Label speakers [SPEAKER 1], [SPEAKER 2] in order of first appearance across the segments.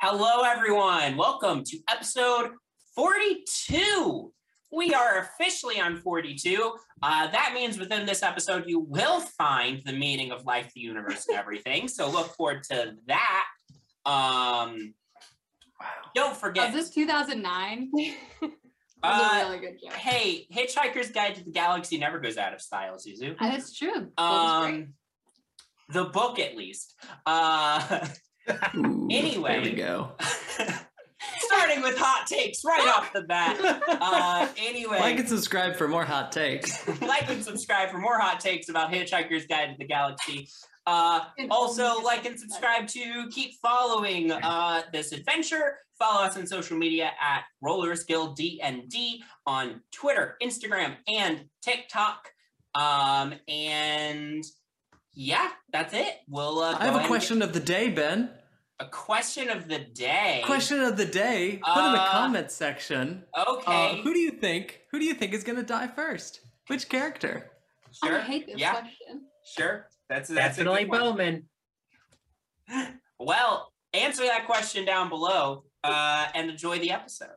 [SPEAKER 1] Hello, everyone. Welcome to episode 42. We are officially on 42. Uh, that means within this episode, you will find the meaning of life, the universe, and everything. So look forward to that. Um, don't
[SPEAKER 2] Was
[SPEAKER 1] forget.
[SPEAKER 2] Oh, this 2009?
[SPEAKER 1] uh,
[SPEAKER 2] That was a really good joke.
[SPEAKER 1] hey, Hitchhiker's Guide to the Galaxy never goes out of style, Zuzu.
[SPEAKER 2] Uh, That's true. That was great.
[SPEAKER 1] Um, the book, at least. Uh, Anyway.
[SPEAKER 3] there we go.
[SPEAKER 1] starting with hot takes right off the bat. Uh, anyway,
[SPEAKER 3] Like and subscribe for more hot takes.
[SPEAKER 1] like and subscribe for more hot takes about Hitchhiker's Guide to the Galaxy. Uh, also, like and subscribe to keep following uh, this adventure. Follow us on social media at Rollers Guild DND on Twitter, Instagram, and TikTok. Um, and yeah, that's it. We'll. Uh, go
[SPEAKER 3] I have a
[SPEAKER 1] and-
[SPEAKER 3] question of the day, Ben.
[SPEAKER 1] A question of the day.
[SPEAKER 3] Question of the day. Put in the
[SPEAKER 1] Uh,
[SPEAKER 3] comment section.
[SPEAKER 1] Okay.
[SPEAKER 3] Uh, who do you think? Who do you think is gonna die first? Which character?
[SPEAKER 1] sure.
[SPEAKER 2] I hate this
[SPEAKER 1] yeah.
[SPEAKER 2] question.
[SPEAKER 1] Sure. That's that's a
[SPEAKER 4] Definitely
[SPEAKER 1] good one.
[SPEAKER 4] Bowman.
[SPEAKER 1] Well, answer that question down below uh, and enjoy the episode.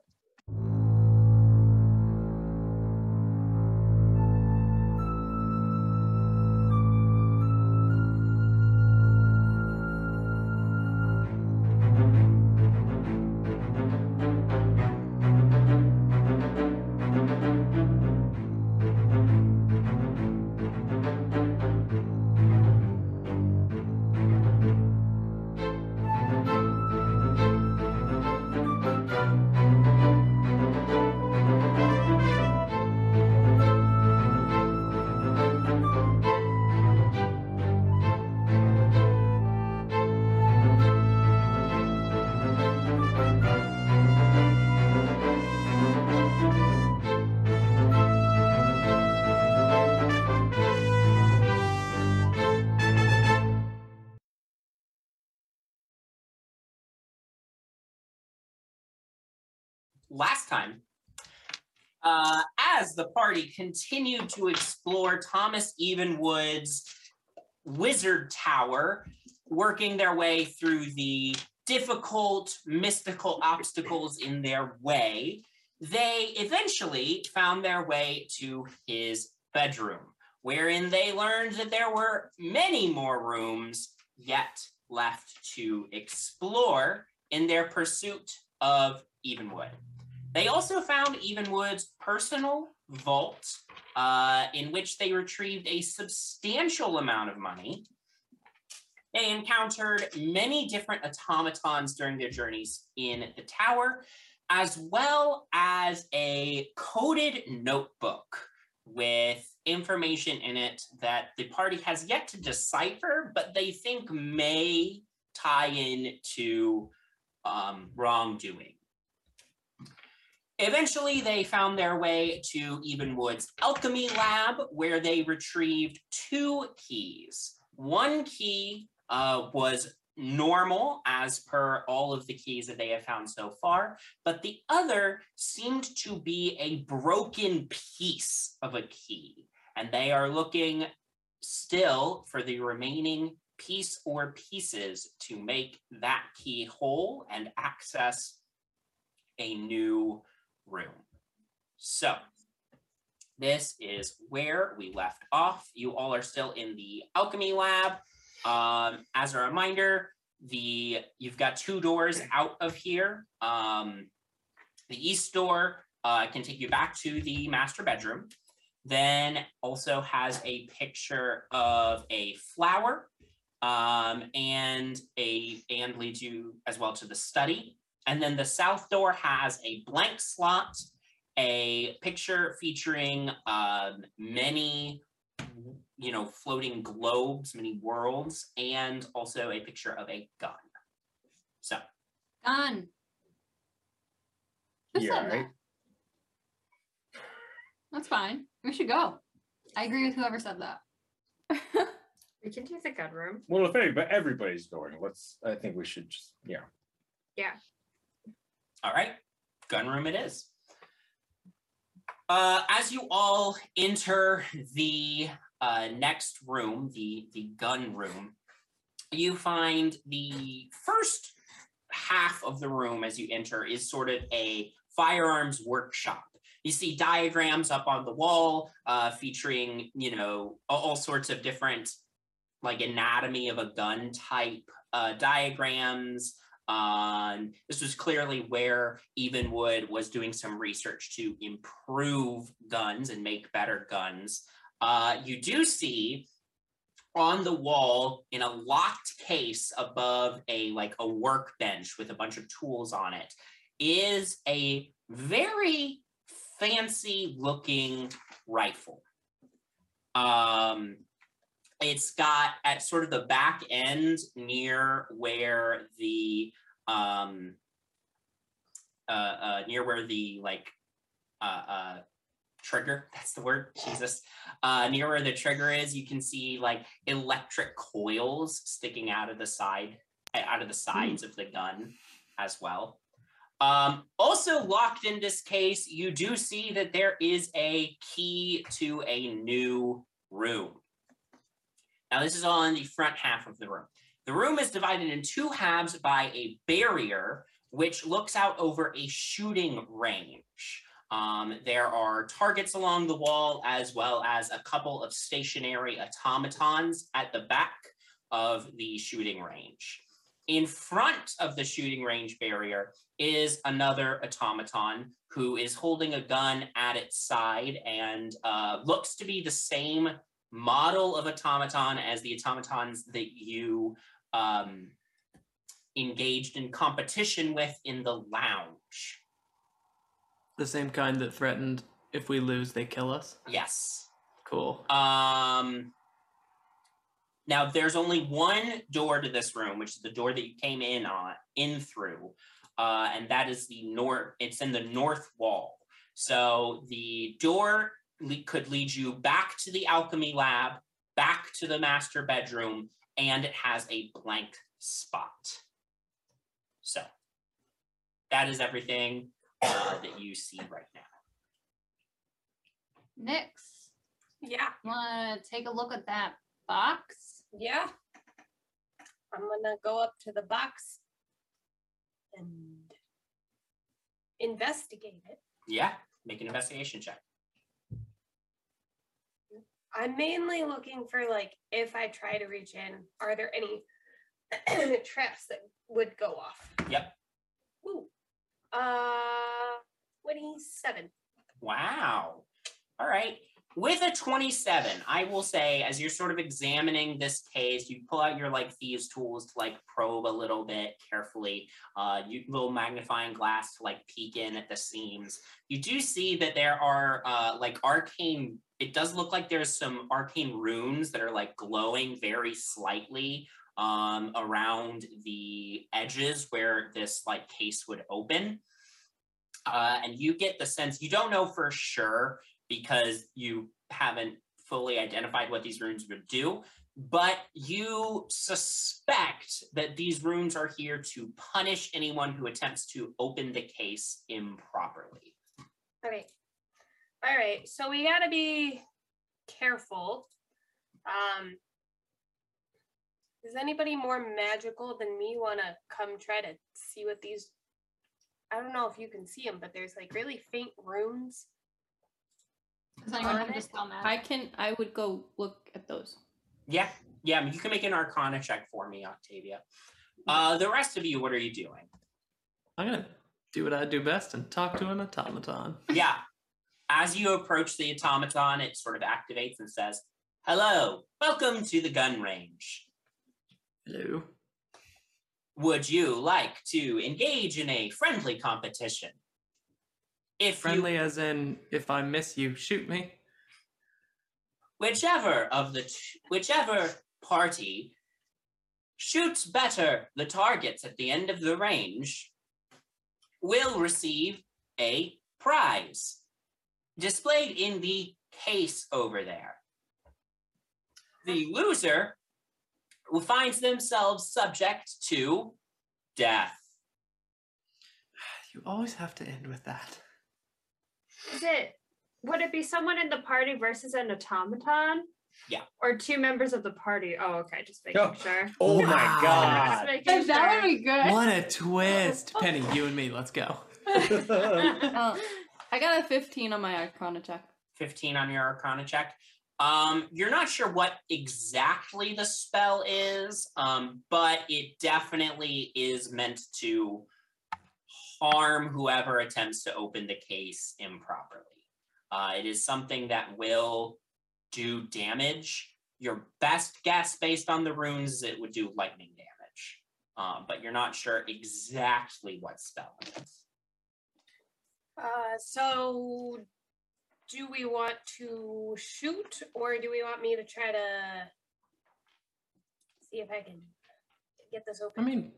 [SPEAKER 1] Last time, uh, as the party continued to explore Thomas Evenwood's wizard tower, working their way through the difficult mystical obstacles in their way, they eventually found their way to his bedroom, wherein they learned that there were many more rooms yet left to explore in their pursuit of Evenwood. They also found Evenwood's personal vault, uh, in which they retrieved a substantial amount of money. They encountered many different automatons during their journeys in the tower, as well as a coded notebook with information in it that the party has yet to decipher, but they think may tie in to um, wrongdoing. Eventually, they found their way to Ebenwood's alchemy lab, where they retrieved two keys. One key uh, was normal, as per all of the keys that they have found so far, but the other seemed to be a broken piece of a key. And they are looking still for the remaining piece or pieces to make that key whole and access a new room. So, this is where we left off. You all are still in the alchemy lab. Um, as a reminder, the you've got two doors out of here. Um, the east door uh, can take you back to the master bedroom. Then also has a picture of a flower um, and a and leads you as well to the study and then the south door has a blank slot, a picture featuring um, many you know, floating globes, many worlds, and also a picture of a gun. So,
[SPEAKER 2] Gun. Who
[SPEAKER 1] Yeah,
[SPEAKER 2] said
[SPEAKER 1] right?
[SPEAKER 2] that? That's fine. We should go. I agree with whoever said that.
[SPEAKER 4] We can do the gun room.
[SPEAKER 5] Well, if anybody, everybody's going, let's. I think we should just yeah.
[SPEAKER 1] All right, gun room it is. Uh, as you all enter the uh, next room, the, the gun room, you find the first half of the room as you enter is sort of a firearms workshop. You see diagrams up on the wall uh, featuring, you know, a- all sorts of different like anatomy of a gun type uh, diagrams, on this was clearly where Evenwood was doing some research to improve guns and make better guns. Uh, you do see on the wall in a locked case above a like a workbench with a bunch of tools on it is a very fancy looking rifle. Um, it's got at sort of the back end near where the um uh, uh near where the like uh uh trigger that's the word jesus uh near where the trigger is you can see like electric coils sticking out of the side uh, out of the sides of the gun as well um also locked in this case you do see that there is a key to a new room now, this is all in the front half of the room. The room is divided in two halves by a barrier, which looks out over a shooting range. Um, there are targets along the wall, as well as a couple of stationary automatons at the back of the shooting range. In front of the shooting range barrier is another automaton who is holding a gun at its side and uh, looks to be the same model of automaton as the automatons that you um, engaged in competition with in the lounge.
[SPEAKER 3] The same kind that threatened if we lose, they kill us.
[SPEAKER 1] Yes.
[SPEAKER 3] Cool.
[SPEAKER 1] Um, now there's only one door to this room, which is the door that you came in on in through, uh, and that is the north. It's in the north wall. So the door le- could lead you back to the alchemy lab, back to the master bedroom, and it has a blank spot. So that is everything uh, that you see right now.
[SPEAKER 2] Nyx,
[SPEAKER 4] Yeah.
[SPEAKER 2] wanna take a look at that box?
[SPEAKER 4] Yeah. I'm gonna go up to the box and investigate it.
[SPEAKER 1] Yeah, make an investigation check.
[SPEAKER 4] I'm mainly looking for like if I try to reach in, are there any traps that would go off?
[SPEAKER 1] Yep.
[SPEAKER 4] Ooh. Uh 27.
[SPEAKER 1] Wow. All right. With a 27, I will say, as you're sort of examining this case, you pull out your like thieves' tools to like probe a little bit carefully, uh, you little magnifying glass to like peek in at the seams. You do see that there are uh, like arcane, it does look like there's some arcane runes that are like glowing very slightly um, around the edges where this like case would open uh, and you get the sense you don't know for sure because you haven't fully identified what these runes would do, but you suspect that these runes are here to punish anyone who attempts to open the case improperly.
[SPEAKER 4] Okay. All right. So we gotta be careful. Um does anybody more magical than me want to come try to see what these? I don't know if you can see them, but there's like really faint runes.
[SPEAKER 2] Does anyone have
[SPEAKER 6] Honest,
[SPEAKER 2] dispel magic?
[SPEAKER 6] I can. I would go look at those.
[SPEAKER 1] Yeah, yeah, you can make an arcana check for me, Octavia. Uh, the rest of you, what are you doing?
[SPEAKER 3] I'm gonna do what I do best and talk to an automaton.
[SPEAKER 1] Yeah, as you approach the automaton, it sort of activates and says, Hello, welcome to the gun range.
[SPEAKER 3] Hello.
[SPEAKER 1] Would you like to engage in a friendly competition? If
[SPEAKER 3] Friendly
[SPEAKER 1] you,
[SPEAKER 3] as in if I miss you, shoot me.
[SPEAKER 1] whichever of the t- whichever party shoots better the targets at the end of the range will receive a prize displayed in the case over there. The loser finds themselves subject to death.
[SPEAKER 3] You always have to end with that.
[SPEAKER 7] Is it? Would it be someone in the party versus an automaton?
[SPEAKER 1] Yeah.
[SPEAKER 7] Or two members of the party? Oh, okay. Just making
[SPEAKER 5] Oh.
[SPEAKER 7] sure.
[SPEAKER 5] Oh
[SPEAKER 3] Wow.
[SPEAKER 5] my
[SPEAKER 7] Just
[SPEAKER 5] god.
[SPEAKER 7] making
[SPEAKER 2] that
[SPEAKER 7] sure.
[SPEAKER 2] would be good.
[SPEAKER 3] What a twist. Penny, you and me, let's go.
[SPEAKER 6] Uh, I got a 15 on my Arcana check.
[SPEAKER 1] 15 on your arcana check. Um, you're not sure what exactly the spell is, um, but it definitely is meant to harm whoever attempts to open the case improperly. Uh, it is something that will do damage. Your best guess based on the runes is it would do lightning damage, um, but you're not sure exactly what spell it is.
[SPEAKER 4] Uh, so do we want to shoot or do we want me to try to see if I can get this
[SPEAKER 3] I
[SPEAKER 4] open?
[SPEAKER 3] mean,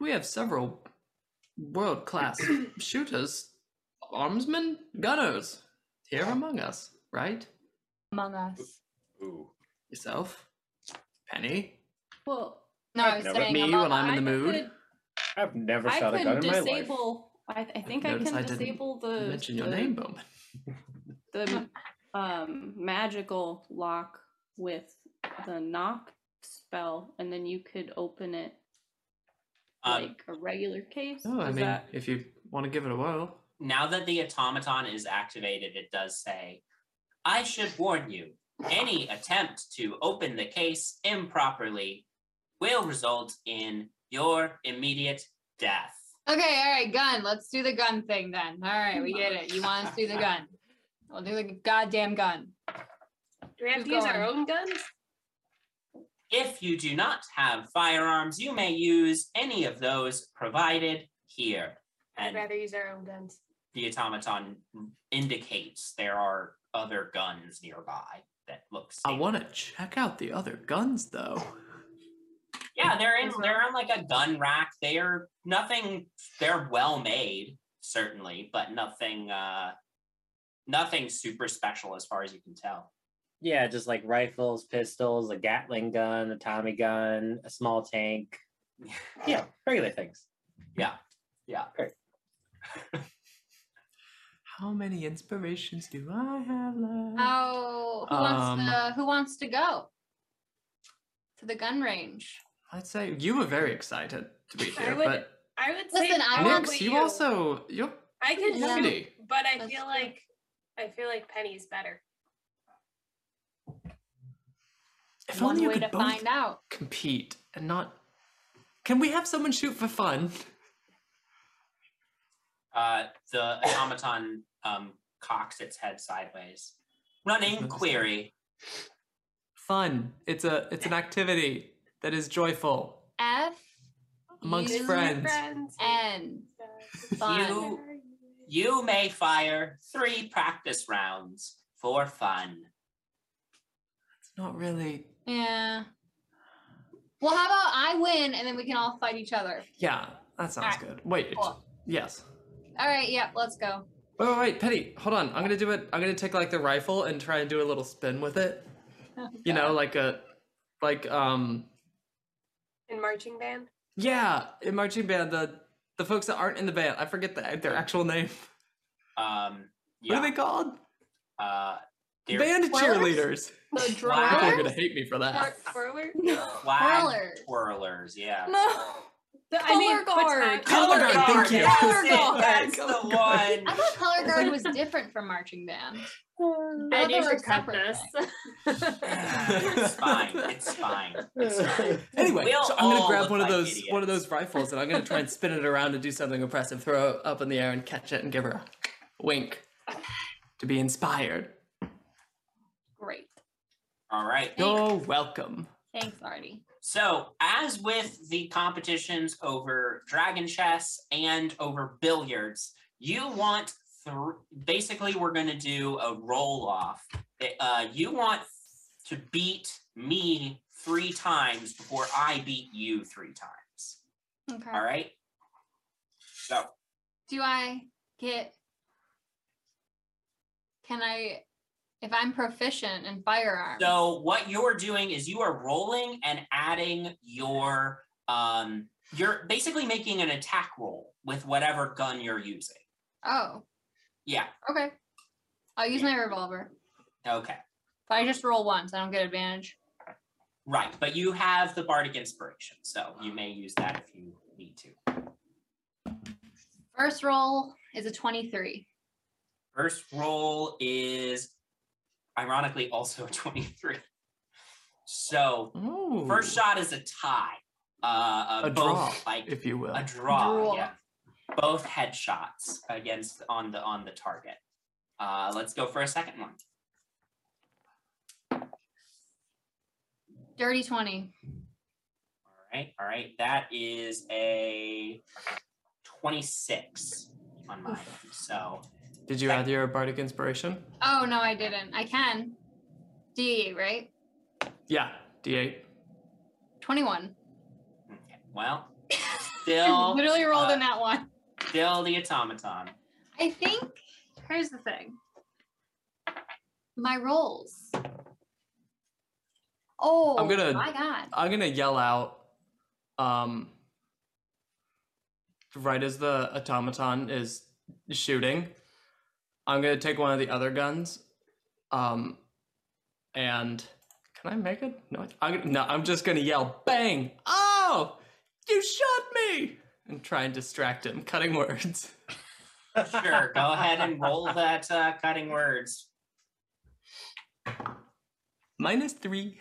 [SPEAKER 3] we have several world class shooters, armsmen, gunners here among us, right?
[SPEAKER 2] Among Us.
[SPEAKER 5] Ooh.
[SPEAKER 3] Yourself, Penny.
[SPEAKER 6] Well,
[SPEAKER 2] No, I was
[SPEAKER 5] Yeah, but
[SPEAKER 2] saying
[SPEAKER 3] me
[SPEAKER 2] among
[SPEAKER 3] when I'm in
[SPEAKER 6] I
[SPEAKER 3] the mood.
[SPEAKER 6] could-
[SPEAKER 5] I've never
[SPEAKER 6] I
[SPEAKER 5] shot a gun
[SPEAKER 6] could
[SPEAKER 5] in my life.
[SPEAKER 6] disable. I, I think I
[SPEAKER 3] Notice
[SPEAKER 6] can
[SPEAKER 3] I didn't
[SPEAKER 6] disable the
[SPEAKER 3] Mention your
[SPEAKER 6] the-
[SPEAKER 3] name, Bowman.
[SPEAKER 6] the um, magical lock with the knock spell, and then you could open it
[SPEAKER 1] Um,
[SPEAKER 6] like a regular case.
[SPEAKER 3] Oh, I
[SPEAKER 6] Is
[SPEAKER 3] mean,
[SPEAKER 6] that-
[SPEAKER 3] if you want to give it a whirl.
[SPEAKER 1] now that the automaton is activated, it does say, I should warn you, any attempt to open the case improperly will result in your immediate death.
[SPEAKER 2] Okay, all right, gun. Let's do the gun thing then. All right, we get it. You want us to do the gun? We'll do the goddamn gun.
[SPEAKER 4] do we have
[SPEAKER 2] who's
[SPEAKER 4] to use our
[SPEAKER 2] going?
[SPEAKER 4] own guns?
[SPEAKER 1] If you do not have firearms, you may use any of those provided here.
[SPEAKER 4] I'd
[SPEAKER 1] And
[SPEAKER 4] rather use our own guns.
[SPEAKER 1] the automaton indicates there are other guns nearby that look
[SPEAKER 3] I
[SPEAKER 1] safe.
[SPEAKER 3] want to check out the other guns, though.
[SPEAKER 1] Yeah, they're in
[SPEAKER 4] as
[SPEAKER 1] they're on like a gun rack. They're nothing they're well made, certainly, but nothing uh nothing super special as far as you can tell.
[SPEAKER 8] Yeah, just like rifles, pistols, a Gatling gun, a Tommy gun, a small tank. Yeah, regular things.
[SPEAKER 1] Yeah.
[SPEAKER 3] How many inspirations do I have left?
[SPEAKER 2] How? Who wants
[SPEAKER 3] Um,
[SPEAKER 2] to? Who wants to go to the gun range?
[SPEAKER 3] I'd say you were very excited to be
[SPEAKER 4] I
[SPEAKER 3] here,
[SPEAKER 4] would-
[SPEAKER 3] but
[SPEAKER 4] I would say
[SPEAKER 2] Listen, I want
[SPEAKER 3] Nix,
[SPEAKER 4] probably
[SPEAKER 3] you, also you're
[SPEAKER 4] I can
[SPEAKER 2] Yeah.
[SPEAKER 4] shoot,
[SPEAKER 3] pretty.
[SPEAKER 4] but I
[SPEAKER 2] That's
[SPEAKER 4] feel
[SPEAKER 2] true.
[SPEAKER 4] like I feel like Penny's better.
[SPEAKER 3] If
[SPEAKER 2] One
[SPEAKER 3] only you
[SPEAKER 2] way
[SPEAKER 3] could
[SPEAKER 2] to
[SPEAKER 3] both
[SPEAKER 2] find out.
[SPEAKER 3] compete and not. Can we have someone shoot for fun?
[SPEAKER 1] Uh the automaton um cocks its head sideways. Run
[SPEAKER 3] That's not the
[SPEAKER 1] inquiry.
[SPEAKER 3] Fun. It's a it's an activity that is joyful
[SPEAKER 2] F
[SPEAKER 3] amongst
[SPEAKER 2] You-
[SPEAKER 3] friends.
[SPEAKER 4] Friends.
[SPEAKER 2] N.
[SPEAKER 1] You you may fire three practice rounds for fun.
[SPEAKER 3] It's not really.
[SPEAKER 2] Yeah. Well, how about I win and then we can all fight each other?
[SPEAKER 3] Yeah, that sounds
[SPEAKER 2] Alright,
[SPEAKER 3] good. Wait. it's-
[SPEAKER 2] cool.
[SPEAKER 3] Yes.
[SPEAKER 2] All right. Yep. let's go.
[SPEAKER 3] Oh wait, wait, Penny, hold on. I'm gonna do it. I'm gonna take like the rifle and try and do a little spin with it. You know, like a, like um,
[SPEAKER 4] in marching band.
[SPEAKER 3] yeah, in marching band, the the folks that aren't in the band. I forget the, their actual name.
[SPEAKER 1] Um
[SPEAKER 3] What are
[SPEAKER 1] yeah.
[SPEAKER 3] they called?
[SPEAKER 1] Uh they're
[SPEAKER 3] band cheerleaders.
[SPEAKER 2] The
[SPEAKER 3] People are
[SPEAKER 2] drawer.
[SPEAKER 3] gonna hate me for that.
[SPEAKER 4] Forward.
[SPEAKER 6] no.
[SPEAKER 1] flag
[SPEAKER 2] Colors.
[SPEAKER 1] twirlers, yeah.
[SPEAKER 6] No.
[SPEAKER 4] The-
[SPEAKER 6] Color
[SPEAKER 4] put
[SPEAKER 6] guard.
[SPEAKER 4] on-
[SPEAKER 3] Color guard, thank you.
[SPEAKER 1] That's
[SPEAKER 6] Color
[SPEAKER 1] it,
[SPEAKER 6] guard.
[SPEAKER 1] That's
[SPEAKER 3] Color
[SPEAKER 1] the
[SPEAKER 3] guard.
[SPEAKER 2] I
[SPEAKER 1] one.
[SPEAKER 2] thought color guard was different from marching band.
[SPEAKER 4] I
[SPEAKER 2] Other
[SPEAKER 4] need to
[SPEAKER 2] separate
[SPEAKER 4] cut
[SPEAKER 2] thing.
[SPEAKER 4] this.
[SPEAKER 1] it's fine. It's fine. It's fine.
[SPEAKER 3] Anyway,
[SPEAKER 1] We'll
[SPEAKER 3] so I'm gonna
[SPEAKER 1] all
[SPEAKER 3] grab
[SPEAKER 1] look
[SPEAKER 3] one of
[SPEAKER 1] like
[SPEAKER 3] those
[SPEAKER 1] idiots.
[SPEAKER 3] one of those rifles and I'm gonna try and spin it around and do something impressive. Throw it up in the air and catch it and give her a wink to be inspired.
[SPEAKER 2] Great.
[SPEAKER 1] All right.
[SPEAKER 3] You're welcome.
[SPEAKER 2] Thanks, Artie.
[SPEAKER 1] So, as with the competitions over dragon chess and over billiards, you want th- basically we're going to do a roll off. Uh, you want to beat me three times before I beat you three times.
[SPEAKER 2] Okay.
[SPEAKER 1] All right. So
[SPEAKER 2] Do I get? Can I, if I'm proficient in firearms?
[SPEAKER 1] So what you're doing is you are rolling and adding your um you're basically making an attack roll with whatever gun you're using.
[SPEAKER 2] Oh,
[SPEAKER 1] Yeah.
[SPEAKER 2] okay. I'll use my revolver,
[SPEAKER 1] Okay.
[SPEAKER 2] but I just roll once. I don't get advantage.
[SPEAKER 1] Right. But you have the bardic inspiration, so you may use that if you need to.
[SPEAKER 2] First roll is a twenty-three.
[SPEAKER 1] First roll is ironically also a 23. So first shot is a tie. Uh, uh,
[SPEAKER 3] A
[SPEAKER 1] both,
[SPEAKER 3] draw,
[SPEAKER 1] like
[SPEAKER 3] if you will.
[SPEAKER 1] A draw,
[SPEAKER 3] Draw.
[SPEAKER 1] yeah. Both headshots against on the on the target. Uh, let's go for a second one.
[SPEAKER 2] Dirty twenty.
[SPEAKER 1] All right, all right. That is a 26 on mine. So
[SPEAKER 3] Did you add your bardic inspiration?
[SPEAKER 2] Oh no, I didn't. I can. D right?
[SPEAKER 3] Yeah, d8.
[SPEAKER 2] Twenty-one.
[SPEAKER 1] well,
[SPEAKER 2] I
[SPEAKER 1] still
[SPEAKER 2] literally rolled
[SPEAKER 1] uh,
[SPEAKER 2] in that one.
[SPEAKER 1] Still the automaton.
[SPEAKER 2] I think here's the thing. My rolls. Oh
[SPEAKER 3] I'm gonna.
[SPEAKER 2] my god.
[SPEAKER 3] I'm gonna yell out. Um. Right as the automaton is shooting, I'm gonna take one of the other guns. Um, and can I make it? No, I'm gonna, no. I'm just gonna yell bang. Oh, you shot me! And try and distract him, cutting words.
[SPEAKER 1] Sure, go ahead and roll that uh, cutting words.
[SPEAKER 3] Minus three.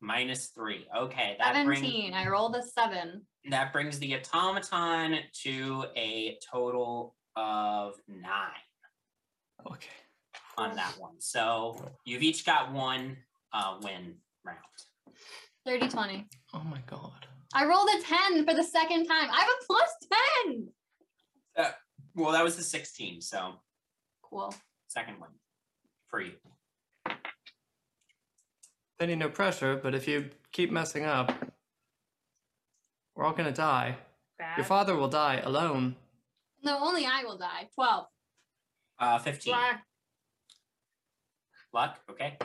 [SPEAKER 1] Minus three. Okay, that brings
[SPEAKER 2] Seventeen. I rolled a seven.
[SPEAKER 1] that brings the automaton to a total of nine.
[SPEAKER 3] Okay.
[SPEAKER 1] On that one, so you've each got one uh, win round.
[SPEAKER 2] 30 20.
[SPEAKER 3] Oh my god.
[SPEAKER 2] I rolled a 10 for the second time. I have a plus 10.
[SPEAKER 1] Uh, well, that was the sixteen, so
[SPEAKER 2] Cool.
[SPEAKER 1] second one for you.
[SPEAKER 3] Any no pressure, but if you keep messing up, we're all gonna die. Your
[SPEAKER 2] Bad.
[SPEAKER 3] father will die alone.
[SPEAKER 2] No, only I will die. 12.
[SPEAKER 1] Uh, fifteen. Luck. Okay,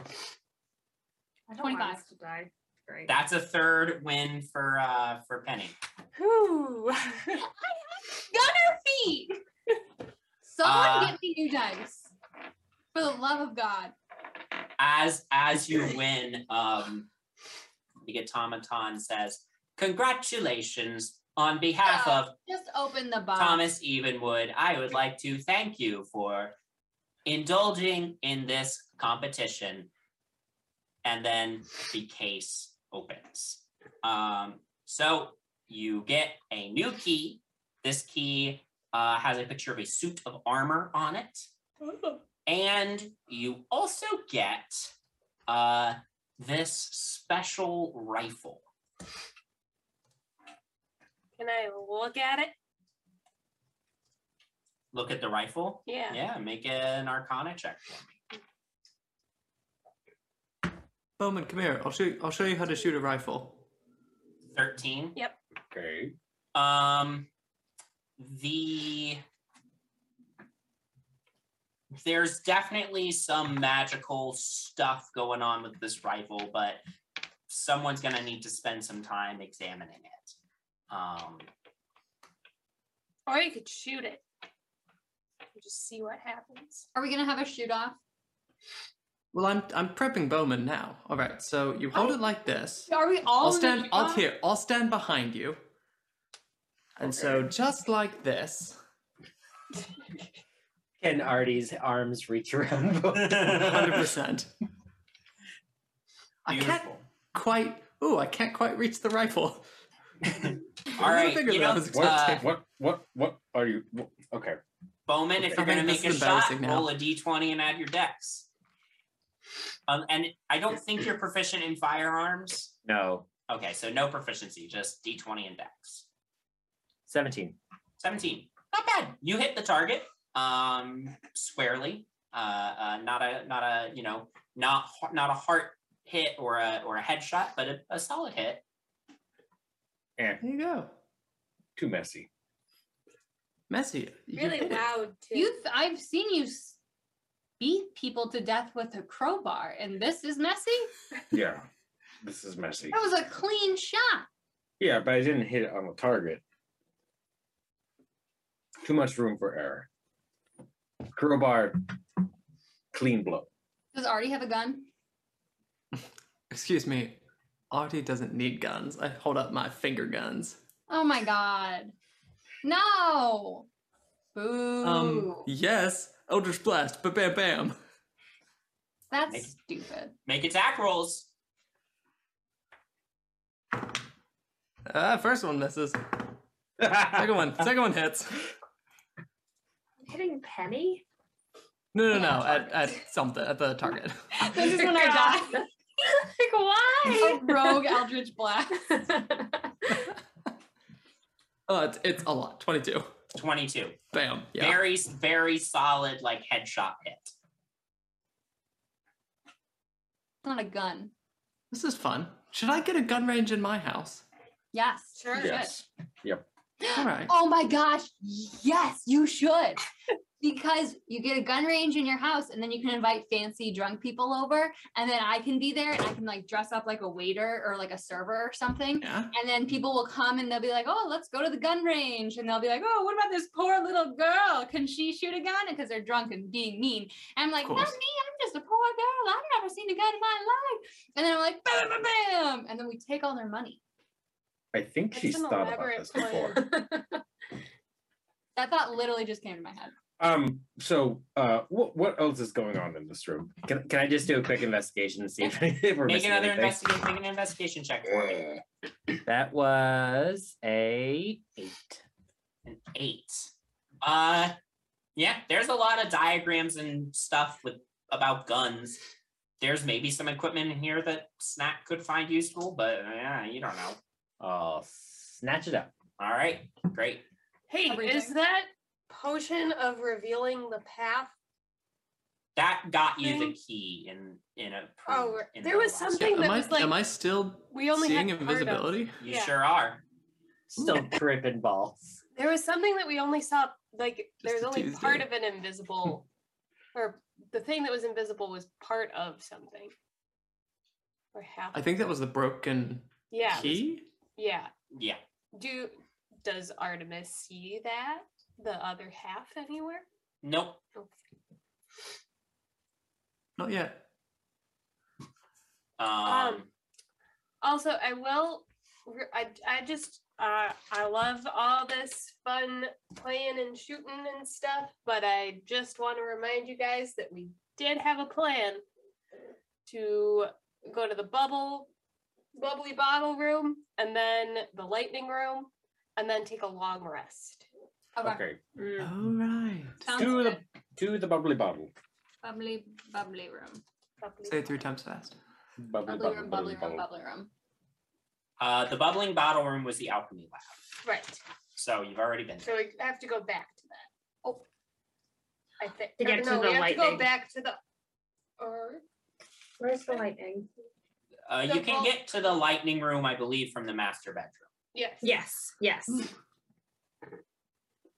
[SPEAKER 2] 25.
[SPEAKER 7] To die. Great.
[SPEAKER 1] that's a third win for uh, for Penny.
[SPEAKER 7] Whew.
[SPEAKER 2] Gunner feet. Someone
[SPEAKER 1] Uh,
[SPEAKER 2] get me new dice. For the love of God.
[SPEAKER 1] as as you win, um, the automaton says, "Congratulations! On behalf of
[SPEAKER 2] Just open the box.
[SPEAKER 1] Thomas Evenwood, I would like to thank you for indulging in this competition." And then the case opens. Um, so you get a new key. This key uh, has a picture of a suit of armor on it. And you also get uh, this special rifle.
[SPEAKER 4] Can I look at it?
[SPEAKER 1] Look at the rifle.
[SPEAKER 4] Yeah.
[SPEAKER 1] Yeah, make an arcana check for me.
[SPEAKER 3] Bowman, come here. I'll shoot. I'll show you how to shoot a rifle.
[SPEAKER 1] 13.
[SPEAKER 4] Yep.
[SPEAKER 5] Okay.
[SPEAKER 1] Um, the. There's definitely some magical stuff going on with this rifle, but someone's going to need to spend some time examining it. Um,
[SPEAKER 4] Or you could shoot it. And just see what happens.
[SPEAKER 2] Are we going to have a shoot off?
[SPEAKER 3] Well, I'm I'm prepping Bowman now. All right. So you hold it like this.
[SPEAKER 2] Are we
[SPEAKER 3] I'll
[SPEAKER 2] all in the
[SPEAKER 3] stand.
[SPEAKER 2] shoot
[SPEAKER 3] I'll
[SPEAKER 2] off?
[SPEAKER 3] here. I'll stand behind you. And so just like this.
[SPEAKER 8] Can Artie's arms reach around?
[SPEAKER 3] Hundred percent. I can't quite. Ooh, I can't quite reach the rifle.
[SPEAKER 1] all
[SPEAKER 3] I
[SPEAKER 1] right,
[SPEAKER 3] figured
[SPEAKER 1] you
[SPEAKER 3] that
[SPEAKER 1] know,
[SPEAKER 3] was
[SPEAKER 5] What?
[SPEAKER 1] uh,
[SPEAKER 5] what? What? What are you? wh- okay.
[SPEAKER 1] Bowman, if you're
[SPEAKER 3] Okay,
[SPEAKER 1] going to
[SPEAKER 3] this
[SPEAKER 1] make a
[SPEAKER 3] is
[SPEAKER 1] shot,
[SPEAKER 3] embarrassing now.
[SPEAKER 1] roll a d20 and add your dex. Um, and I don't think you're proficient in firearms.
[SPEAKER 8] No.
[SPEAKER 1] Okay, so no proficiency, just d20 and dex.
[SPEAKER 8] 17.
[SPEAKER 1] 17. Not bad. You hit the target um, squarely. Uh, uh, not a not a you know not h- not a heart hit or a or a headshot, but a, a solid hit.
[SPEAKER 5] Eh,
[SPEAKER 3] There you go.
[SPEAKER 5] too messy.
[SPEAKER 3] Messy. You
[SPEAKER 2] Really
[SPEAKER 3] did it.
[SPEAKER 4] loud too.
[SPEAKER 2] You, th- I've seen you s- beat people to death with a crowbar, and this is messy.
[SPEAKER 5] Yeah, this is messy.
[SPEAKER 2] That was a clean shot.
[SPEAKER 5] Yeah, but I didn't hit it on the target. Too much room for error. Crowbar, clean blow.
[SPEAKER 2] Does Artie have a gun?
[SPEAKER 3] Excuse me. Artie doesn't need guns. I hold up my finger guns.
[SPEAKER 2] Oh my god. No. Boo.
[SPEAKER 3] Um, yes. Eldritch Blast. Ba bam bam.
[SPEAKER 2] That's stupid.
[SPEAKER 1] Make attack rolls.
[SPEAKER 3] Uh, first one misses. second one. Second one hits.
[SPEAKER 7] Hitting Penny?
[SPEAKER 3] No, no, no. At, at something. At the target.
[SPEAKER 2] This is when I die.
[SPEAKER 7] like, why?
[SPEAKER 2] A rogue Eldritch Blast.
[SPEAKER 3] Oh, it's, it's a lot. 22.
[SPEAKER 1] 22.
[SPEAKER 3] Bam. Yeah.
[SPEAKER 1] Very, very solid, like headshot hit.
[SPEAKER 2] It's not a gun.
[SPEAKER 3] This is fun. Should I get a gun range in my house?
[SPEAKER 2] Yes.
[SPEAKER 4] Sure.
[SPEAKER 2] you should.
[SPEAKER 5] Yes. Yep.
[SPEAKER 3] All right.
[SPEAKER 2] Oh my gosh. Yes, you should. because you get a gun range in your house and then you can invite fancy drunk people over. And then I can be there and I can like dress up like a waiter or like a server or something.
[SPEAKER 3] Yeah.
[SPEAKER 2] And then people will come and they'll be like, oh, let's go to the gun range. And they'll be like, oh, what about this poor little girl? Can she shoot a gun? Because they're drunk and being mean. And I'm like, not me.
[SPEAKER 3] course.
[SPEAKER 2] I'm just a poor girl. I've never seen a gun in my life. And then I'm like, bam, bam, bam. bam. And then we take all their money.
[SPEAKER 5] I think
[SPEAKER 4] That's
[SPEAKER 5] she's
[SPEAKER 4] an
[SPEAKER 5] thought about
[SPEAKER 4] elaborate
[SPEAKER 5] this before.
[SPEAKER 2] That thought literally just came to my head.
[SPEAKER 5] Um. So, uh, what what else is going on in this room?
[SPEAKER 8] Can, can I just do a quick investigation to see if, if we're
[SPEAKER 1] Make
[SPEAKER 8] missing
[SPEAKER 1] another
[SPEAKER 8] anything?
[SPEAKER 1] investigation. Make an investigation check for me.
[SPEAKER 8] That was a eight.
[SPEAKER 1] an eight. Uh, yeah, there's a lot of diagrams and stuff with about guns. There's maybe some equipment in here that Snack could find useful, but yeah, you don't know.
[SPEAKER 8] I'll snatch it up.
[SPEAKER 1] All right, great.
[SPEAKER 4] Hey,
[SPEAKER 2] Everything.
[SPEAKER 4] is that potion of revealing the path?
[SPEAKER 1] That got you the
[SPEAKER 4] Thing.
[SPEAKER 1] key in in a.
[SPEAKER 4] Oh,
[SPEAKER 1] in
[SPEAKER 4] right.
[SPEAKER 1] the
[SPEAKER 4] there was
[SPEAKER 1] last-
[SPEAKER 3] Yeah,
[SPEAKER 4] something
[SPEAKER 3] am,
[SPEAKER 4] that
[SPEAKER 3] I,
[SPEAKER 4] was like
[SPEAKER 3] am I still
[SPEAKER 4] we only
[SPEAKER 3] seeing
[SPEAKER 4] had part of.
[SPEAKER 3] invisibility?
[SPEAKER 1] You
[SPEAKER 4] yeah.
[SPEAKER 1] sure are.
[SPEAKER 8] Still tripping balls.
[SPEAKER 4] There was something that we only saw, like there was
[SPEAKER 3] a
[SPEAKER 4] only
[SPEAKER 3] Tuesday.
[SPEAKER 4] part of an invisible, or the thing that was invisible was part of something, or half.
[SPEAKER 3] I think that was the broken
[SPEAKER 4] yeah, it was-
[SPEAKER 3] key.
[SPEAKER 4] yeah.
[SPEAKER 1] Yeah.
[SPEAKER 4] Do does Artemis see that the other half anywhere? Oh.
[SPEAKER 1] Nope.
[SPEAKER 3] Not yet.
[SPEAKER 1] Um,
[SPEAKER 4] Um, Also, I will. re- I I just uh, I love all this fun playing and shooting and stuff, but I just want to remind you guys that we did have a plan to go to the bubble bubbly bottle room and then the lightning room and then take a long rest.
[SPEAKER 5] Okay.
[SPEAKER 7] Mm.
[SPEAKER 3] All right.
[SPEAKER 2] Sounds
[SPEAKER 5] Do the
[SPEAKER 2] good.
[SPEAKER 5] do the bubbly bottle.
[SPEAKER 2] Bubbly, bubbly room.
[SPEAKER 4] Bubbly
[SPEAKER 3] Say it three times fast.
[SPEAKER 5] Bubbly,
[SPEAKER 2] Bubbly
[SPEAKER 5] bottle,
[SPEAKER 2] room, bubbly
[SPEAKER 5] bubbly
[SPEAKER 2] room,
[SPEAKER 5] bottle.
[SPEAKER 2] bubbly room.
[SPEAKER 1] uh, the bubbling bottle room was the alchemy lab,
[SPEAKER 4] Right.
[SPEAKER 1] so you've already been there.
[SPEAKER 4] So we have to go back to that. Oh, I think
[SPEAKER 7] To get
[SPEAKER 4] or
[SPEAKER 7] to
[SPEAKER 4] no,
[SPEAKER 7] the
[SPEAKER 4] we have to go
[SPEAKER 7] lightning.
[SPEAKER 4] back to the. Or
[SPEAKER 7] Where's the lightning?
[SPEAKER 1] Uh,
[SPEAKER 4] so
[SPEAKER 1] you can
[SPEAKER 4] I'll-
[SPEAKER 1] get to the lightning room, I believe, from the master bedroom.
[SPEAKER 4] yes,
[SPEAKER 7] Yes, yes.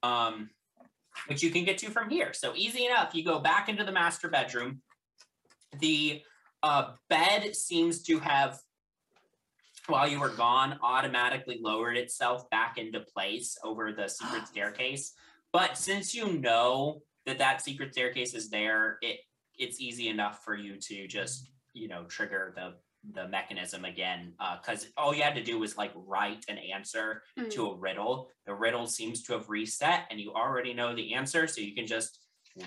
[SPEAKER 1] um, which you can get to from here. So easy enough. You go back into the master bedroom. The uh, bed seems to have, while you were gone, automatically lowered itself back into place over the secret staircase. But since you know that that secret staircase is there, it it's easy enough for you to just you know trigger the the mechanism again because all you had to do was like write an answer
[SPEAKER 4] Mm.
[SPEAKER 1] to a riddle. The riddle seems to have reset, and you already know the answer, so you can just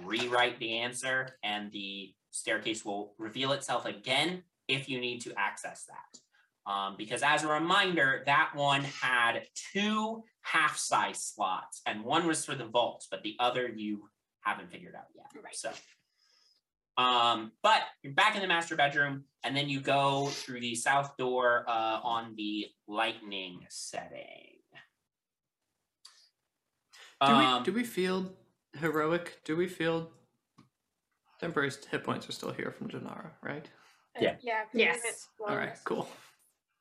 [SPEAKER 1] rewrite the answer, and the staircase will reveal itself again if you need to access that. Um, because as a reminder, that one had two half-size slots, and one was for the vaults, but the other you haven't figured out yet.
[SPEAKER 4] Right.
[SPEAKER 1] So. Um, but you're back in the master bedroom, and then you go through the south door uh, on the lightning setting.
[SPEAKER 3] Do
[SPEAKER 1] Um,
[SPEAKER 3] we do we feel heroic? Do we feel temporary hit points are still here from Janara, right?
[SPEAKER 8] Yeah.
[SPEAKER 4] Yeah.
[SPEAKER 7] Yes.
[SPEAKER 3] All right, cool.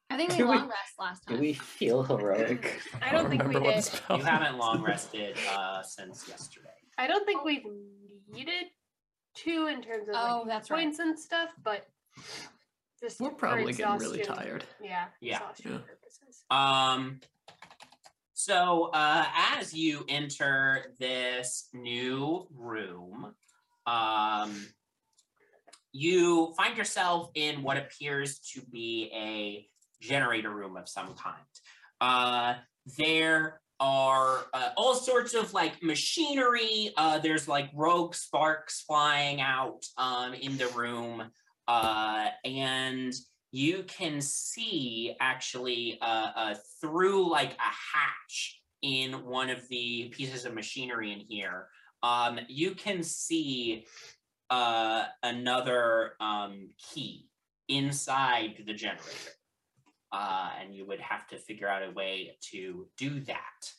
[SPEAKER 2] I think we
[SPEAKER 8] Do we-
[SPEAKER 2] long rest last time.
[SPEAKER 8] Do we feel heroic?
[SPEAKER 4] I don't think we
[SPEAKER 3] remember what
[SPEAKER 4] did.
[SPEAKER 3] spell-
[SPEAKER 1] You haven't long rested uh, since yesterday.
[SPEAKER 4] I don't think we've needed two in terms of
[SPEAKER 2] Oh,
[SPEAKER 4] like,
[SPEAKER 2] that's right.
[SPEAKER 4] points and stuff, but just
[SPEAKER 3] We're
[SPEAKER 4] for
[SPEAKER 3] probably getting really
[SPEAKER 4] exhaustion-
[SPEAKER 3] tired.
[SPEAKER 4] Yeah.
[SPEAKER 1] Yeah.
[SPEAKER 4] Exhaustion
[SPEAKER 3] Yeah.
[SPEAKER 4] purposes.
[SPEAKER 1] Um, so uh, as you enter this new room, um, you find yourself in what appears to be a generator room of some kind. Uh, there are uh, all sorts of like machinery. Uh, there's like rogue sparks flying out um, in the room, uh, and you can see actually uh, uh, through like a hatch in one of the pieces of machinery in here. Um, you can see uh, another um, key inside the generator, uh, and you would have to figure out a way to do that.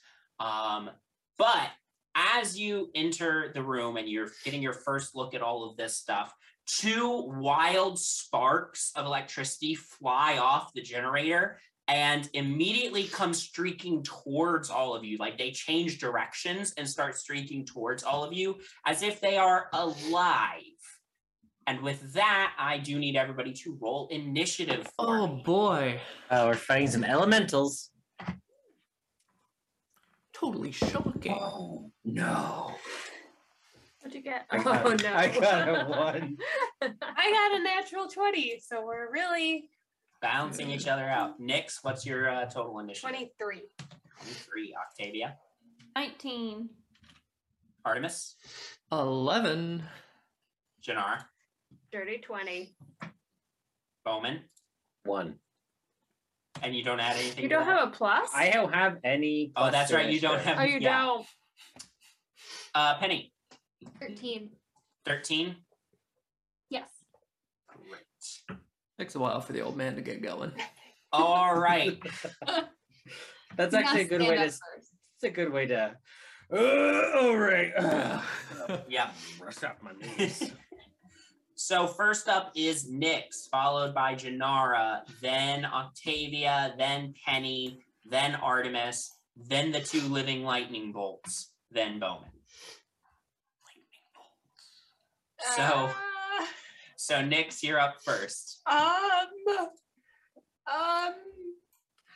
[SPEAKER 1] Um, but as you enter the room and you're getting your first look at all of this stuff, two wild sparks of electricity fly off the generator and immediately come streaking towards all of you. Like they change directions and start streaking towards all of you as if they are alive. And with that, I do need everybody to roll initiative for
[SPEAKER 3] Oh
[SPEAKER 1] me.
[SPEAKER 3] boy.
[SPEAKER 8] Oh, we're fighting some elementals.
[SPEAKER 3] Totally shocking.
[SPEAKER 8] Oh no!
[SPEAKER 7] What'd you get?
[SPEAKER 8] I got,
[SPEAKER 7] oh no!
[SPEAKER 8] I got a one.
[SPEAKER 4] I got a natural 20, so we're really
[SPEAKER 1] Balancing each other out. Nix, what's your uh, total initiative?
[SPEAKER 4] 23.
[SPEAKER 1] 23, Octavia.
[SPEAKER 6] 19.
[SPEAKER 1] Artemis,
[SPEAKER 3] 11.
[SPEAKER 1] Jannar,
[SPEAKER 7] Dirty twenty.
[SPEAKER 1] Bowman,
[SPEAKER 8] One.
[SPEAKER 1] and you don't add anything.
[SPEAKER 7] You
[SPEAKER 1] to
[SPEAKER 7] don't
[SPEAKER 1] that?
[SPEAKER 7] have a plus?
[SPEAKER 8] I don't have any.
[SPEAKER 1] Oh, that's
[SPEAKER 8] cluster
[SPEAKER 1] right. You don't
[SPEAKER 8] initiative.
[SPEAKER 1] have.
[SPEAKER 7] oh, you
[SPEAKER 1] yeah.
[SPEAKER 7] don't.
[SPEAKER 1] Uh, Penny,
[SPEAKER 2] 13.
[SPEAKER 1] 13.
[SPEAKER 2] Yes.
[SPEAKER 1] Great.
[SPEAKER 3] Takes a while for the old man to get going.
[SPEAKER 1] All right.
[SPEAKER 8] That's
[SPEAKER 2] Oh, You gotta
[SPEAKER 8] actually a good way to.
[SPEAKER 2] stand up
[SPEAKER 8] It's
[SPEAKER 2] first.
[SPEAKER 8] a good way to. Uh, all right. Uh,
[SPEAKER 1] Yeah.
[SPEAKER 8] Rust up my knees.
[SPEAKER 1] So first up is Nyx, followed by Janara, then Octavia, then Penny, then Artemis, then the two living lightning bolts, then Bowman. So,
[SPEAKER 4] Ah.
[SPEAKER 1] so Nyx, you're up first.
[SPEAKER 4] Uh, um, um,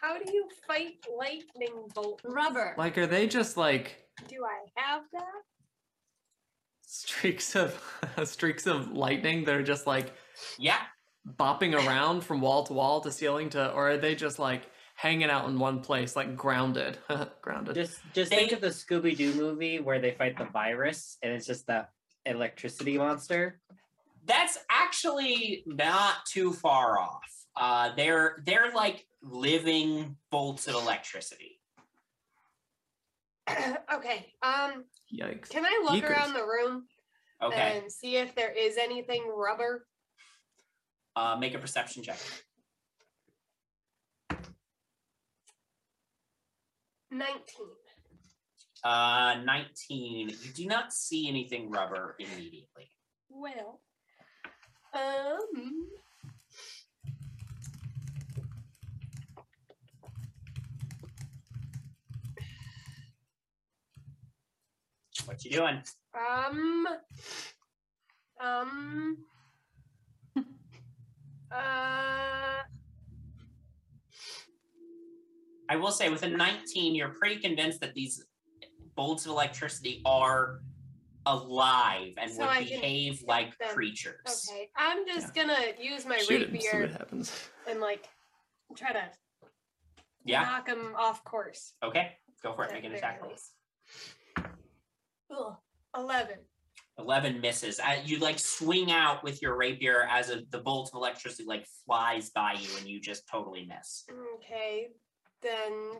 [SPEAKER 4] how do you fight lightning bolt?
[SPEAKER 2] Rubber.
[SPEAKER 3] Like, are they just like
[SPEAKER 4] Do I have that?
[SPEAKER 3] streaks of streaks of lightning that are just like
[SPEAKER 1] Yeah.
[SPEAKER 3] bopping around from wall to wall to ceiling to, or are they just like hanging out in one place, like grounded? grounded.
[SPEAKER 8] just, just
[SPEAKER 1] They-
[SPEAKER 8] think of the Scooby Doo movie where they fight the virus, and it's just the electricity monster.
[SPEAKER 1] that's actually not too far off. Uh, they're they're like living bolts of electricity.
[SPEAKER 4] okay. Um,
[SPEAKER 3] Yikes.
[SPEAKER 4] can I look
[SPEAKER 3] Yeekers.
[SPEAKER 4] around the room
[SPEAKER 1] Okay,
[SPEAKER 4] and see if there is anything rubber?
[SPEAKER 1] uh, make a perception check.
[SPEAKER 4] Nineteen.
[SPEAKER 1] Uh, Nineteen. You do not see anything rubber immediately.
[SPEAKER 4] Well, um,
[SPEAKER 1] What you doing?
[SPEAKER 4] um, um, uh,
[SPEAKER 1] I will say, with a nineteen, you're pretty convinced that these bolts of electricity are alive and
[SPEAKER 4] So
[SPEAKER 1] would
[SPEAKER 4] I can
[SPEAKER 1] behave
[SPEAKER 4] hit
[SPEAKER 1] like
[SPEAKER 4] them. Oh,
[SPEAKER 1] creatures.
[SPEAKER 4] okay. I'm just gonna use my
[SPEAKER 3] Shoot it and see what
[SPEAKER 4] rapier
[SPEAKER 3] happens.
[SPEAKER 4] and like try to
[SPEAKER 1] Yeah.
[SPEAKER 4] knock them off course.
[SPEAKER 1] Okay. Go for it. Make
[SPEAKER 4] at
[SPEAKER 1] an
[SPEAKER 4] the
[SPEAKER 1] attack
[SPEAKER 4] very
[SPEAKER 1] roll.
[SPEAKER 4] least. Ugh, Eleven.
[SPEAKER 1] 11 misses. Uh, you like swing out with your rapier as a, the bolt of electricity like flies by you and you just totally miss.
[SPEAKER 4] Okay, then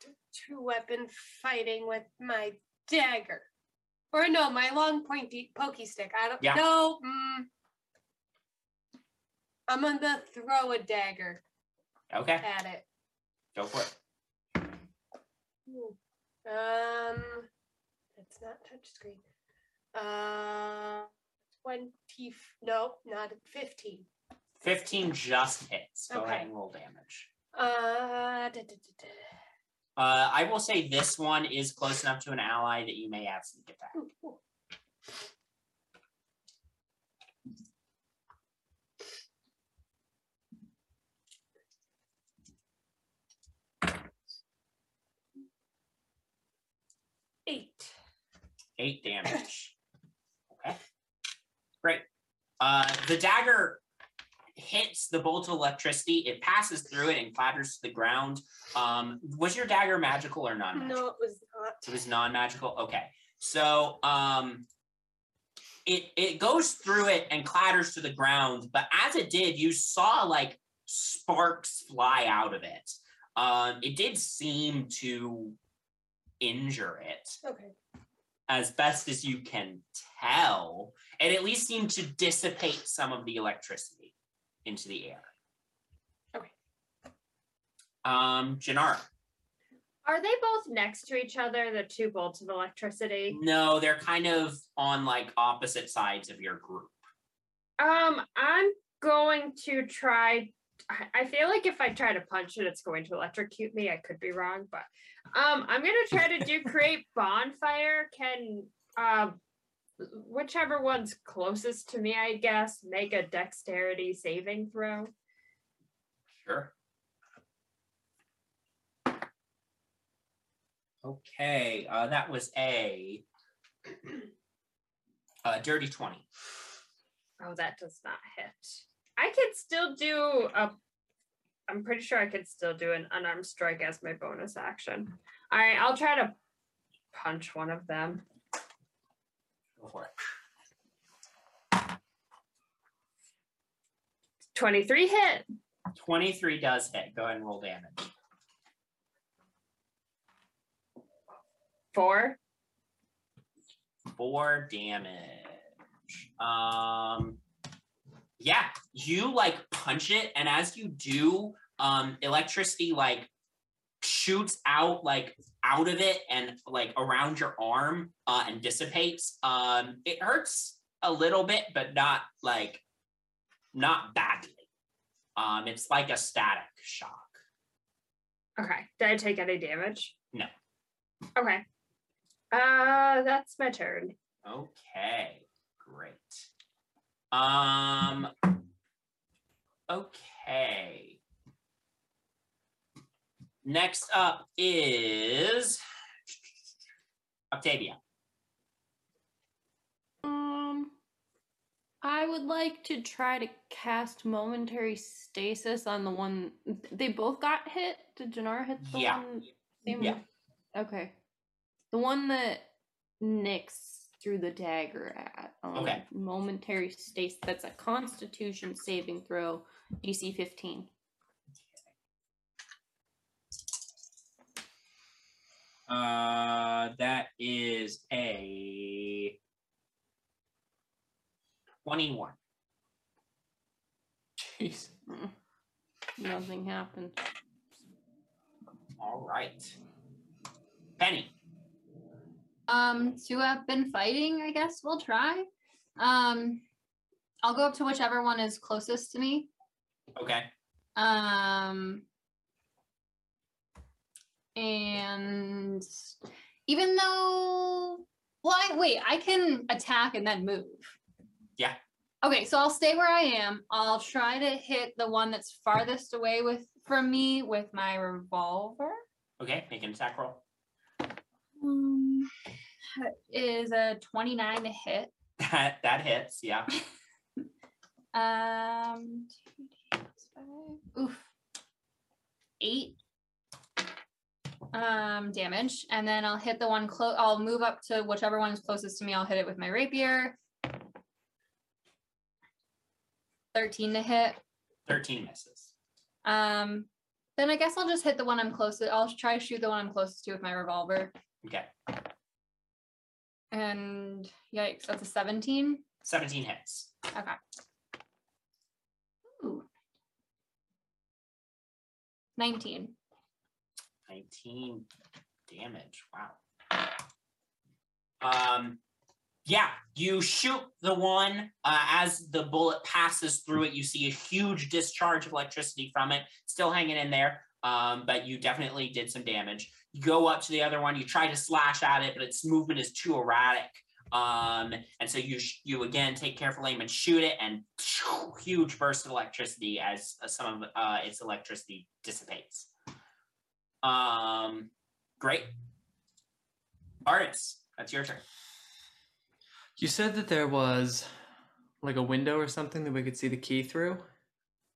[SPEAKER 4] t- two weapon fighting with my dagger, or no, my long pointy pokey stick. I don't
[SPEAKER 1] Yeah.
[SPEAKER 4] know. Mm, I'm gonna throw a dagger
[SPEAKER 1] Okay,
[SPEAKER 4] at it.
[SPEAKER 1] go for it.
[SPEAKER 4] Ooh. Um, it's not touchscreen. Uh, twenty. f- No, not fifteen.
[SPEAKER 1] 15 just hits. Go
[SPEAKER 4] Okay.
[SPEAKER 1] ahead and roll damage.
[SPEAKER 4] Uh, da- da- da- da.
[SPEAKER 1] Uh, I will say this one is close enough to an ally that you may have sneak attack.
[SPEAKER 4] Ooh, cool. Eight.
[SPEAKER 1] Eight damage. Okay. Great. Uh, the dagger hits the bolt of electricity. It passes through it and clatters to the ground. Um, was your dagger magical or non magical?
[SPEAKER 4] No, it was not.
[SPEAKER 1] It was non-magical. Okay. So um it it goes through it and clatters to the ground, but as it did, you saw like sparks fly out of it. Um it did seem to injure it
[SPEAKER 4] Okay.
[SPEAKER 1] as best as you can tell. It at least seemed to dissipate some of the electricity into the air.
[SPEAKER 4] Okay.
[SPEAKER 1] Um Janara.
[SPEAKER 7] Are they both next to each other, the two bolts of electricity?
[SPEAKER 1] No, they're kind of on like opposite sides of your group.
[SPEAKER 7] Um, I'm going to try. I- I feel like if I try to punch it, it's going to electrocute me. I could be wrong, but um, I'm gonna try to do create bonfire. Can uh, whichever one's closest to me, I guess, make a dexterity saving throw.
[SPEAKER 1] Sure. Okay, uh, that was a uh, dirty 20.
[SPEAKER 7] Oh, that does not hit. I could still do a. I'm pretty sure I could still do an unarmed strike as my bonus action. All right, I'll try to punch one of them.
[SPEAKER 1] Go for it.
[SPEAKER 7] 23 hit.
[SPEAKER 1] 23 does hit. Go ahead and roll damage.
[SPEAKER 7] Four.
[SPEAKER 1] Four damage. Um, yeah, you like punch it, and as you do, um, electricity like shoots out like out of it and like around your arm uh, and dissipates. Um, it hurts a little bit, but not like not badly. Um, it's like a static shock.
[SPEAKER 7] Okay. Did I take any damage?
[SPEAKER 1] No.
[SPEAKER 7] Okay. Uh, that's my turn.
[SPEAKER 1] Okay, great. Um, okay. Next up is Octavia.
[SPEAKER 6] Um, I would like to try to cast momentary stasis on the one. They both got hit. Did Janara hit the
[SPEAKER 1] Yeah.
[SPEAKER 6] one? Same
[SPEAKER 1] Yeah.
[SPEAKER 6] Okay. The one that Nyx threw the dagger at. Um,
[SPEAKER 1] Okay.
[SPEAKER 6] Momentary stasis. That's a Constitution saving throw, DC 15.
[SPEAKER 1] Uh, that is a 21.
[SPEAKER 3] Jeez.
[SPEAKER 6] Mm. Nothing happened.
[SPEAKER 1] All right. Penny.
[SPEAKER 2] Um, two have been fighting, I guess we'll try. Um, I'll go up to whichever one is closest to me.
[SPEAKER 1] Okay.
[SPEAKER 2] Um, and even though, well, I, wait, I can attack and then move.
[SPEAKER 1] Yeah.
[SPEAKER 2] Okay, so I'll stay where I am. I'll try to hit the one that's farthest away with from me with my revolver.
[SPEAKER 1] Okay. Make an attack roll.
[SPEAKER 2] Um, is a twenty-nine to hit.
[SPEAKER 1] That, that hits. Yeah.
[SPEAKER 2] Um, two, three, five, oof, eight. Um, damage, and then I'll hit the one close. I'll move up to whichever one is closest to me. I'll hit it with my rapier. Thirteen to hit.
[SPEAKER 1] 13 misses.
[SPEAKER 2] Um, then I guess I'll just hit the one I'm closest. I'll try to shoot the one I'm closest to with my revolver.
[SPEAKER 1] Okay.
[SPEAKER 2] And yikes, that's a seventeen.
[SPEAKER 1] 17 hits.
[SPEAKER 2] Okay. Ooh. 19.
[SPEAKER 1] 19 damage. Wow. Um, yeah, you shoot the one. Uh, as the bullet passes through it, you see a huge discharge of electricity from it, still hanging in there. Um, but you definitely did some damage. You go up to the other one. You try to slash at it, but its movement is too erratic. Um, and so you sh- you again take careful aim and shoot it, and huge burst of electricity as uh, some of uh, its electricity dissipates. Um, great, artists. That's your turn.
[SPEAKER 3] You said that there was like a window or something that we could see the key through,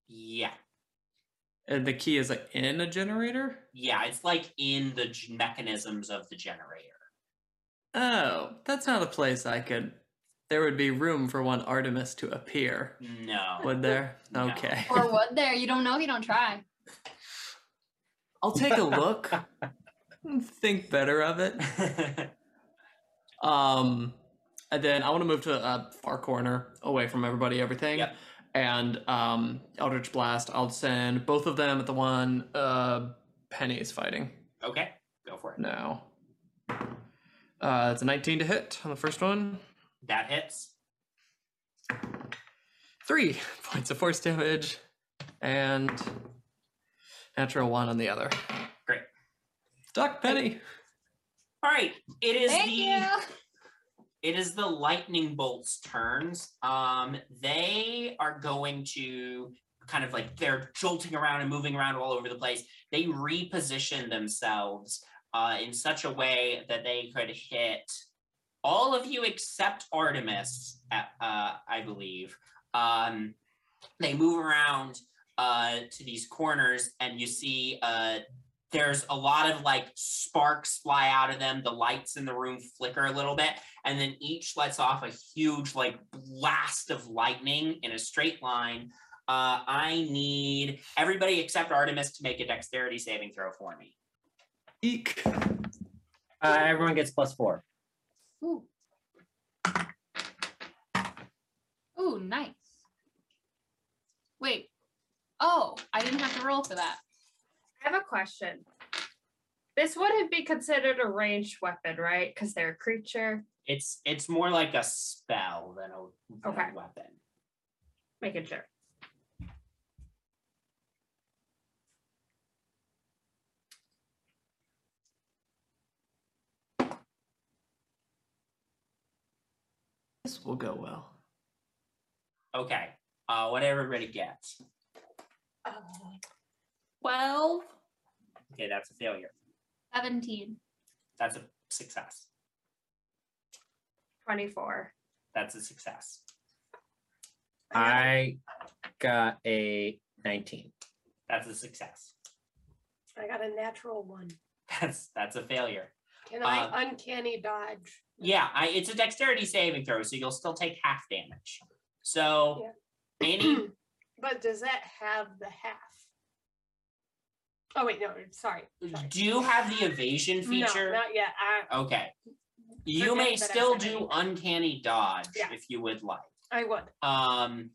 [SPEAKER 1] Yeah,
[SPEAKER 3] and the key is like in a generator.
[SPEAKER 1] yeah. It's like in the g- mechanisms of the generator.
[SPEAKER 3] Oh, that's not a place I could. There would be room for one Artemis to appear,
[SPEAKER 1] No.
[SPEAKER 3] would there? Okay.
[SPEAKER 2] or what? There, you don't know. if You don't try.
[SPEAKER 3] I'll take a look. and think better of it. um, and then I want to move to a far corner, away from everybody, everything, and um, Eldritch Blast. I'll send both of them at the one uh, Penny is fighting.
[SPEAKER 1] Okay, go for it.
[SPEAKER 3] No. Uh, it's a 19 to hit on the first one.
[SPEAKER 1] That hits.
[SPEAKER 3] Three points of force damage and natural one on the other.
[SPEAKER 1] Great.
[SPEAKER 3] Doc Penny.
[SPEAKER 1] All right. It is
[SPEAKER 2] Thank
[SPEAKER 1] the
[SPEAKER 2] you.
[SPEAKER 1] it is the lightning bolts turns. Um, they are going to kind of like they're jolting around and moving around all over the place. They reposition themselves uh, in such a way that they could hit all of you except Artemis, uh, uh, I believe. Um, they move around uh, to these corners, and you see uh, there's a lot of like sparks fly out of them. The lights in the room flicker a little bit, and then each lets off a huge like blast of lightning in a straight line. Uh, I need everybody except Artemis to make a dexterity saving throw for me.
[SPEAKER 3] Eek.
[SPEAKER 8] Uh, everyone gets plus four.
[SPEAKER 2] Ooh. Ooh, nice. Wait. Oh, I didn't have to roll for that.
[SPEAKER 7] I have a question. This wouldn't be considered a ranged weapon, right? Because they're a creature.
[SPEAKER 1] It's it's more like a spell than a, than a
[SPEAKER 7] Okay.
[SPEAKER 1] weapon.
[SPEAKER 7] Making sure.
[SPEAKER 3] This will go well.
[SPEAKER 1] Okay, uh, what everybody gets.
[SPEAKER 6] Twelve.
[SPEAKER 1] Okay, that's a failure.
[SPEAKER 2] 17.
[SPEAKER 1] That's a success.
[SPEAKER 7] 24.
[SPEAKER 1] That's a success.
[SPEAKER 8] I got a 19.
[SPEAKER 1] That's a success.
[SPEAKER 4] I got a natural one.
[SPEAKER 1] That's that's a failure.
[SPEAKER 4] Can I
[SPEAKER 1] Uh,
[SPEAKER 4] uncanny dodge?
[SPEAKER 1] Yeah, I, it's a dexterity saving throw, so you'll still take half damage. So any
[SPEAKER 4] But does that have the half? Oh wait, no. Sorry. sorry.
[SPEAKER 1] do you have the evasion feature? Oh.
[SPEAKER 4] No, not yet. I,
[SPEAKER 1] Okay. You may
[SPEAKER 4] Forget that I
[SPEAKER 1] still
[SPEAKER 4] said
[SPEAKER 1] do
[SPEAKER 4] anything.
[SPEAKER 1] uncanny dodge
[SPEAKER 4] Yeah.
[SPEAKER 1] if you would like.
[SPEAKER 4] I would.
[SPEAKER 1] Um,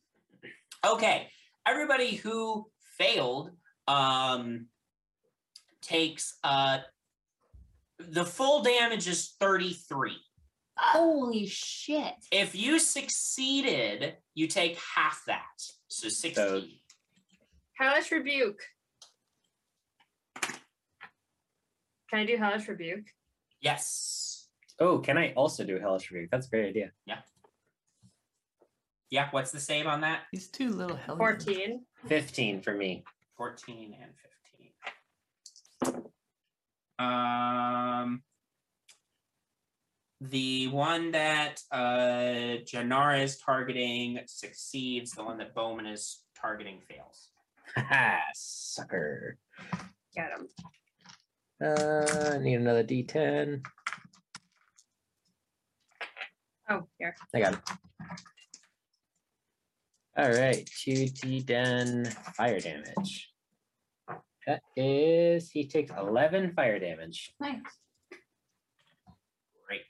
[SPEAKER 1] okay, everybody who failed um, takes uh, the full damage is thirty three.
[SPEAKER 2] Holy shit.
[SPEAKER 1] If you succeeded, you take half that, so sixteen.
[SPEAKER 7] Hellish Rebuke. Can I do Hellish Rebuke?
[SPEAKER 1] yes.
[SPEAKER 8] Oh, can I also do Hellish Rebuke? That's a great idea.
[SPEAKER 1] Yeah. What's the save on that?
[SPEAKER 3] These two little hell.
[SPEAKER 7] 14.
[SPEAKER 8] 15 for me.
[SPEAKER 1] 14 and 15. Um, the one that uh, Janara is targeting succeeds. The one that Bowman is targeting fails.
[SPEAKER 8] Ha sucker.
[SPEAKER 7] Get him.
[SPEAKER 8] Uh, I need another D10.
[SPEAKER 7] Oh, here.
[SPEAKER 8] I got it. All right, 2d10 fire damage. That is, he takes 11 fire damage.
[SPEAKER 2] Nice.
[SPEAKER 1] Great.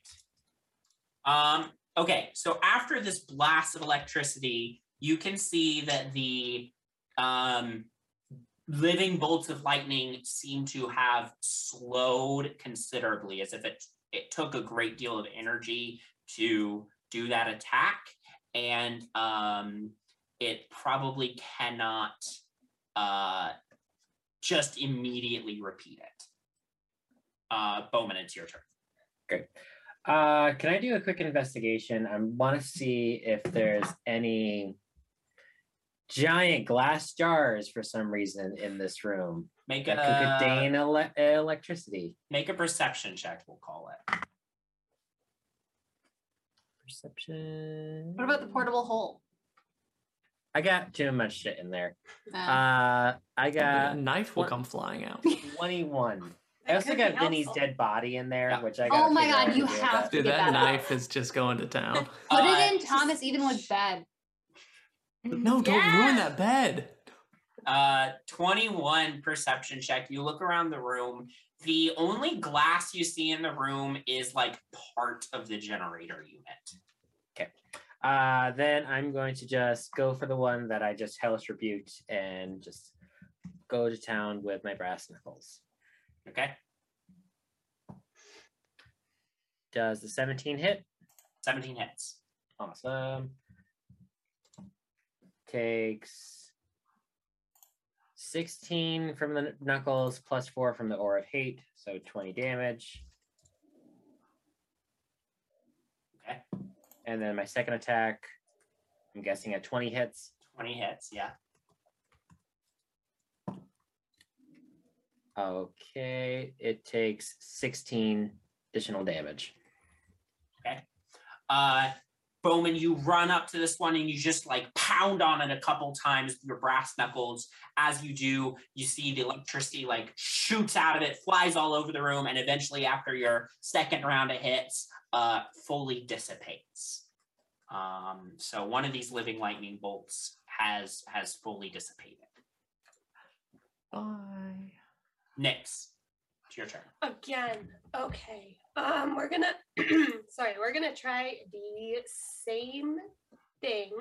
[SPEAKER 1] Um, okay, so after this blast of electricity, you can see that the um, living bolts of lightning seem to have slowed considerably, as if it it took a great deal of energy to do that attack, and um, it probably cannot uh, just immediately repeat it. Uh, Bowman, it's your turn.
[SPEAKER 8] Uh, can I do a quick investigation? I want to see if there's any giant glass jars for some reason in this room
[SPEAKER 1] Make
[SPEAKER 8] that
[SPEAKER 1] a-
[SPEAKER 3] Uh,
[SPEAKER 8] could contain ele- electricity.
[SPEAKER 1] Make a perception check, we'll call it.
[SPEAKER 8] Perception.
[SPEAKER 2] What about the portable hole?
[SPEAKER 8] I got too much shit in there.
[SPEAKER 2] Uh,
[SPEAKER 8] Uh, I
[SPEAKER 3] A
[SPEAKER 8] got
[SPEAKER 3] knife will come flying out.
[SPEAKER 8] 21. I also
[SPEAKER 4] could
[SPEAKER 8] got
[SPEAKER 4] be
[SPEAKER 8] Vinny's
[SPEAKER 4] helpful.
[SPEAKER 8] dead body in there,
[SPEAKER 3] Yeah.
[SPEAKER 8] which I got.
[SPEAKER 2] Oh my god, you have to
[SPEAKER 3] Dude,
[SPEAKER 2] get
[SPEAKER 3] that
[SPEAKER 2] that. out.
[SPEAKER 3] knife is just going to town.
[SPEAKER 2] Put
[SPEAKER 1] Uh,
[SPEAKER 2] it in Thomas Edenwood's bed.
[SPEAKER 3] No, don't ruin that bed.
[SPEAKER 1] Uh, 21 perception check. You look around the room. The only glass you see in the room is like part of the generator unit.
[SPEAKER 8] Uh, then I'm going to just go for the one that I just hellish rebuked and just go to town with my brass knuckles.
[SPEAKER 1] Okay.
[SPEAKER 8] Does the 17 hit?
[SPEAKER 1] 17 hits.
[SPEAKER 8] Awesome. Takes 16 from the knuckles plus 4 from the aura of hate, so 20 damage.
[SPEAKER 1] Okay.
[SPEAKER 8] And then my second attack, I'm guessing at 20 hits.
[SPEAKER 1] 20 hits. Yeah.
[SPEAKER 8] Okay, it takes 16 additional damage.
[SPEAKER 1] Uh, Bowman, you run up to this one and you just like pound on it a couple times with your brass knuckles. As you do, you see the electricity like shoots out of it, flies all over the room, and eventually, after your second round of hits, uh, fully dissipates. Um, so one of these living lightning bolts has has fully dissipated.
[SPEAKER 3] Bye.
[SPEAKER 1] Nix, it's your turn.
[SPEAKER 4] Again. Okay. Um, we're gonna sorry, we're gonna try the same thing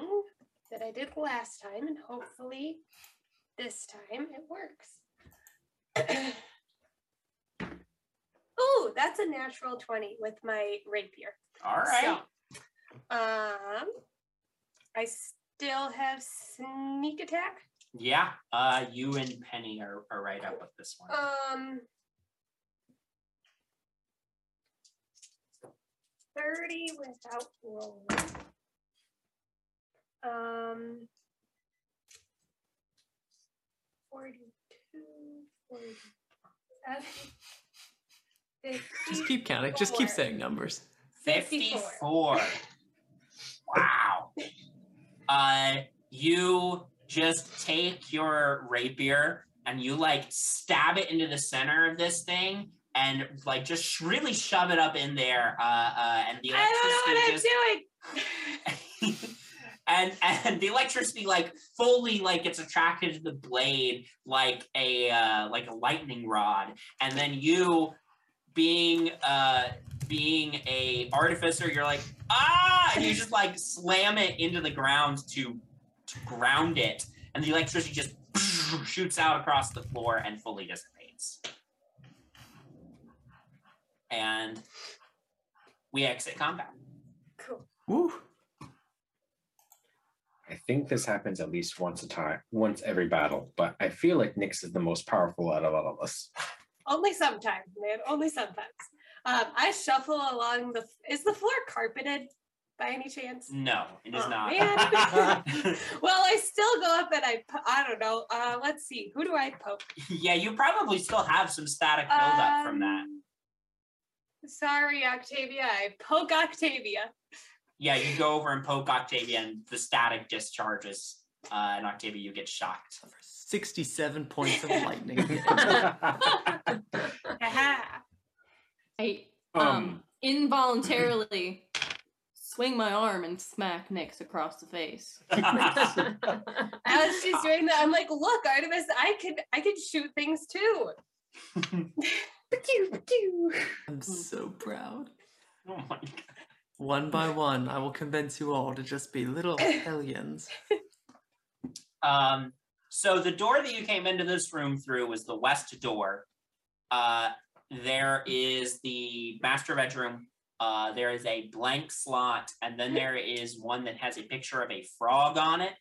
[SPEAKER 4] that I did last time, and hopefully this time it works. Ooh, that's a natural 20 with my rapier.
[SPEAKER 1] All right.
[SPEAKER 4] So, um I still have sneak attack.
[SPEAKER 1] Yeah, uh, you and Penny are, are right up with this one.
[SPEAKER 4] Um, 30 without rolling. Um, 42, 47, 50.
[SPEAKER 3] Just keep counting. Just keep
[SPEAKER 4] Four.
[SPEAKER 3] saying numbers.
[SPEAKER 1] 54.
[SPEAKER 4] 54.
[SPEAKER 1] wow. Uh, you just take your rapier and you like stab it into the center of this thing and like just really shove it up in there. Uh, uh, and the
[SPEAKER 4] I don't know what
[SPEAKER 1] electricity
[SPEAKER 4] I'm
[SPEAKER 1] just
[SPEAKER 4] doing.
[SPEAKER 1] and and the electricity like fully like gets attracted to the blade like a uh, like a lightning rod and then you being uh being a artificer you're like ah and you just like slam it into the ground to, to ground it and the electricity just shoots out across the floor and fully dissipates and we exit combat
[SPEAKER 4] Cool.
[SPEAKER 3] Woo.
[SPEAKER 5] I think this happens at least once a time, once every battle, but I feel like Nyx is the most powerful out of all of us.
[SPEAKER 4] Only sometimes, man. Only sometimes. Um, I shuffle along the. Is the floor carpeted by any chance?
[SPEAKER 1] No, it is
[SPEAKER 4] Oh,
[SPEAKER 1] not.
[SPEAKER 4] man. Well, I still go up and I. po- I don't know. Uh, let's see. Who do I poke?
[SPEAKER 1] yeah, you probably still have some static buildup from that.
[SPEAKER 4] Um, Sorry, Octavia. I poke Octavia.
[SPEAKER 1] Yeah, you go over and poke Octavia, and the static discharges, uh, and Octavia, you get shocked.
[SPEAKER 3] For 67 points of lightning.
[SPEAKER 4] Aha.
[SPEAKER 6] I um,
[SPEAKER 5] um,
[SPEAKER 6] involuntarily swing my arm and smack Nyx across the face.
[SPEAKER 4] As she's doing that, I'm like, look, Artemis, I can I can shoot things too.
[SPEAKER 3] I'm so proud.
[SPEAKER 1] oh my
[SPEAKER 3] One by one, I will convince you all to just be little aliens.
[SPEAKER 1] Um, so the door that you came into this room through was the west door. Uh, there is the master bedroom Uh, there is a blank slot, and then there is one that has a picture of a frog on it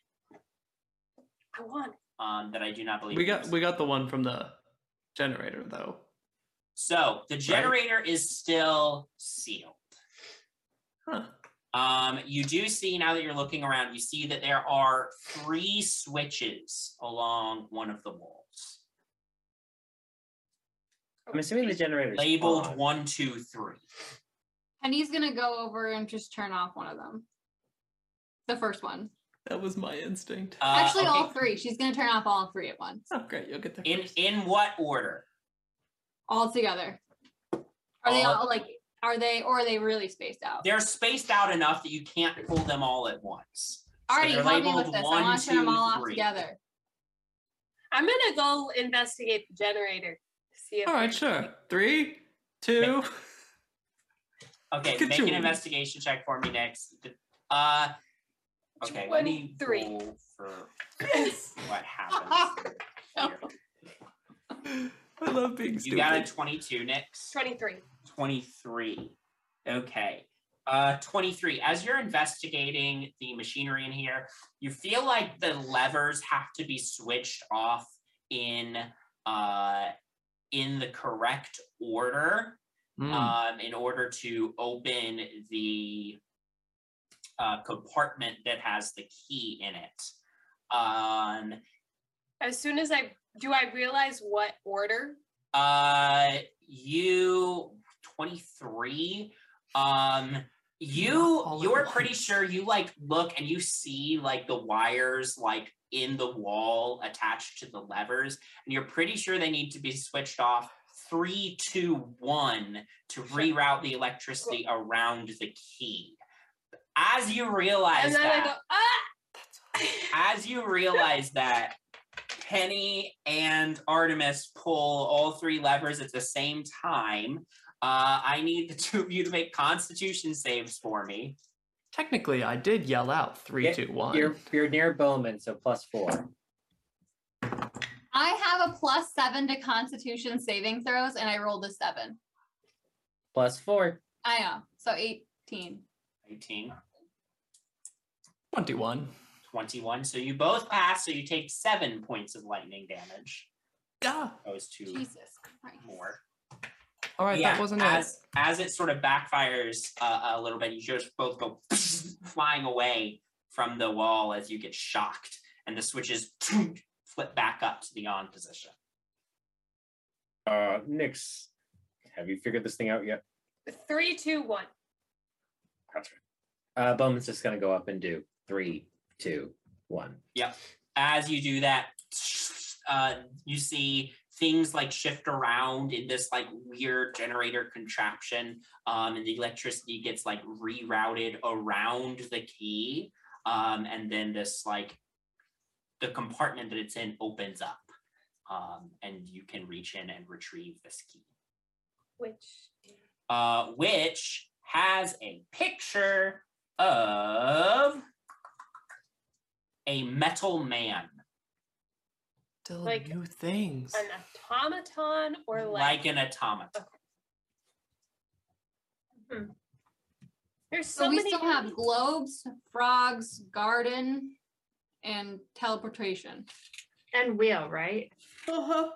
[SPEAKER 4] I won.
[SPEAKER 1] um, that I do not believe.
[SPEAKER 3] We got
[SPEAKER 1] is.
[SPEAKER 3] we got the one from the generator though.
[SPEAKER 1] So the generator is still sealed.
[SPEAKER 3] Huh.
[SPEAKER 1] Um, you do see now that you're looking around, you see that there are three switches along one of the walls,
[SPEAKER 8] I'm assuming the generator
[SPEAKER 1] labeled one, two, three.
[SPEAKER 2] And he's gonna go over and just turn off one of them. The first one.
[SPEAKER 3] That was my instinct.
[SPEAKER 1] Uh,
[SPEAKER 2] Actually,
[SPEAKER 1] okay.
[SPEAKER 2] all three. She's gonna turn off all three at once,
[SPEAKER 3] Oh great, you'll get there.
[SPEAKER 1] in
[SPEAKER 3] first.
[SPEAKER 1] in what order?
[SPEAKER 2] all together. Are they
[SPEAKER 1] All-
[SPEAKER 2] all like? Are they or are they really spaced out?
[SPEAKER 1] They're spaced out enough that you can't pull them all at once. So
[SPEAKER 2] Alrighty,
[SPEAKER 1] they're
[SPEAKER 2] help me with
[SPEAKER 1] labeled
[SPEAKER 2] this. I
[SPEAKER 1] one,
[SPEAKER 2] want to turn them
[SPEAKER 1] two,
[SPEAKER 2] all off
[SPEAKER 1] three.
[SPEAKER 2] together.
[SPEAKER 4] I'm gonna go investigate the generator. See if
[SPEAKER 3] All right, sure. Three, two.
[SPEAKER 1] Okay,
[SPEAKER 3] Look at
[SPEAKER 1] make
[SPEAKER 3] you.
[SPEAKER 1] an investigation check for me next. Uh, okay, let me
[SPEAKER 4] 23.
[SPEAKER 1] roll for
[SPEAKER 4] Yes.
[SPEAKER 1] what happens. here.
[SPEAKER 3] I love being
[SPEAKER 1] You
[SPEAKER 3] stupid.
[SPEAKER 1] got a 22, Nick's
[SPEAKER 4] 23.
[SPEAKER 1] 23. Okay. Uh, 23. As you're investigating the machinery in here, you feel like the levers have to be switched off in uh, in the correct order
[SPEAKER 3] Mm.
[SPEAKER 1] um, in order to open the uh, compartment that has the key in it. Um,
[SPEAKER 4] As soon as I do, I realize what order.
[SPEAKER 1] uh, you 23. Um, you
[SPEAKER 3] all at
[SPEAKER 1] you're pretty
[SPEAKER 3] once.
[SPEAKER 1] sure you like look and you see like the wires like in the wall attached to the levers, and you're pretty sure they need to be switched off three, two, one to reroute the electricity around the key. As you realize
[SPEAKER 4] and then
[SPEAKER 1] that,
[SPEAKER 4] I go, ah!
[SPEAKER 1] as you realize that Penny and Artemis pull all three levers at the same time, uh, I need the two of you to make Constitution saves for me.
[SPEAKER 3] Technically, I did yell out three,
[SPEAKER 8] Yeah,
[SPEAKER 3] two, one.
[SPEAKER 8] You're you're near Bowman, so plus four.
[SPEAKER 2] I have a plus seven to Constitution saving throws, and I rolled a seven.
[SPEAKER 8] Plus four.
[SPEAKER 2] I know, so eighteen.
[SPEAKER 1] 18,
[SPEAKER 3] 21.
[SPEAKER 1] 21. So you both pass, so you take seven points of lightning damage.
[SPEAKER 3] Yeah.
[SPEAKER 1] Those two
[SPEAKER 2] Jesus Christ!
[SPEAKER 1] more.
[SPEAKER 3] All right,
[SPEAKER 1] yeah,
[SPEAKER 3] that wasn't it.
[SPEAKER 1] as, as it sort of backfires uh, a little bit, you just both go flying away from the wall as you get shocked, and the switches flip back up to the on position.
[SPEAKER 5] Uh, Nix, have you figured this thing out yet?
[SPEAKER 4] Three, two, one.
[SPEAKER 5] That's right.
[SPEAKER 8] Uh, Bowman's just gonna go up and do three, two, one.
[SPEAKER 1] As you do that, uh, you see things like shift around in this like weird generator contraption, um, and the electricity gets like rerouted around the key, um, and then this like the compartment that it's in opens up, um, and you can reach in and retrieve this key,
[SPEAKER 4] Which
[SPEAKER 1] uh, which has a picture of a metal man.
[SPEAKER 3] Still
[SPEAKER 4] like,
[SPEAKER 3] new things.
[SPEAKER 4] an automaton or like,
[SPEAKER 1] like an automaton.
[SPEAKER 4] there's so,
[SPEAKER 2] So we
[SPEAKER 4] many
[SPEAKER 2] still have
[SPEAKER 4] things.
[SPEAKER 2] globes, frogs, garden, and teleportation
[SPEAKER 7] And wheel, right?
[SPEAKER 3] Uh-huh.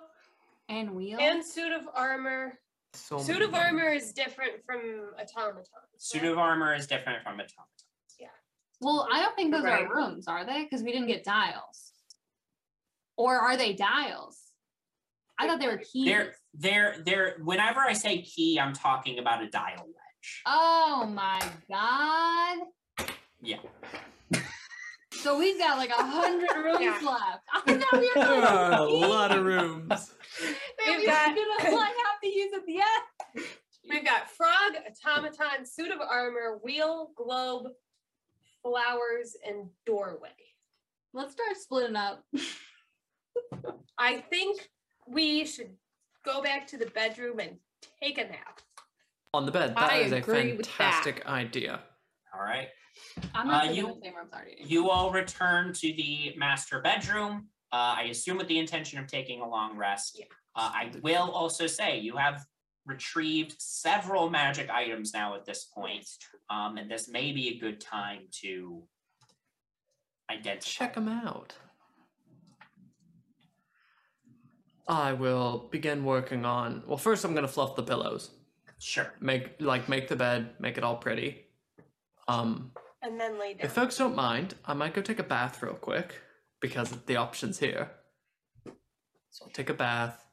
[SPEAKER 2] and wheel.
[SPEAKER 4] and suit of armor.
[SPEAKER 3] So
[SPEAKER 4] suit
[SPEAKER 3] many
[SPEAKER 4] of armor is different from automaton.
[SPEAKER 1] Suit of armor is different from automaton.
[SPEAKER 2] well, I don't think those
[SPEAKER 7] Right.
[SPEAKER 2] are rooms, are they? Because we didn't get dials. Or are they dials? I thought they were keys.
[SPEAKER 1] There, there, there. Whenever I say key, I'm talking about a dial wedge.
[SPEAKER 2] Oh my god.
[SPEAKER 1] Yeah.
[SPEAKER 2] So we've got like a hundred rooms
[SPEAKER 4] Yeah.
[SPEAKER 2] left. I know we
[SPEAKER 3] There
[SPEAKER 2] have
[SPEAKER 3] are a lot of rooms.
[SPEAKER 2] that
[SPEAKER 4] We've
[SPEAKER 2] we
[SPEAKER 4] got-
[SPEAKER 2] are gonna like have to use at the end.
[SPEAKER 4] We've got frog, automaton, suit of armor, wheel, globe, flowers, and doorway.
[SPEAKER 2] Let's start splitting up.
[SPEAKER 4] I think we should go back to the bedroom and take a nap.
[SPEAKER 3] On the bed. That
[SPEAKER 6] I
[SPEAKER 3] is a
[SPEAKER 6] agree with that.
[SPEAKER 3] fantastic idea.
[SPEAKER 1] All right.
[SPEAKER 2] I'm not
[SPEAKER 1] Uh,
[SPEAKER 2] sleeping
[SPEAKER 1] you-
[SPEAKER 2] in the same room sorry.
[SPEAKER 1] You all return to the master bedroom. Uh, I assume with the intention of taking a long rest.
[SPEAKER 4] Yeah.
[SPEAKER 1] Uh, I will also say you have retrieved several magic items now at this point, um, and this may be a good time to identify.
[SPEAKER 3] Check them out. I will begin working on. Well, first I'm gonna fluff the pillows.
[SPEAKER 1] Sure.
[SPEAKER 3] Make like make the bed, make it all pretty. Um,
[SPEAKER 4] and then lay down.
[SPEAKER 3] if folks don't mind, I might go take a bath real quick because of the options here. So I'll take a bath.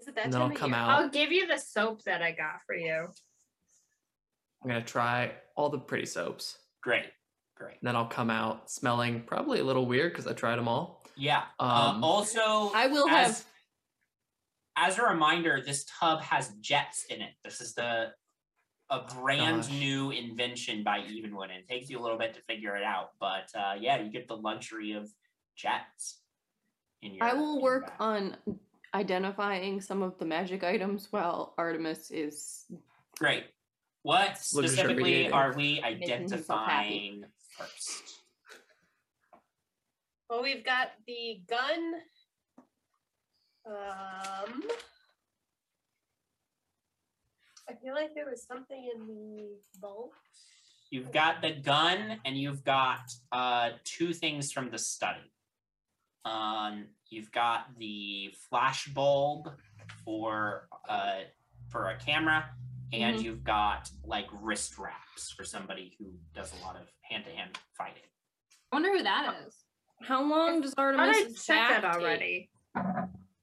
[SPEAKER 4] Is it that
[SPEAKER 3] and then I'll
[SPEAKER 4] time of
[SPEAKER 3] come
[SPEAKER 4] year?
[SPEAKER 3] out.
[SPEAKER 7] I'll give you the soap that I got for you.
[SPEAKER 3] I'm gonna try all the pretty soaps.
[SPEAKER 1] Great. Great.
[SPEAKER 3] And then I'll come out smelling probably a little weird because I tried them all.
[SPEAKER 1] Yeah.
[SPEAKER 3] Um,
[SPEAKER 1] uh, also,
[SPEAKER 6] I will
[SPEAKER 1] as,
[SPEAKER 6] have.
[SPEAKER 1] As a reminder, this tub has jets in it. This is the a brand
[SPEAKER 3] Oh, Gosh.
[SPEAKER 1] new invention by Evenwood, and it takes you a little bit to figure it out. But uh, yeah, you get the luxury of jets. In your,
[SPEAKER 6] I
[SPEAKER 1] in
[SPEAKER 6] will
[SPEAKER 1] your
[SPEAKER 6] work
[SPEAKER 1] bath.
[SPEAKER 6] on identifying some of the magic items while Artemis is.
[SPEAKER 1] Great. What specifically
[SPEAKER 3] Luxuriating.
[SPEAKER 1] are we
[SPEAKER 6] Making himself happy.
[SPEAKER 1] identifying first?
[SPEAKER 4] Well, we've got the gun. Um, I feel like there was something in the vault.
[SPEAKER 1] You've got the gun, and you've got uh, two things from the study. Um, you've got the flash bulb for uh, for a camera, and
[SPEAKER 7] Mm-hmm.
[SPEAKER 1] you've got like wrist wraps for somebody who does a lot of hand to hand fighting.
[SPEAKER 2] I wonder who that is.
[SPEAKER 6] How long does
[SPEAKER 7] I
[SPEAKER 6] Artemis?
[SPEAKER 7] checked that already. I already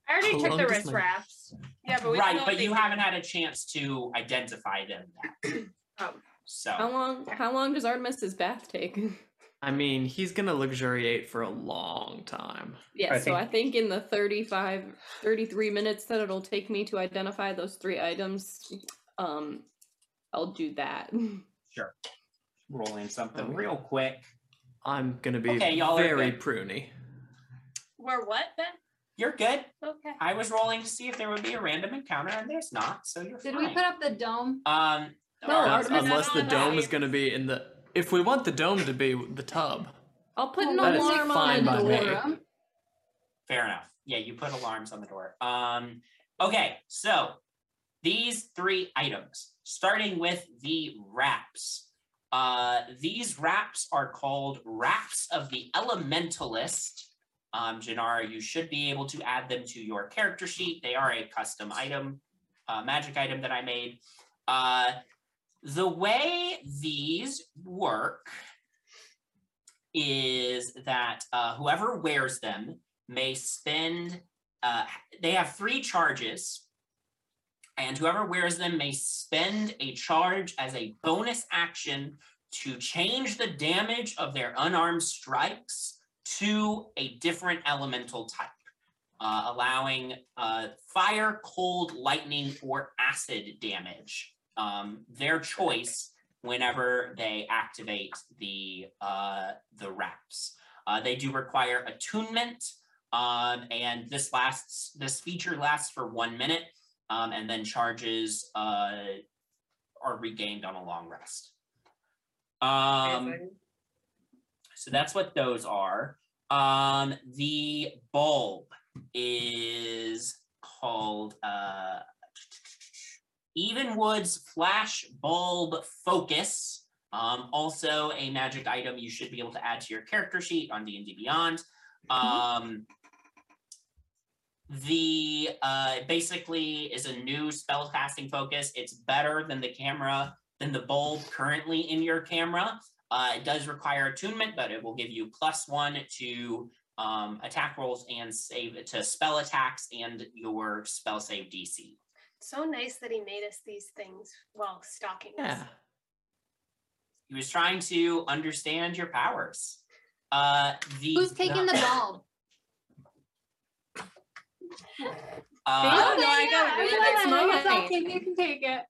[SPEAKER 3] How
[SPEAKER 1] Oh,
[SPEAKER 7] took
[SPEAKER 3] long
[SPEAKER 7] the
[SPEAKER 3] does
[SPEAKER 7] wrist
[SPEAKER 3] my-
[SPEAKER 7] wraps.
[SPEAKER 4] Yeah, but we don't know
[SPEAKER 1] right,
[SPEAKER 4] if
[SPEAKER 1] but
[SPEAKER 4] they
[SPEAKER 1] you
[SPEAKER 4] do.
[SPEAKER 1] haven't had a chance to identify them. Yet.
[SPEAKER 7] Oh.
[SPEAKER 1] So
[SPEAKER 6] How long? How long does Artemis's bath take?
[SPEAKER 3] I mean, he's gonna luxuriate for a long time.
[SPEAKER 6] yeah,
[SPEAKER 8] I
[SPEAKER 6] so I think in the 35, 33 minutes that it'll take me to identify those three items, um, I'll do that.
[SPEAKER 1] sure, rolling something
[SPEAKER 3] Um,
[SPEAKER 1] real quick.
[SPEAKER 3] I'm gonna be
[SPEAKER 1] Okay, y'all are
[SPEAKER 3] very
[SPEAKER 1] good.
[SPEAKER 3] pruny.
[SPEAKER 4] We're what then?
[SPEAKER 1] You're good.
[SPEAKER 4] Okay.
[SPEAKER 1] I was rolling to see if there would be a random encounter, and there's not. So you're
[SPEAKER 2] Did
[SPEAKER 1] fine.
[SPEAKER 2] we put up the dome?
[SPEAKER 1] Um, or-
[SPEAKER 6] No,
[SPEAKER 3] That's-
[SPEAKER 6] Artemis-
[SPEAKER 3] unless the
[SPEAKER 4] Artemis-
[SPEAKER 3] dome is gonna be in the. If we want the dome to be the tub,
[SPEAKER 6] I'll put an
[SPEAKER 3] That is
[SPEAKER 6] alarm
[SPEAKER 3] fine
[SPEAKER 6] on
[SPEAKER 3] by
[SPEAKER 6] the
[SPEAKER 3] me.
[SPEAKER 6] door.
[SPEAKER 1] fair enough. Yeah, you put alarms on the door. Um, okay, so these three items, starting with the wraps. Uh, these wraps are called wraps of the elementalist. Um, Janara, you should be able to add them to your character sheet. They are a custom item, uh, magic item that I made. Uh, the way these work is that uh, whoever wears them may spend, uh, they have three charges, and whoever wears them may spend a charge as a bonus action to change the damage of their unarmed strikes to a different elemental type, uh, allowing uh, fire, cold, lightning, or acid damage, um, their choice, whenever they activate the uh, the wraps. Uh, they do require attunement, um, and this lasts. This feature lasts for one minute, um, and then charges uh, are regained on a long rest. Um, so that's what those are. Um, the bulb is called uh, Evenwood's Flash Bulb Focus. Um, also a magic item you should be able to add to your character sheet on D&D Beyond. Um, the uh, basically is a new spellcasting focus. It's better than the camera, than the bulb currently in your camera. Uh, it does require attunement, but it will give you plus one to um, attack rolls and save to spell attacks and your spell save DC.
[SPEAKER 4] So nice that he made us these things while stalking us.
[SPEAKER 3] yeah.
[SPEAKER 1] He was trying to understand your powers. Uh, the,
[SPEAKER 2] Who's taking the bulb?
[SPEAKER 1] Uh,
[SPEAKER 6] Uh,
[SPEAKER 4] Oh, no, I got it.
[SPEAKER 6] It's
[SPEAKER 7] It's
[SPEAKER 6] mine.
[SPEAKER 7] okay, you can take it.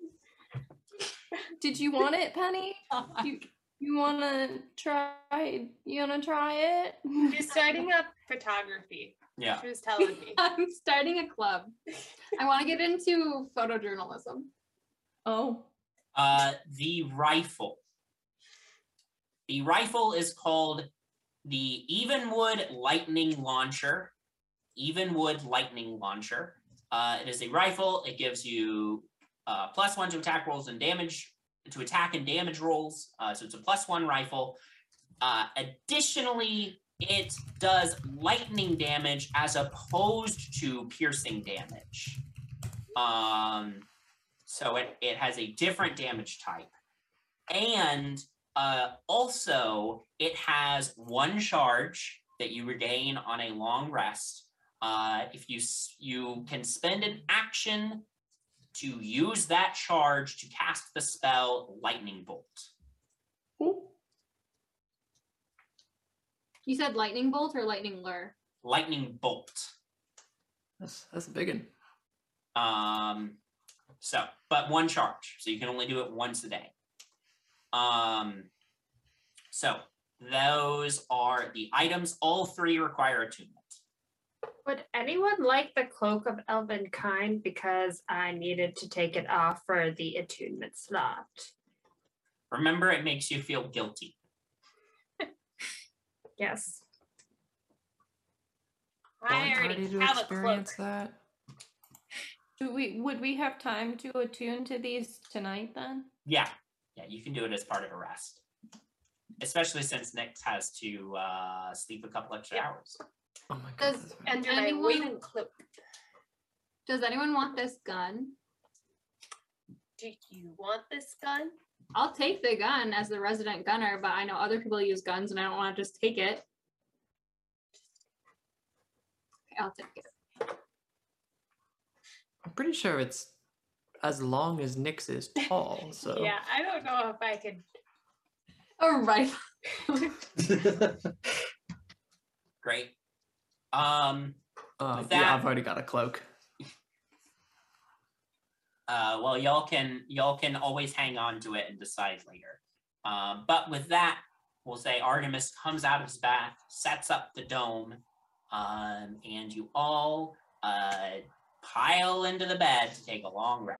[SPEAKER 6] Did you want it, Penny? You you wanna try? You wanna try it?
[SPEAKER 4] She's starting up photography.
[SPEAKER 1] yeah.
[SPEAKER 4] She was telling me.
[SPEAKER 2] I'm starting a club. I want to get into photojournalism.
[SPEAKER 6] Oh,
[SPEAKER 1] Uh, the rifle. The rifle is called the Evenwood Lightning Launcher. Evenwood Lightning Launcher. Uh, it is a rifle. It gives you uh, plus one to attack rolls and damage to attack and damage rolls. Uh, so it's a plus one rifle. Uh, additionally, it does lightning damage as opposed to piercing damage. Um, so it, it has a different damage type. And uh, also, it has one charge that you regain on a long rest. Uh, if you s- you can spend an action to use that charge to cast the spell Lightning Bolt.
[SPEAKER 2] You said lightning bolt or lightning lure?
[SPEAKER 1] Lightning Bolt.
[SPEAKER 3] That's that's a big one.
[SPEAKER 1] Um, so, but one charge, so you can only do it once a day. Um, so those are the items. All three require attunement.
[SPEAKER 7] Would anyone like the cloak of elven kind? Because I needed to take it off for the attunement slot.
[SPEAKER 1] Remember, it makes you feel guilty.
[SPEAKER 7] Yes.
[SPEAKER 4] I already have a cloak.
[SPEAKER 3] that.
[SPEAKER 6] Do we would we have time to attune to these tonight then?
[SPEAKER 1] Yeah, yeah, you can do it as part of a rest, especially since Nyx has to uh, sleep a couple extra hours.
[SPEAKER 2] Does
[SPEAKER 4] Under my
[SPEAKER 2] anyone
[SPEAKER 4] wing cloak.
[SPEAKER 2] does anyone want this gun?
[SPEAKER 4] Do you want this gun?
[SPEAKER 2] I'll take the gun as the resident gunner, but I know other people use guns and I don't want to just take it. Okay, I'll take it.
[SPEAKER 3] I'm pretty sure it's as long as Nyx is tall. So
[SPEAKER 4] Yeah, I don't know if I could.
[SPEAKER 2] All Oh, right.
[SPEAKER 1] Great. Um,
[SPEAKER 3] um,
[SPEAKER 1] With
[SPEAKER 3] yeah,
[SPEAKER 1] that-
[SPEAKER 3] I've already got a cloak.
[SPEAKER 1] uh, well, y'all can y'all can always hang on to it and decide later. Um, but with that, we'll say Artemis comes out of his bath, sets up the dome, um, and you all uh, pile into the bed to take a long rest.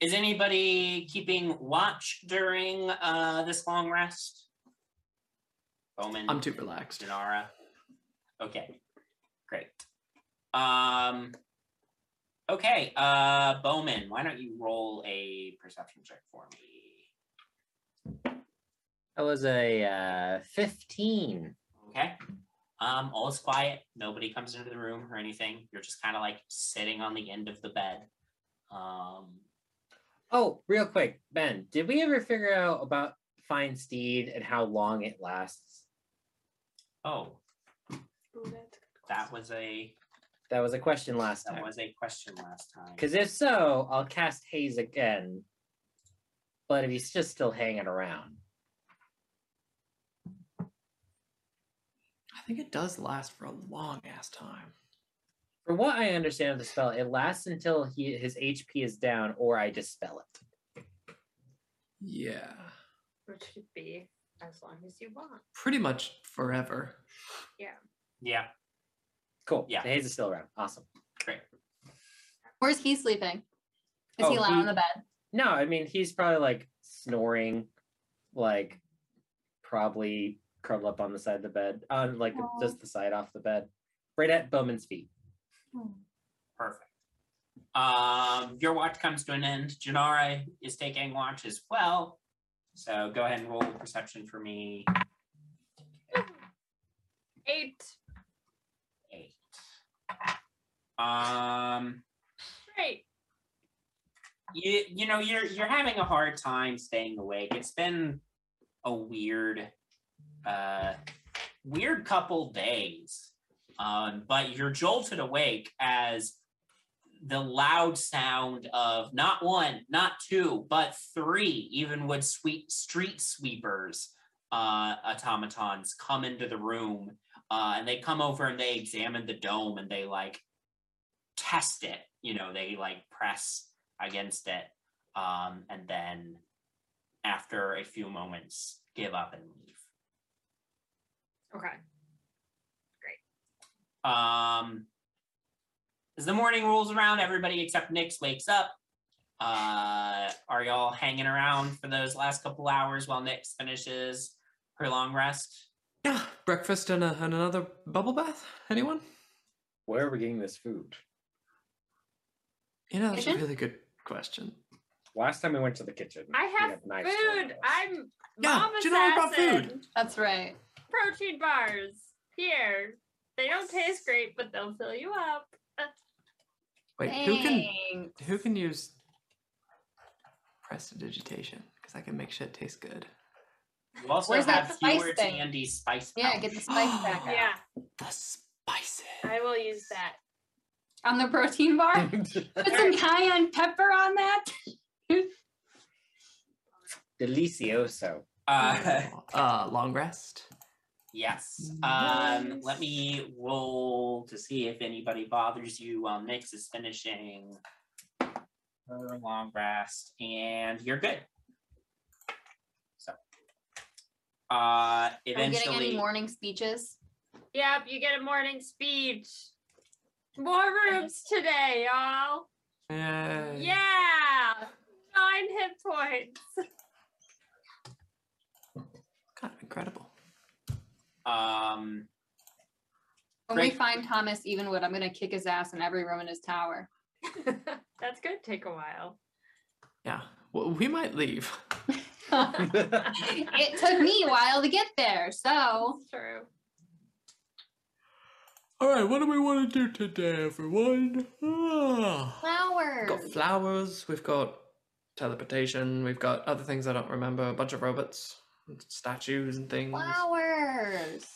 [SPEAKER 1] Is anybody keeping watch during uh, this long rest? Bowman.
[SPEAKER 3] I'm too relaxed.
[SPEAKER 1] Janara. Okay, great. Um, okay, uh, Bowman, why don't you roll a perception check for me?
[SPEAKER 8] That was a uh, 15.
[SPEAKER 1] Okay. Um, all is quiet. Nobody comes into the room or anything. You're just kind of like sitting on the end of the bed. Um,
[SPEAKER 8] Oh, real quick, Ben, did we ever figure out about Fine Steed and how long it lasts?
[SPEAKER 1] oh,
[SPEAKER 4] Ooh, that's good.
[SPEAKER 1] that was a
[SPEAKER 8] That was a question last
[SPEAKER 1] that
[SPEAKER 8] time.
[SPEAKER 1] was a question last time.
[SPEAKER 8] Because if so, I'll cast Haze again. But if he's just still hanging around,
[SPEAKER 3] I think it does last for a long ass time.
[SPEAKER 8] from what I understand of the spell, it lasts until he his HP is down or I dispel it.
[SPEAKER 3] Yeah,
[SPEAKER 7] Which could be as long as you want.
[SPEAKER 3] pretty much forever.
[SPEAKER 1] Yeah.
[SPEAKER 8] Cool.
[SPEAKER 1] Yeah.
[SPEAKER 8] The haze is still around. Awesome.
[SPEAKER 2] Where's he sleeping? Is
[SPEAKER 8] Oh,
[SPEAKER 2] he loud
[SPEAKER 8] he-
[SPEAKER 2] on the bed?
[SPEAKER 8] No, I mean he's probably like snoring, like probably curled up on the side of the bed, on like the-
[SPEAKER 2] Aw.
[SPEAKER 8] just the side off the bed, right at Bowman's feet.
[SPEAKER 1] Perfect. Um, your watch comes to an end. Janara is taking watch as well. So go ahead and roll perception for me.
[SPEAKER 7] Eight.
[SPEAKER 1] Eight. Um,
[SPEAKER 7] Great.
[SPEAKER 1] you you know you're you're having a hard time staying awake. It's been a weird, uh, weird couple days. Um, but you're jolted awake as the loud sound of not one, not two, but three Evenwood sweet street sweepers uh, automatons come into the room, uh, and they come over and they examine the dome and they like test it. You know, they like press against it, um, and then after a few moments, give up and leave.
[SPEAKER 7] Okay.
[SPEAKER 1] Um, as the morning rolls around, everybody except Nix wakes up. Uh, are y'all hanging around for those last couple hours while Nix finishes her long rest?
[SPEAKER 3] Breakfast and, a, and another bubble bath? Anyone?
[SPEAKER 8] Where are we getting this food?
[SPEAKER 3] You know, that's a
[SPEAKER 7] Kitchen?
[SPEAKER 3] really good question.
[SPEAKER 8] Last time we went to the kitchen.
[SPEAKER 7] I have,
[SPEAKER 8] have knives
[SPEAKER 7] food. I'm
[SPEAKER 3] Yeah,
[SPEAKER 7] mom
[SPEAKER 3] do you know I brought
[SPEAKER 7] assassin.
[SPEAKER 3] food?
[SPEAKER 2] That's right.
[SPEAKER 7] Protein bars here. They don't taste great, but they'll fill you up.
[SPEAKER 3] Wait, who can who can use prestidigitation? Because I can make shit taste good.
[SPEAKER 1] You also
[SPEAKER 2] Where's that
[SPEAKER 1] have
[SPEAKER 2] spice
[SPEAKER 1] Heward's
[SPEAKER 2] thing?
[SPEAKER 1] Andy spice.
[SPEAKER 2] Yeah,
[SPEAKER 1] pouch.
[SPEAKER 2] get the spice back out.
[SPEAKER 4] Yeah,
[SPEAKER 3] The spices.
[SPEAKER 4] I will use that.
[SPEAKER 2] On the protein bar? Put some cayenne pepper on that.
[SPEAKER 8] Delicioso.
[SPEAKER 1] Uh,
[SPEAKER 3] uh, long rest.
[SPEAKER 1] Yes. Um, let me roll to see if anybody bothers you while Nyx is finishing her long rest, and you're good. So, uh,
[SPEAKER 2] Are we getting any
[SPEAKER 1] eventually,
[SPEAKER 2] morning speeches?
[SPEAKER 7] Yep, you get a morning speech. More rooms today, y'all. Yeah. Nine hit points.
[SPEAKER 3] God, incredible.
[SPEAKER 1] um,
[SPEAKER 2] When we
[SPEAKER 1] Great.
[SPEAKER 2] find Thomas Evenwood, I'm going to kick his ass in every room in his tower.
[SPEAKER 7] That's going to take a while.
[SPEAKER 3] Yeah. Well, we might leave.
[SPEAKER 2] it took me a while to get there, so.
[SPEAKER 7] True.
[SPEAKER 3] All right, what do we want to do today, everyone? Ah. We've got
[SPEAKER 2] Flowers.
[SPEAKER 3] flowers. We've got teleportation. We've got other things I don't remember. A bunch of robots, and statues, and things.
[SPEAKER 2] Flowers.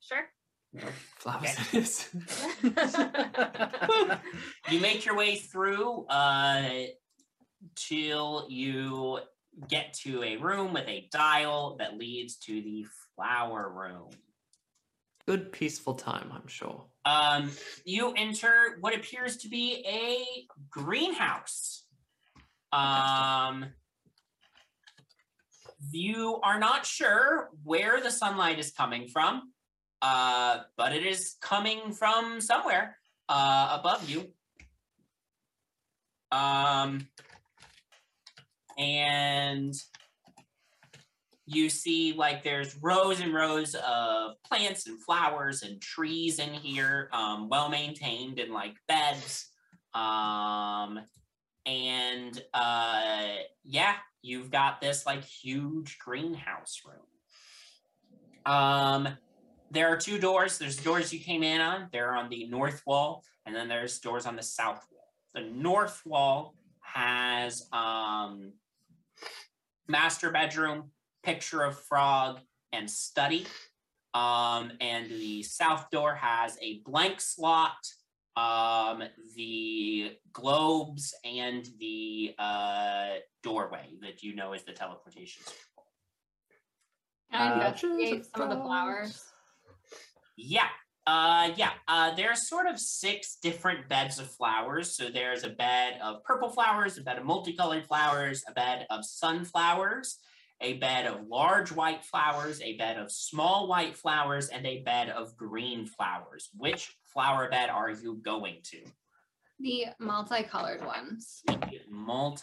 [SPEAKER 7] Sure.
[SPEAKER 3] Flowers. it is.
[SPEAKER 1] you make your way through uh, till you get to a room with a dial that leads to the flower room.
[SPEAKER 3] Good peaceful time, I'm sure.
[SPEAKER 1] Um, you enter what appears to be a greenhouse. Um, you are not sure where the sunlight is coming from, uh, but it is coming from somewhere uh, above you. Um, and you see like there's rows and rows of plants and flowers and trees in here um, well maintained in like beds um, and uh, yeah you've got this like huge greenhouse room um, there are two doors there's doors you came in on they're on the north wall and then there's doors on the south wall the north wall has um, master bedroom picture of frog and study um, and the south door has a blank slot um, the globes and the uh, doorway that you know is the teleportation circle.
[SPEAKER 2] Can
[SPEAKER 1] Uh,
[SPEAKER 2] I investigate some of the flowers?
[SPEAKER 1] Yeah. Uh, yeah, uh, there's sort of six different beds of flowers. So there's a bed of purple flowers, a bed of multicolored flowers, a bed of sunflowers, a bed of large white flowers, a bed of small white flowers, and a bed of green flowers. Which flower bed are you going to?
[SPEAKER 2] The multicolored ones.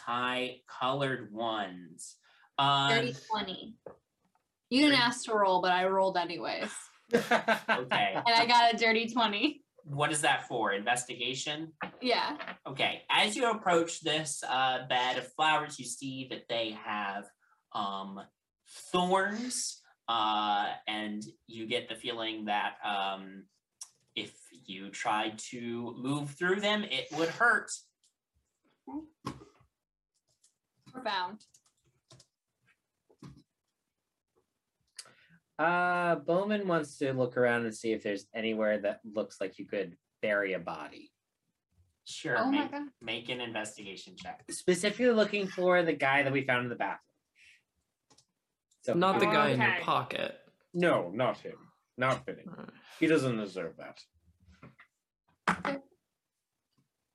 [SPEAKER 1] Multicolored ones. Um,
[SPEAKER 2] 30 20. You didn't ask to roll, but I rolled anyways.
[SPEAKER 1] okay.
[SPEAKER 2] And I got a dirty 20.
[SPEAKER 1] What is that for? Investigation?
[SPEAKER 2] Yeah.
[SPEAKER 1] Okay, as you approach this uh, bed of flowers, you see that they have um, thorns, uh, and you get the feeling that um, if you tried to move through them, it would hurt.
[SPEAKER 2] Profound.
[SPEAKER 8] Uh, Bowman wants to look around and see if there's anywhere that looks like you could bury a body.
[SPEAKER 1] Sure.
[SPEAKER 8] Oh my
[SPEAKER 1] make,
[SPEAKER 8] God.
[SPEAKER 1] make an investigation check.
[SPEAKER 8] Specifically looking for the guy that we found in the bathroom. So
[SPEAKER 3] Not
[SPEAKER 5] Oh,
[SPEAKER 3] the guy in your
[SPEAKER 8] Okay.
[SPEAKER 3] pocket.
[SPEAKER 8] No, not him. Not fitting. He doesn't deserve that.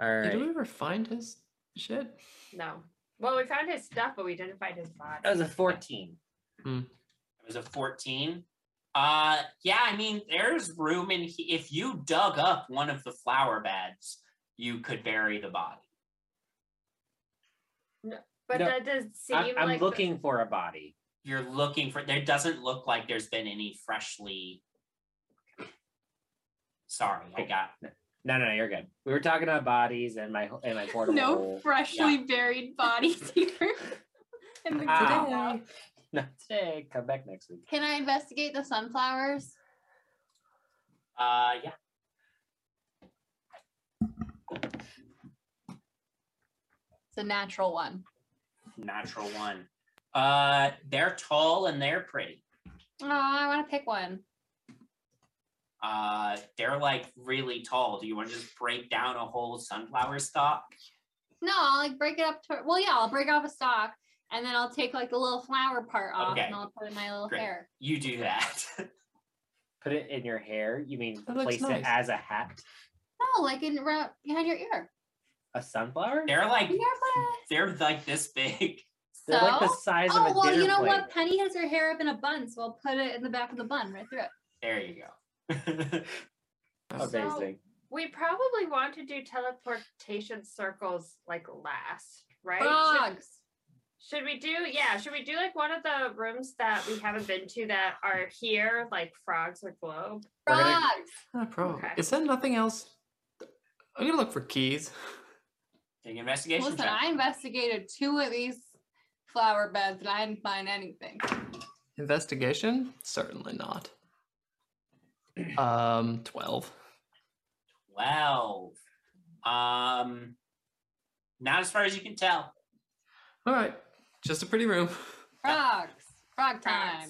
[SPEAKER 8] All right.
[SPEAKER 3] Did we ever find his shit?
[SPEAKER 7] No. Well, we found his stuff, but we didn't find his body.
[SPEAKER 8] That was a 14.
[SPEAKER 1] It was a 14. Uh, yeah, I mean, there's room in he- if you dug up one of the flower beds, you could bury the body.
[SPEAKER 7] No, but
[SPEAKER 1] No,
[SPEAKER 7] that doesn't seem
[SPEAKER 1] I'm- I'm
[SPEAKER 7] like
[SPEAKER 1] looking-
[SPEAKER 8] Looking for a body.
[SPEAKER 1] You're looking for there doesn't look like there's been any freshly. Sorry, I got
[SPEAKER 8] No, no, no, you're good. We were talking about bodies and my and my portable.
[SPEAKER 2] No freshly buried bodies here. And we
[SPEAKER 8] Ow.
[SPEAKER 2] did that.
[SPEAKER 8] Not today. Come back next week.
[SPEAKER 2] Can I investigate the sunflowers?
[SPEAKER 1] Uh, yeah.
[SPEAKER 2] It's a natural one.
[SPEAKER 1] natural one. Uh, they're tall and they're pretty.
[SPEAKER 2] Oh, I want to pick one.
[SPEAKER 1] Uh, they're like really tall. Do you want to just break down a whole sunflower stalk?
[SPEAKER 2] No, I'll like break it up to. Well, yeah, I'll break off a stalk, and then I'll take like the little flower part off,
[SPEAKER 8] Okay.
[SPEAKER 2] and I'll put it in my little
[SPEAKER 8] Great.
[SPEAKER 2] hair.
[SPEAKER 1] You do that.
[SPEAKER 8] Put it in your hair. You mean
[SPEAKER 2] looks
[SPEAKER 8] place
[SPEAKER 2] nice.
[SPEAKER 8] it as a hat?
[SPEAKER 2] No, like in around behind your ear.
[SPEAKER 8] A sunflower?
[SPEAKER 1] They're like
[SPEAKER 2] You never
[SPEAKER 1] they're like this big.
[SPEAKER 2] put it- So- oh, well, you know what? Penny has her hair up in a bun, so I'll put it in the back of the bun right through it.
[SPEAKER 1] There you
[SPEAKER 8] go. Amazing.
[SPEAKER 7] we probably want to do teleportation circles like last, right?
[SPEAKER 2] Frogs.
[SPEAKER 7] Should, should we do yeah, should we do like one of the rooms that we haven't been to that are here, like frogs or globe?
[SPEAKER 2] Frogs.
[SPEAKER 3] Not Ah, probably. Is there nothing else? I'm gonna look for keys.
[SPEAKER 1] Take investigation
[SPEAKER 2] Listen, I investigated two of these flower beds, and I didn't find anything.
[SPEAKER 3] Investigation? Certainly not. Um, twelve.
[SPEAKER 1] Twelve. Um, not as far as you can tell.
[SPEAKER 3] All right, just a pretty room.
[SPEAKER 2] Frogs. Frog time.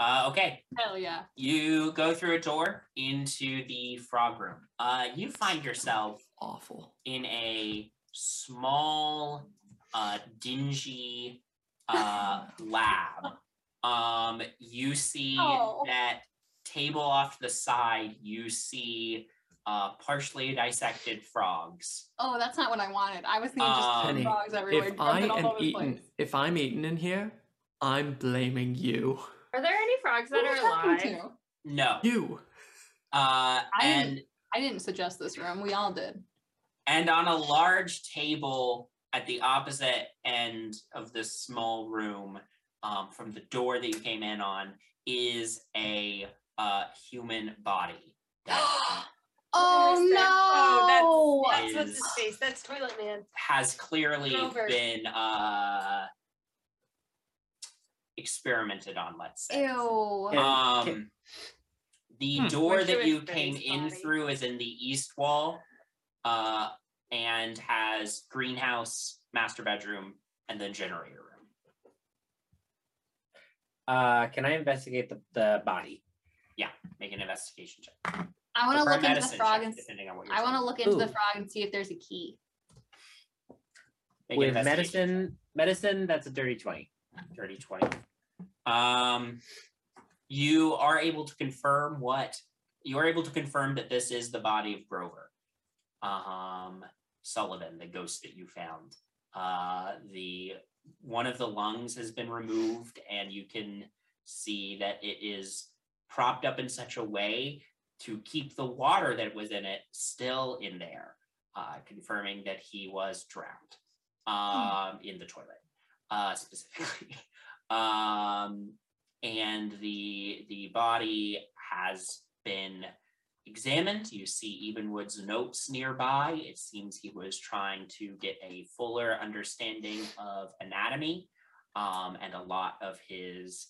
[SPEAKER 1] Uh, okay,
[SPEAKER 2] Hell yeah.
[SPEAKER 1] you go through a door into the frog room. Uh, you find yourself
[SPEAKER 3] awful
[SPEAKER 1] in a small, uh, dingy uh, lab. Um, you see
[SPEAKER 9] Oh.
[SPEAKER 1] that table off to the side. You see uh, partially dissected frogs.
[SPEAKER 2] Oh, that's not what I wanted. I was thinking
[SPEAKER 8] Um,
[SPEAKER 2] just
[SPEAKER 3] Penny,
[SPEAKER 2] frogs everywhere.
[SPEAKER 3] Um, if I
[SPEAKER 2] jumping all
[SPEAKER 3] am
[SPEAKER 2] over the place.
[SPEAKER 3] eaten, if I'm eaten in here, I'm blaming you.
[SPEAKER 7] Are there any frogs that
[SPEAKER 2] Who
[SPEAKER 7] are
[SPEAKER 2] are you
[SPEAKER 7] alive?
[SPEAKER 2] talking to?
[SPEAKER 1] No.
[SPEAKER 3] You.
[SPEAKER 1] Uh,
[SPEAKER 2] I
[SPEAKER 1] and
[SPEAKER 2] didn't, I didn't suggest this room. We all did.
[SPEAKER 1] and on a large table at the opposite end of this small room, um, from the door that you came in on, is a uh, human body. that
[SPEAKER 2] Oh
[SPEAKER 4] Where is that? Oh, that's,
[SPEAKER 1] no!
[SPEAKER 4] that's what's his face. That's Toilet Man.
[SPEAKER 1] has clearly
[SPEAKER 4] Grover.
[SPEAKER 1] been uh, experimented on. Let's say.
[SPEAKER 2] Ew.
[SPEAKER 1] Um, the
[SPEAKER 3] Hmm.
[SPEAKER 1] door
[SPEAKER 3] Where's
[SPEAKER 1] that
[SPEAKER 3] your
[SPEAKER 1] you came
[SPEAKER 3] experience
[SPEAKER 1] in through is in the east wall, uh, and has greenhouse, master bedroom, and then generator room.
[SPEAKER 8] Uh, can I investigate the, the body?
[SPEAKER 1] Yeah, make an investigation check.
[SPEAKER 2] I want to
[SPEAKER 8] Or
[SPEAKER 2] look into the
[SPEAKER 8] medicine
[SPEAKER 2] frog
[SPEAKER 8] check,
[SPEAKER 2] and s-
[SPEAKER 1] depending on what you're
[SPEAKER 2] I want to
[SPEAKER 1] trying
[SPEAKER 2] look
[SPEAKER 8] to
[SPEAKER 2] into the
[SPEAKER 8] do.
[SPEAKER 2] frog and see if there's a key.
[SPEAKER 1] Make an
[SPEAKER 8] With
[SPEAKER 1] investigation
[SPEAKER 8] medicine, medicine, that's a dirty 20.
[SPEAKER 1] Dirty 20. Um, you are able to confirm what you are able to confirm that this is the body of Grover, um, Sullivan, the ghost that you found. Uh, the one of the lungs has been removed, and you can see that it is propped up in such a way to keep the water that was in it still in there, uh, confirming that he was drowned um, in the toilet uh, specifically. um, and the the body has been examined. You see Ebenwood's notes nearby. It seems he was trying to get a fuller understanding of anatomy, um, and a lot of his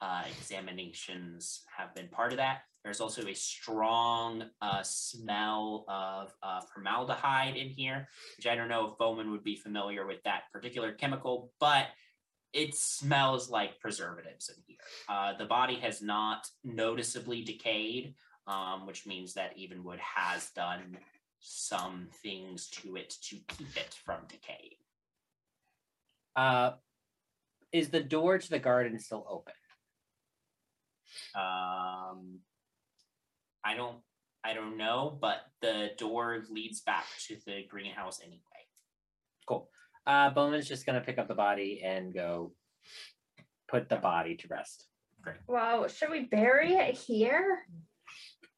[SPEAKER 1] uh, examinations have been part of that. There's also a strong uh, smell of uh, formaldehyde in here, which I don't know if Bowman would be familiar with that particular chemical, but it smells like preservatives in here. Uh, the body has not noticeably decayed, um, which means that Evenwood has done some things to it to keep it from decaying.
[SPEAKER 8] Uh, is the door to the garden still open?
[SPEAKER 1] Um, I don't, I don't know, but the door leads back to the greenhouse anyway.
[SPEAKER 8] Cool. Uh, Bowman's just gonna pick up the body and go put the body to rest.
[SPEAKER 7] Well, should we bury it here?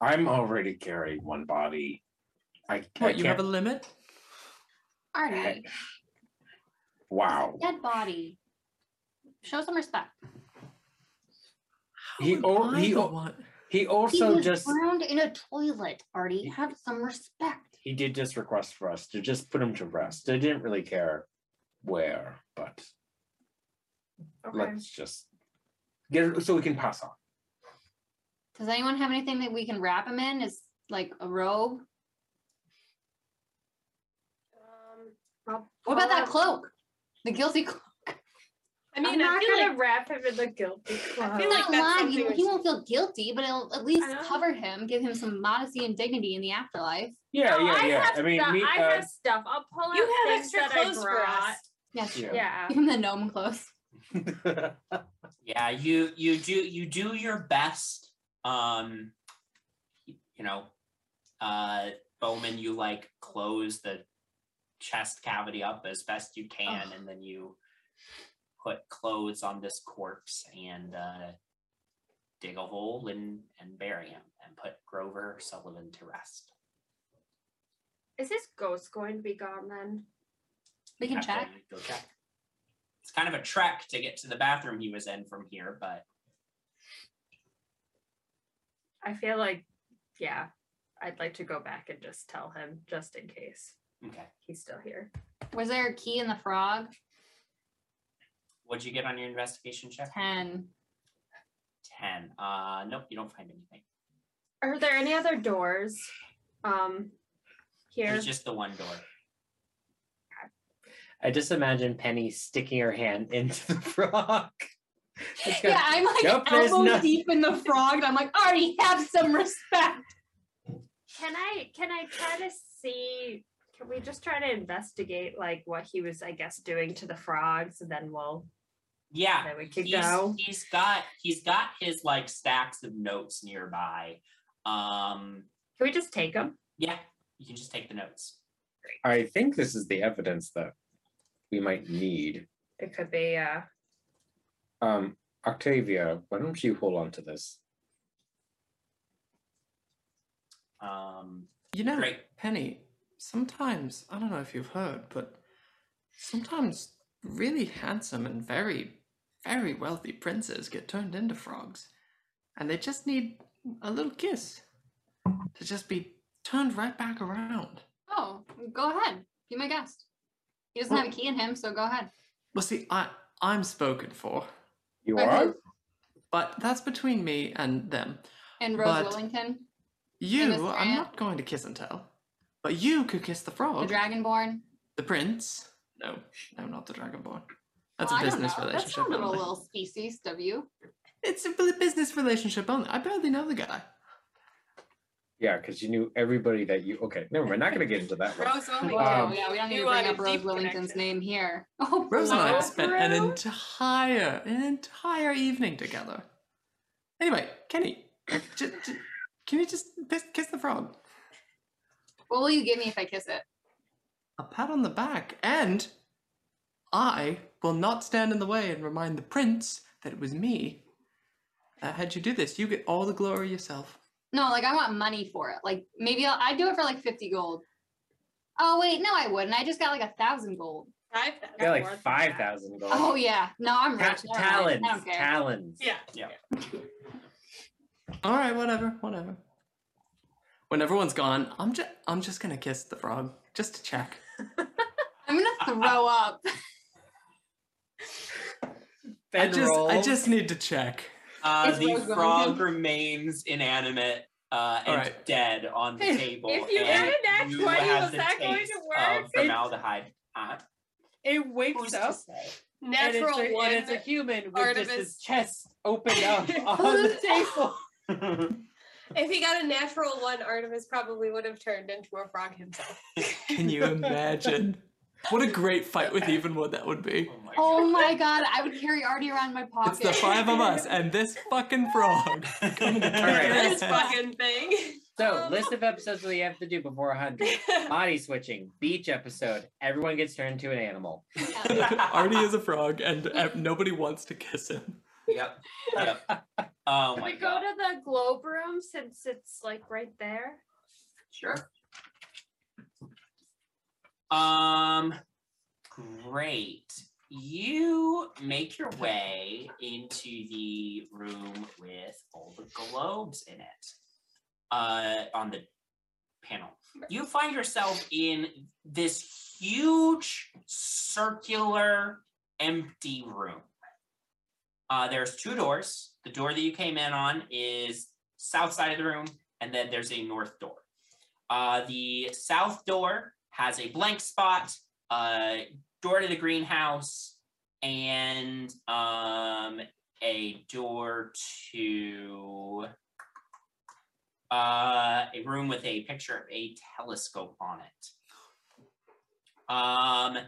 [SPEAKER 5] I'm already carrying one body. I, I
[SPEAKER 3] What, you have
[SPEAKER 5] can't-
[SPEAKER 3] a limit?
[SPEAKER 2] Arnie,
[SPEAKER 5] wow.
[SPEAKER 2] dead body. Show some respect.
[SPEAKER 5] He oh,
[SPEAKER 2] I
[SPEAKER 5] he
[SPEAKER 2] the
[SPEAKER 5] o- he also
[SPEAKER 2] he was
[SPEAKER 5] just
[SPEAKER 2] drowned in a toilet. Artie, have some respect.
[SPEAKER 5] he did just request for us to just put him to rest. I didn't really care where, but
[SPEAKER 7] Okay.
[SPEAKER 5] let's just get it so we can pass on.
[SPEAKER 2] Does anyone have anything that we can wrap him in? Is like a robe?
[SPEAKER 7] I'll
[SPEAKER 2] What about that
[SPEAKER 7] pull
[SPEAKER 2] cloak? The guilty cloak.
[SPEAKER 4] I
[SPEAKER 7] I'm
[SPEAKER 4] mean, I
[SPEAKER 7] not
[SPEAKER 4] feel
[SPEAKER 7] gonna
[SPEAKER 4] like
[SPEAKER 7] wrap him in the guilty
[SPEAKER 4] I
[SPEAKER 7] club.
[SPEAKER 4] feel
[SPEAKER 2] He's
[SPEAKER 4] like
[SPEAKER 2] not
[SPEAKER 4] that's
[SPEAKER 2] alive.
[SPEAKER 4] something
[SPEAKER 2] He,
[SPEAKER 4] we
[SPEAKER 2] he
[SPEAKER 4] should-
[SPEAKER 2] won't feel guilty, but it'll at least
[SPEAKER 7] know.
[SPEAKER 2] cover him, give him some modesty and dignity in the afterlife.
[SPEAKER 5] Yeah,
[SPEAKER 7] No,
[SPEAKER 5] yeah,
[SPEAKER 7] I
[SPEAKER 5] yeah.
[SPEAKER 7] have
[SPEAKER 5] I mean,
[SPEAKER 7] stuff.
[SPEAKER 5] me,
[SPEAKER 7] I
[SPEAKER 5] uh,
[SPEAKER 7] have stuff. I'll pull out
[SPEAKER 4] You have
[SPEAKER 7] things
[SPEAKER 4] extra
[SPEAKER 7] that I
[SPEAKER 4] clothes for us.
[SPEAKER 7] brought.
[SPEAKER 2] Yeah, sure.
[SPEAKER 7] Yeah.
[SPEAKER 2] Give him the gnome clothes.
[SPEAKER 1] yeah you you do you do your best um you know uh bowman you like close the chest cavity up as best you can and then you put clothes on this corpse and uh dig a hole and and bury him and put grover sullivan to rest
[SPEAKER 7] Is his ghost going to be gone then?
[SPEAKER 2] We can
[SPEAKER 1] Have to
[SPEAKER 2] check.
[SPEAKER 1] go check it's kind of a trek to get to the bathroom he was in from here but
[SPEAKER 7] I feel like, yeah, I'd like to go back and just tell him just in case
[SPEAKER 1] okay
[SPEAKER 7] he's still here.
[SPEAKER 2] Was there a key in the frog?
[SPEAKER 1] what'd you get on your investigation check
[SPEAKER 2] Ten.
[SPEAKER 1] 10. Uh, nope, you don't find anything.
[SPEAKER 7] Are there any other doors? Um, here.
[SPEAKER 1] There's just the one door.
[SPEAKER 8] I just imagine Penny sticking her hand into the frog. It's got-
[SPEAKER 2] Yeah, I'm like
[SPEAKER 8] Nope, there's
[SPEAKER 2] elbow
[SPEAKER 8] nothing.
[SPEAKER 2] deep in the frog, and I'm like, Artie, have some respect.
[SPEAKER 7] Can I can I try to see? Can we just try to investigate like what he was, I guess, doing to the frogs, and then we'll
[SPEAKER 1] Yeah.
[SPEAKER 7] then we can
[SPEAKER 1] He's,
[SPEAKER 7] go.
[SPEAKER 1] he's got he's got his like stacks of notes nearby. Um
[SPEAKER 7] Can we just take him?
[SPEAKER 1] yeah, you can just take the notes.
[SPEAKER 5] I think this is the evidence that we might need.
[SPEAKER 7] It could be. Uh,
[SPEAKER 5] Um, Octavia, why don't you hold on to this?
[SPEAKER 1] Um
[SPEAKER 3] You know,
[SPEAKER 1] Great.
[SPEAKER 3] Penny, sometimes, I don't know if you've heard, but sometimes really handsome and very, very wealthy princes get turned into frogs. And they just need a little kiss to just be turned right back around.
[SPEAKER 2] Oh, go ahead. Be my guest. He doesn't have a key in him, so go ahead.
[SPEAKER 3] Well, see, I, I'm spoken for,
[SPEAKER 5] You
[SPEAKER 2] Right,
[SPEAKER 5] are?
[SPEAKER 2] Rose?
[SPEAKER 3] but that's between me and them.
[SPEAKER 2] And Rose
[SPEAKER 3] But-
[SPEAKER 2] Willington, Miss
[SPEAKER 3] You, I'm
[SPEAKER 2] Grant?
[SPEAKER 3] not going to kiss and tell, but you could kiss the frog.
[SPEAKER 2] the Dragonborn.
[SPEAKER 3] The prince? No, no, not the dragonborn. That's
[SPEAKER 2] Well,
[SPEAKER 3] a
[SPEAKER 2] I don't
[SPEAKER 3] business
[SPEAKER 2] know. That
[SPEAKER 3] relationship.
[SPEAKER 2] sounded a
[SPEAKER 3] only.
[SPEAKER 2] little species of you.
[SPEAKER 3] It's a bu- business relationship only. I barely know the guy.
[SPEAKER 5] Yeah, because you knew everybody that you. Okay, never mind. Not going to get into that one.
[SPEAKER 4] Rose only.
[SPEAKER 5] Um,
[SPEAKER 2] oh, yeah, we don't need
[SPEAKER 4] you
[SPEAKER 2] to bring
[SPEAKER 4] are
[SPEAKER 2] up
[SPEAKER 4] a
[SPEAKER 2] Rose
[SPEAKER 4] deep
[SPEAKER 2] Willington's
[SPEAKER 4] connection.
[SPEAKER 2] name here. Oh,
[SPEAKER 3] Rose and I
[SPEAKER 2] wow.
[SPEAKER 3] have spent an
[SPEAKER 4] Bro.
[SPEAKER 3] entire, an entire evening together. Anyway, Kenny, j- j- can you just piss- kiss the frog?
[SPEAKER 2] What will you give me if I kiss it?
[SPEAKER 3] A pat on the back, and I will not stand in the way and remind the prince that it was me that had you do this. You get all the glory yourself.
[SPEAKER 2] No, like I want money for it. Like maybe I'll, I'd do it for like 50 gold. Oh, wait, no, I wouldn't. I just got like a thousand gold.
[SPEAKER 4] Five.
[SPEAKER 8] got
[SPEAKER 4] more than
[SPEAKER 8] like
[SPEAKER 4] that.
[SPEAKER 8] five thousand gold.
[SPEAKER 2] Oh, yeah. No, I'm
[SPEAKER 8] Ta-
[SPEAKER 2] rich. Never mind.
[SPEAKER 8] talons,
[SPEAKER 2] I don't care.
[SPEAKER 8] talons.
[SPEAKER 4] Yeah.
[SPEAKER 3] All right, whatever, whatever. When everyone's gone, I'm just I'm just gonna kiss the frog just to check.
[SPEAKER 2] I'm going to throw up.
[SPEAKER 3] I
[SPEAKER 8] Bedroll.
[SPEAKER 3] just I just need to check.
[SPEAKER 1] Uh,
[SPEAKER 2] It's
[SPEAKER 1] the
[SPEAKER 2] Rogue Rogue.
[SPEAKER 1] frog remains inanimate uh, and dead on the
[SPEAKER 7] If-
[SPEAKER 1] table.
[SPEAKER 7] if you
[SPEAKER 1] and
[SPEAKER 7] had a nat
[SPEAKER 1] you
[SPEAKER 7] 20,
[SPEAKER 1] have
[SPEAKER 7] was
[SPEAKER 1] the
[SPEAKER 7] that going
[SPEAKER 1] taste
[SPEAKER 7] to work?
[SPEAKER 1] Of formaldehyde. Uh,
[SPEAKER 9] It wakes up. and
[SPEAKER 4] Natural
[SPEAKER 9] it's a,
[SPEAKER 4] one,
[SPEAKER 9] And it's a human with just
[SPEAKER 4] Artemis.
[SPEAKER 9] his chest opened up on the table.
[SPEAKER 4] If he got a natural one, Artemis probably would have turned into a frog himself.
[SPEAKER 3] Can you imagine? What a great fight with Evenwood that would be.
[SPEAKER 2] Oh my god, I would carry Artie around my pocket.
[SPEAKER 3] It's the five of us and this fucking frog.
[SPEAKER 4] this fucking thing.
[SPEAKER 8] So, list of episodes we have to do before 100. Body switching, beach episode. Everyone gets turned into an animal.
[SPEAKER 3] Artie is a frog and uh, nobody wants to kiss him.
[SPEAKER 1] Yep. Yep. Oh
[SPEAKER 7] Can
[SPEAKER 1] my
[SPEAKER 7] we
[SPEAKER 1] god.
[SPEAKER 7] go to the globe room since it's like right there?
[SPEAKER 1] Sure. Um, great. You make your way into the room with all the globes in it. Uh, on the panel, you find yourself in this huge circular empty room. Uh, there's two doors. The door that you came in on is south side of the room, and then there's a north door. Uh, the south door has a blank spot, uh, door to the greenhouse, and um, a door to uh, a room with a picture of a telescope on it. Um,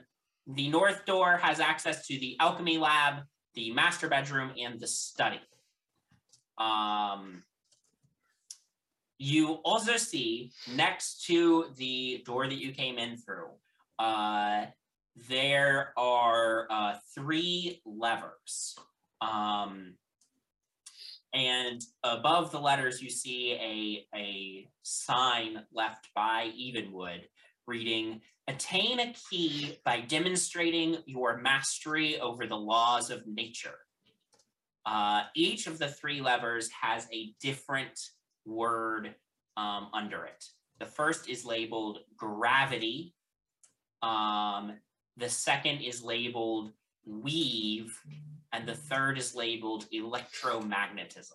[SPEAKER 1] the north door has access to the alchemy lab, the master bedroom, and the study. Um, you also see next to the door that you came in through, uh, there are uh, three levers. Um, and above the letters, you see a, a sign left by Evenwood reading Attain a key by demonstrating your mastery over the laws of nature. Uh, each of the three levers has a different word um, under it. The first is labeled gravity. Um, the second is labeled weave. And the third is labeled electromagnetism.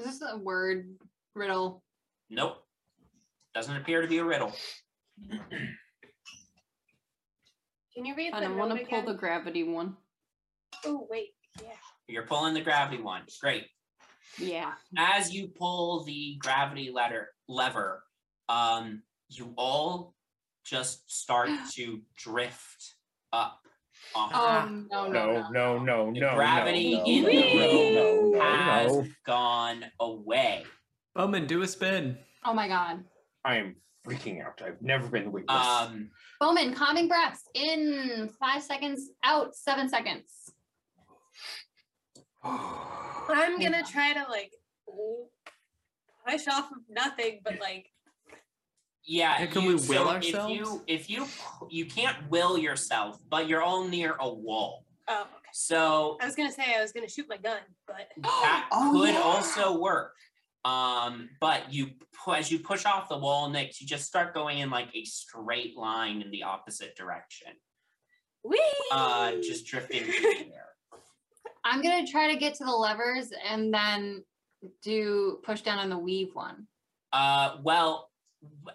[SPEAKER 2] Is this a word riddle?
[SPEAKER 1] Nope. Doesn't appear to be a riddle.
[SPEAKER 4] Can you read
[SPEAKER 6] I
[SPEAKER 4] the
[SPEAKER 6] don't want
[SPEAKER 4] note
[SPEAKER 6] to pull
[SPEAKER 4] again?
[SPEAKER 6] the gravity one.
[SPEAKER 4] Oh wait, yeah.
[SPEAKER 1] You're pulling the gravity one. Great.
[SPEAKER 6] Yeah.
[SPEAKER 1] as you pull the gravity letter lever, um, you all just start to drift up.
[SPEAKER 3] Um,
[SPEAKER 1] Uh-huh. off
[SPEAKER 2] Oh,
[SPEAKER 1] the
[SPEAKER 2] no,
[SPEAKER 5] No, no, no, no.
[SPEAKER 1] The gravity
[SPEAKER 5] no,
[SPEAKER 1] in
[SPEAKER 5] no,
[SPEAKER 1] the
[SPEAKER 5] no, no,
[SPEAKER 1] room
[SPEAKER 5] no,
[SPEAKER 1] has
[SPEAKER 5] no.
[SPEAKER 1] gone away.
[SPEAKER 3] Bowman, do a spin.
[SPEAKER 2] Oh my god.
[SPEAKER 5] I am freaking out. I've never been weightless.
[SPEAKER 1] Um,
[SPEAKER 2] Bowman, calming breaths in five seconds, out seven seconds.
[SPEAKER 4] I'm gonna try to like push off of nothing, but like
[SPEAKER 1] Yeah.
[SPEAKER 3] Hey, can
[SPEAKER 1] you-
[SPEAKER 3] we will
[SPEAKER 1] If you, if you you can't will yourself, but you're all near a wall.
[SPEAKER 4] oh, okay.
[SPEAKER 1] So
[SPEAKER 4] I was gonna say I was gonna shoot my gun, but
[SPEAKER 1] that could also work. Um, but you pu- as you push off the wall, Nick, you just start going in like a straight line in the opposite direction.
[SPEAKER 4] Whee!
[SPEAKER 1] Uh, just drifting. through the air.
[SPEAKER 2] I'm gonna try to get to the levers and then do push down on the weave one.
[SPEAKER 1] Uh, well,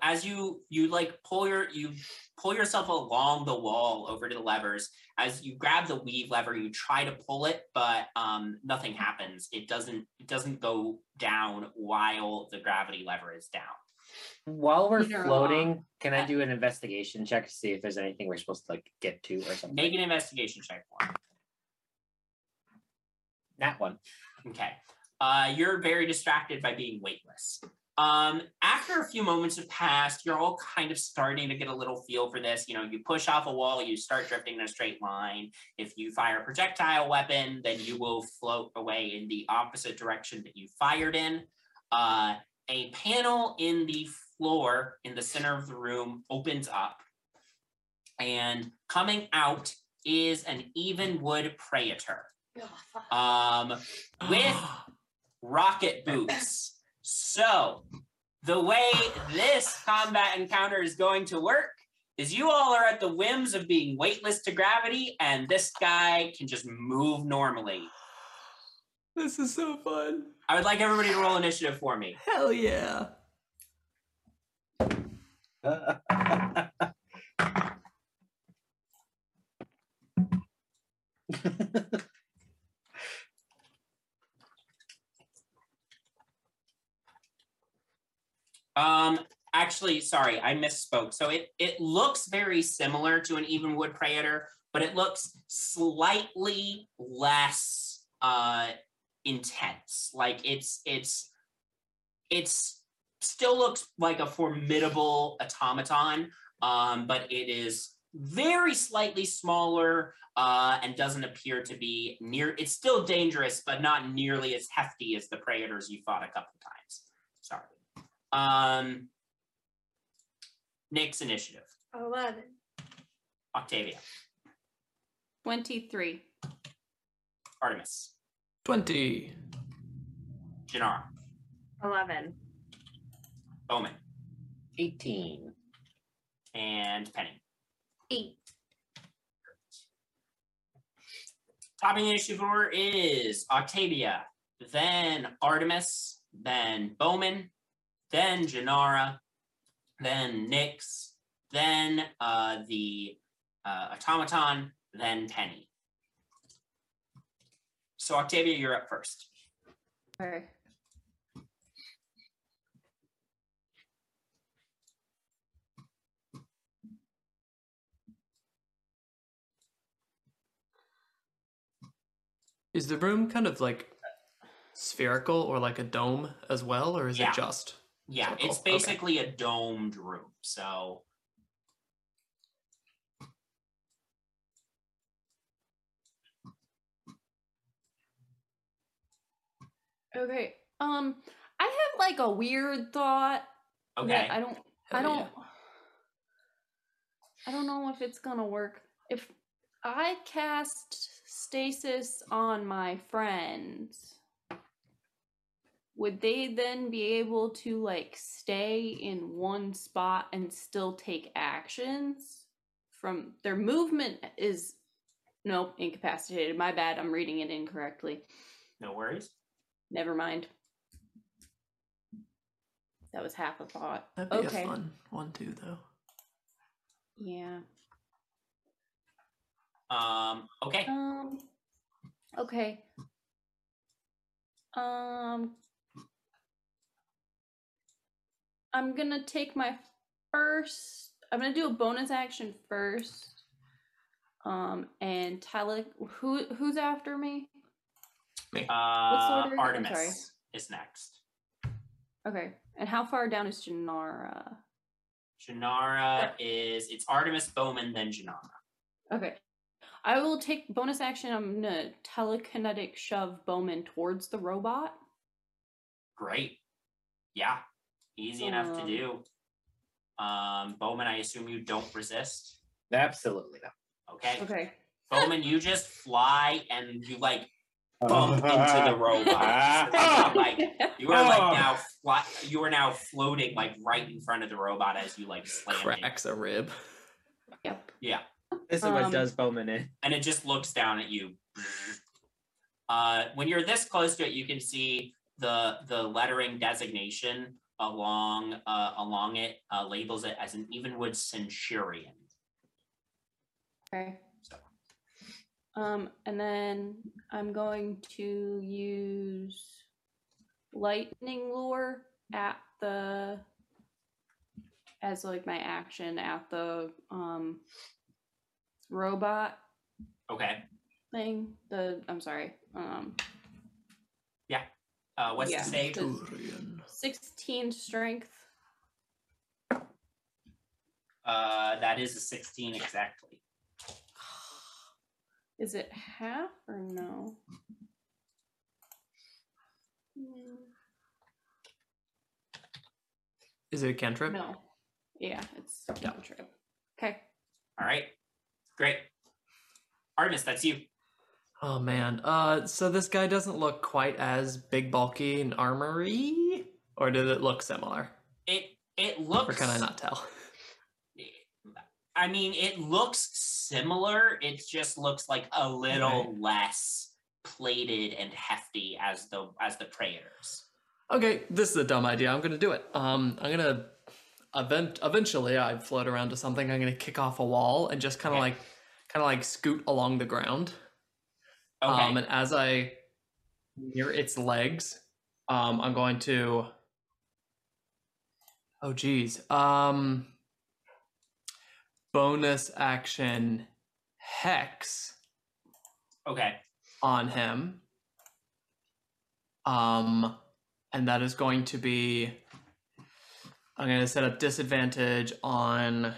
[SPEAKER 1] as you you like pull your you pull yourself along the wall over to the levers. As you grab the weave lever, you try to pull it, but um, nothing happens. It doesn't it doesn't go down while the gravity lever is down.
[SPEAKER 8] While we're
[SPEAKER 1] These are
[SPEAKER 8] floating, can I do an investigation check to see if there's anything we're supposed to like get to or something?
[SPEAKER 1] Make an investigation check for me.
[SPEAKER 8] That one.
[SPEAKER 1] Okay. Uh, you're very distracted by being weightless. Um, after a few moments have passed, you're all kind of starting to get a little feel for this. You know, you push off a wall, you start drifting in a straight line. If you fire a projectile weapon, then you will float away in the opposite direction that you fired in. Uh, a panel in the floor in the center of the room opens up, and coming out is an Evenwood Praetor um, with rocket boots. So, the way this combat encounter is going to work Because you all are at the whims of being weightless to gravity, and this guy can just move normally.
[SPEAKER 3] This is so fun.
[SPEAKER 1] I would like everybody to roll initiative for me.
[SPEAKER 3] Hell yeah.
[SPEAKER 1] Um, actually, sorry, I misspoke. So it it looks very similar to an evenwood praetor, but it looks slightly less uh intense. Like it's it's it's still looks like a formidable automaton, um, but it is very slightly smaller uh, and doesn't appear to be near. It's still dangerous, but not nearly as hefty as the praetors you fought a couple times. Sorry. Um, Nick's initiative.
[SPEAKER 4] 11.
[SPEAKER 1] Octavia,
[SPEAKER 6] 23.
[SPEAKER 1] Artemis,
[SPEAKER 3] 20.
[SPEAKER 1] Janara,
[SPEAKER 7] 11.
[SPEAKER 1] Bowman,
[SPEAKER 5] 18.
[SPEAKER 1] and Penny.
[SPEAKER 2] Eight.
[SPEAKER 1] Topping the initiative order is Octavia, then Artemis, then Bowman, then Janara, then Nyx, then uh, the uh, automaton, then Penny. So Octavia, you're up first.
[SPEAKER 6] Or
[SPEAKER 3] Is the room kind of like spherical or like a dome as well, or is
[SPEAKER 1] Yeah.
[SPEAKER 3] it just?
[SPEAKER 1] Yeah,
[SPEAKER 3] circle?
[SPEAKER 1] it's
[SPEAKER 3] Okay.
[SPEAKER 1] basically a domed room. So
[SPEAKER 6] Okay. Um, I have like a weird thought. that
[SPEAKER 1] Okay.
[SPEAKER 6] I don't. I
[SPEAKER 1] Hell
[SPEAKER 6] don't.
[SPEAKER 1] yeah.
[SPEAKER 6] I don't know if it's gonna work. If I cast stasis on my friends, would they then be able to like stay in one spot and still take actions from their movement? Is nope incapacitated. My bad. I'm reading it incorrectly.
[SPEAKER 1] no worries.
[SPEAKER 6] Never mind. That was half a thought.
[SPEAKER 3] That'd be
[SPEAKER 6] okay.
[SPEAKER 3] a fun one too, though.
[SPEAKER 6] Yeah.
[SPEAKER 1] Um, okay.
[SPEAKER 6] Um. Okay. Um. I'm gonna take my first. I'm gonna do a bonus action first. Um. And Tyler, who who's after me?
[SPEAKER 1] Uh,
[SPEAKER 6] order again? I'm
[SPEAKER 1] Artemis is next.
[SPEAKER 6] Okay. And how far down is Janara?
[SPEAKER 1] Janara is it's Artemis Bowman, then Janara.
[SPEAKER 6] Okay. I will take bonus action. I'm gonna telekinetic shove Bowman towards the robot.
[SPEAKER 1] Great. Yeah. Easy enough to
[SPEAKER 6] Um,
[SPEAKER 1] do. Um, Bowman, I assume you don't resist.
[SPEAKER 5] Absolutely not.
[SPEAKER 1] Okay.
[SPEAKER 6] Okay.
[SPEAKER 1] Bowman, you just fly and you like bump into
[SPEAKER 8] Uh,
[SPEAKER 1] the robot. like you are like now fly- you are now floating like right in front of the robot as you like slam
[SPEAKER 3] Cracks a rib.
[SPEAKER 6] Yep.
[SPEAKER 1] Yeah.
[SPEAKER 8] This is what
[SPEAKER 1] Um,
[SPEAKER 8] does Bowman in.
[SPEAKER 1] and it just looks down at you. Uh, when you're this close to it, you can see the the lettering designation along uh, along it uh, labels it as an Evenwood Centurion.
[SPEAKER 6] Okay. Um, and then I'm going to use lightning lure at the as like my action at the um robot
[SPEAKER 1] Okay.
[SPEAKER 6] thing. The I'm sorry. Um
[SPEAKER 1] Yeah. Uh, what's
[SPEAKER 6] Yeah.
[SPEAKER 1] the save?
[SPEAKER 3] Centurion.
[SPEAKER 6] 16 strength.
[SPEAKER 1] Uh, that is a 16 exactly.
[SPEAKER 6] Is it half or no? Mm,
[SPEAKER 3] Is it a cantrip?
[SPEAKER 6] No. Yeah, it's yeah. true. Okay.
[SPEAKER 1] All right. Great. Artemis, that's you.
[SPEAKER 3] Oh man. Uh, so this guy doesn't look quite as big, bulky, and armory, or did it look similar?
[SPEAKER 1] It it
[SPEAKER 3] Or
[SPEAKER 1] looks
[SPEAKER 3] can I not tell?
[SPEAKER 1] I mean, it looks similar. It just looks like a little less plated and hefty as the as the prayers.
[SPEAKER 3] Okay, this is a dumb idea. I'm gonna do it. Um, I'm gonna event eventually I float around to something. I'm gonna kick off a wall and just kind of like kind of like scoot along the ground. Um, and as I near its legs, um, I'm going to. Oh geez. Um. Bonus action, hex
[SPEAKER 1] Okay.
[SPEAKER 3] on him. Um, and that is going to be. I'm going to set up disadvantage on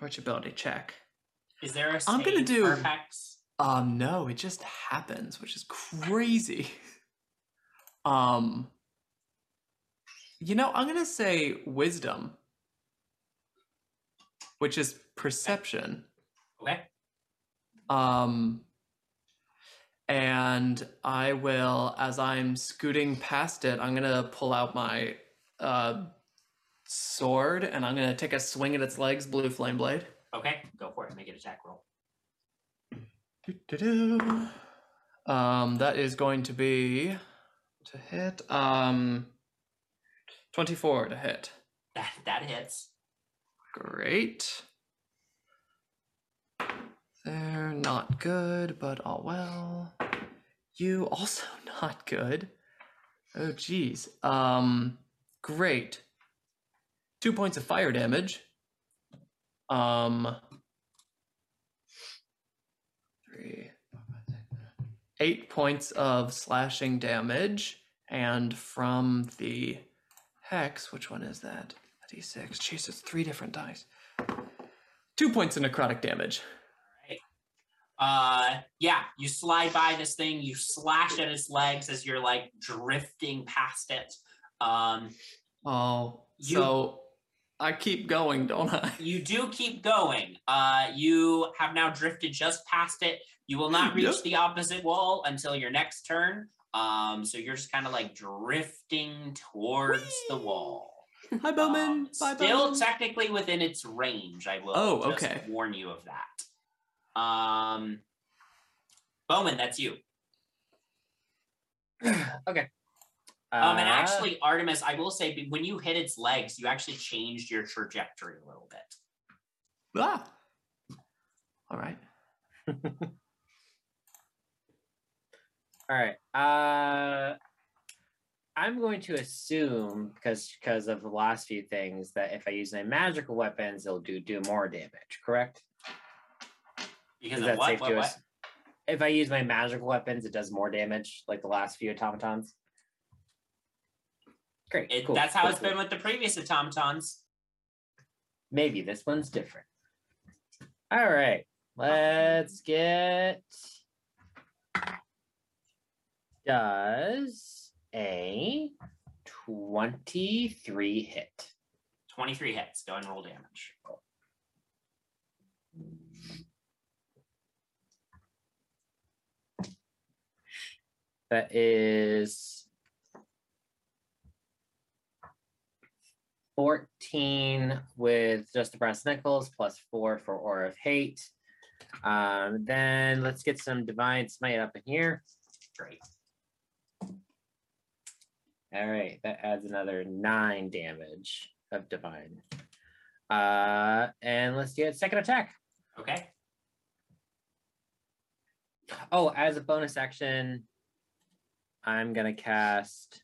[SPEAKER 3] which ability check.
[SPEAKER 1] Is there a
[SPEAKER 3] I'm gonna
[SPEAKER 1] save
[SPEAKER 3] do-
[SPEAKER 1] for hex?
[SPEAKER 3] Um, no, it just happens, which is crazy. um, you know, I'm gonna say wisdom, which is perception.
[SPEAKER 1] Okay.
[SPEAKER 3] Um, and I will, as I'm scooting past it, I'm gonna pull out my uh, sword and I'm gonna take a swing at its legs, blue flame blade.
[SPEAKER 1] Okay, go for it. Make an attack roll.
[SPEAKER 3] Do-do-do. Um, that is going to be to hit. Um, twenty-four to hit.
[SPEAKER 1] That that hits.
[SPEAKER 3] Great. They're not good, but all well. You also not good. Oh geez. Um, great. Two points of fire damage. Um, three, eight points of slashing damage, and from the hex, which one is that? A D6. Jeez, it's three different dice. Two points of necrotic damage.
[SPEAKER 1] Uh, yeah, you slide by this thing. You slash at its legs as you're like drifting past it. Um,
[SPEAKER 3] Oh,
[SPEAKER 1] You-
[SPEAKER 3] so I keep going, don't I?
[SPEAKER 1] you do keep going. Uh, you have now drifted just past it. You will not reach
[SPEAKER 3] Yep.
[SPEAKER 1] the opposite wall until your next turn. Um, so you're just kind of like drifting towards the wall.
[SPEAKER 3] Hi, Bowman. Bye,
[SPEAKER 1] Oh, Still
[SPEAKER 3] Bowman.
[SPEAKER 1] technically within its range. I will.
[SPEAKER 3] Oh,
[SPEAKER 1] just
[SPEAKER 3] okay.
[SPEAKER 1] warn you of that. Um, Bowman, that's you.
[SPEAKER 8] okay.
[SPEAKER 1] Um, and
[SPEAKER 8] Uh,
[SPEAKER 1] actually, Artemis, I will say, when you hit its legs, you actually changed your trajectory a little bit.
[SPEAKER 3] Ah. All right.
[SPEAKER 8] All right. Uh, I'm going to assume because because of the last few things that if I use my magical weapons, it'll do do more damage. Correct?
[SPEAKER 1] Because
[SPEAKER 8] Is
[SPEAKER 1] of
[SPEAKER 8] that
[SPEAKER 1] what?
[SPEAKER 8] safe
[SPEAKER 1] What?
[SPEAKER 8] to
[SPEAKER 1] what?
[SPEAKER 8] us? If I use my magical weapons, it does more damage, like the last few automatons. Great.
[SPEAKER 1] It,
[SPEAKER 8] cool,
[SPEAKER 1] that's how
[SPEAKER 8] cool,
[SPEAKER 1] it's
[SPEAKER 8] cool.
[SPEAKER 1] been with the previous automatons.
[SPEAKER 8] Maybe this one's different. All right. Let's get. Does a 23 hit?
[SPEAKER 1] 23 hits. Go and roll damage.
[SPEAKER 8] That is 14 with just the brass nickels plus four for Aura of Hate. Um, then let's get some Divine Smite up in here.
[SPEAKER 1] Great.
[SPEAKER 8] All right, that adds another nine damage of Divine. Uh, and let's do a second attack.
[SPEAKER 1] Okay.
[SPEAKER 8] Oh, as a bonus action, I'm gonna cast.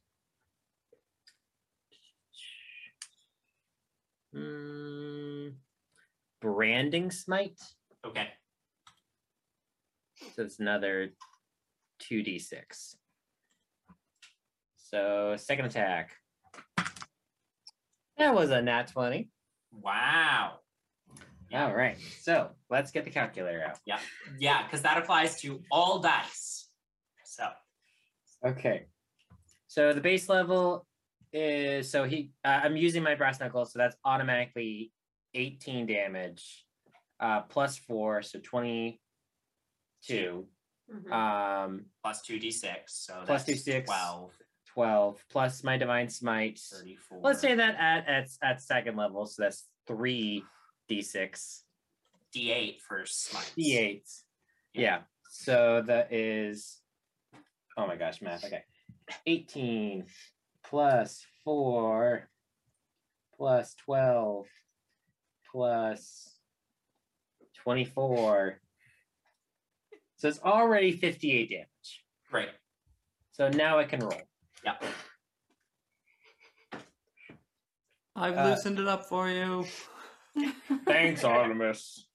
[SPEAKER 8] Mm, branding smite.
[SPEAKER 1] Okay.
[SPEAKER 8] So it's another two d six. So second attack. That was a nat twenty.
[SPEAKER 1] Wow. Yeah.
[SPEAKER 8] All right. So let's get the calculator out.
[SPEAKER 1] Yeah. Yeah. Because that applies to all dice. So,
[SPEAKER 8] Okay. So the base level is so he. Uh, I'm using my brass knuckles, so that's automatically 18 damage, uh, plus four, so 22. Um,
[SPEAKER 1] plus 2d6. So,
[SPEAKER 8] Plus
[SPEAKER 1] that's
[SPEAKER 8] 2d6.
[SPEAKER 1] 12,
[SPEAKER 8] 12 plus my divine smite.
[SPEAKER 1] 34.
[SPEAKER 8] Let's say that at at at second level, so that's three d6.
[SPEAKER 1] D8 for smites.
[SPEAKER 8] D8. Yeah. So that is, oh my gosh, math. Okay. 18 plus 4 plus 12 plus 24. So it's already 58 damage.
[SPEAKER 1] Right.
[SPEAKER 8] So now I can roll.
[SPEAKER 1] Yeah.
[SPEAKER 3] I've
[SPEAKER 8] Uh,
[SPEAKER 3] loosened it up for you.
[SPEAKER 8] Thanks, Artemis.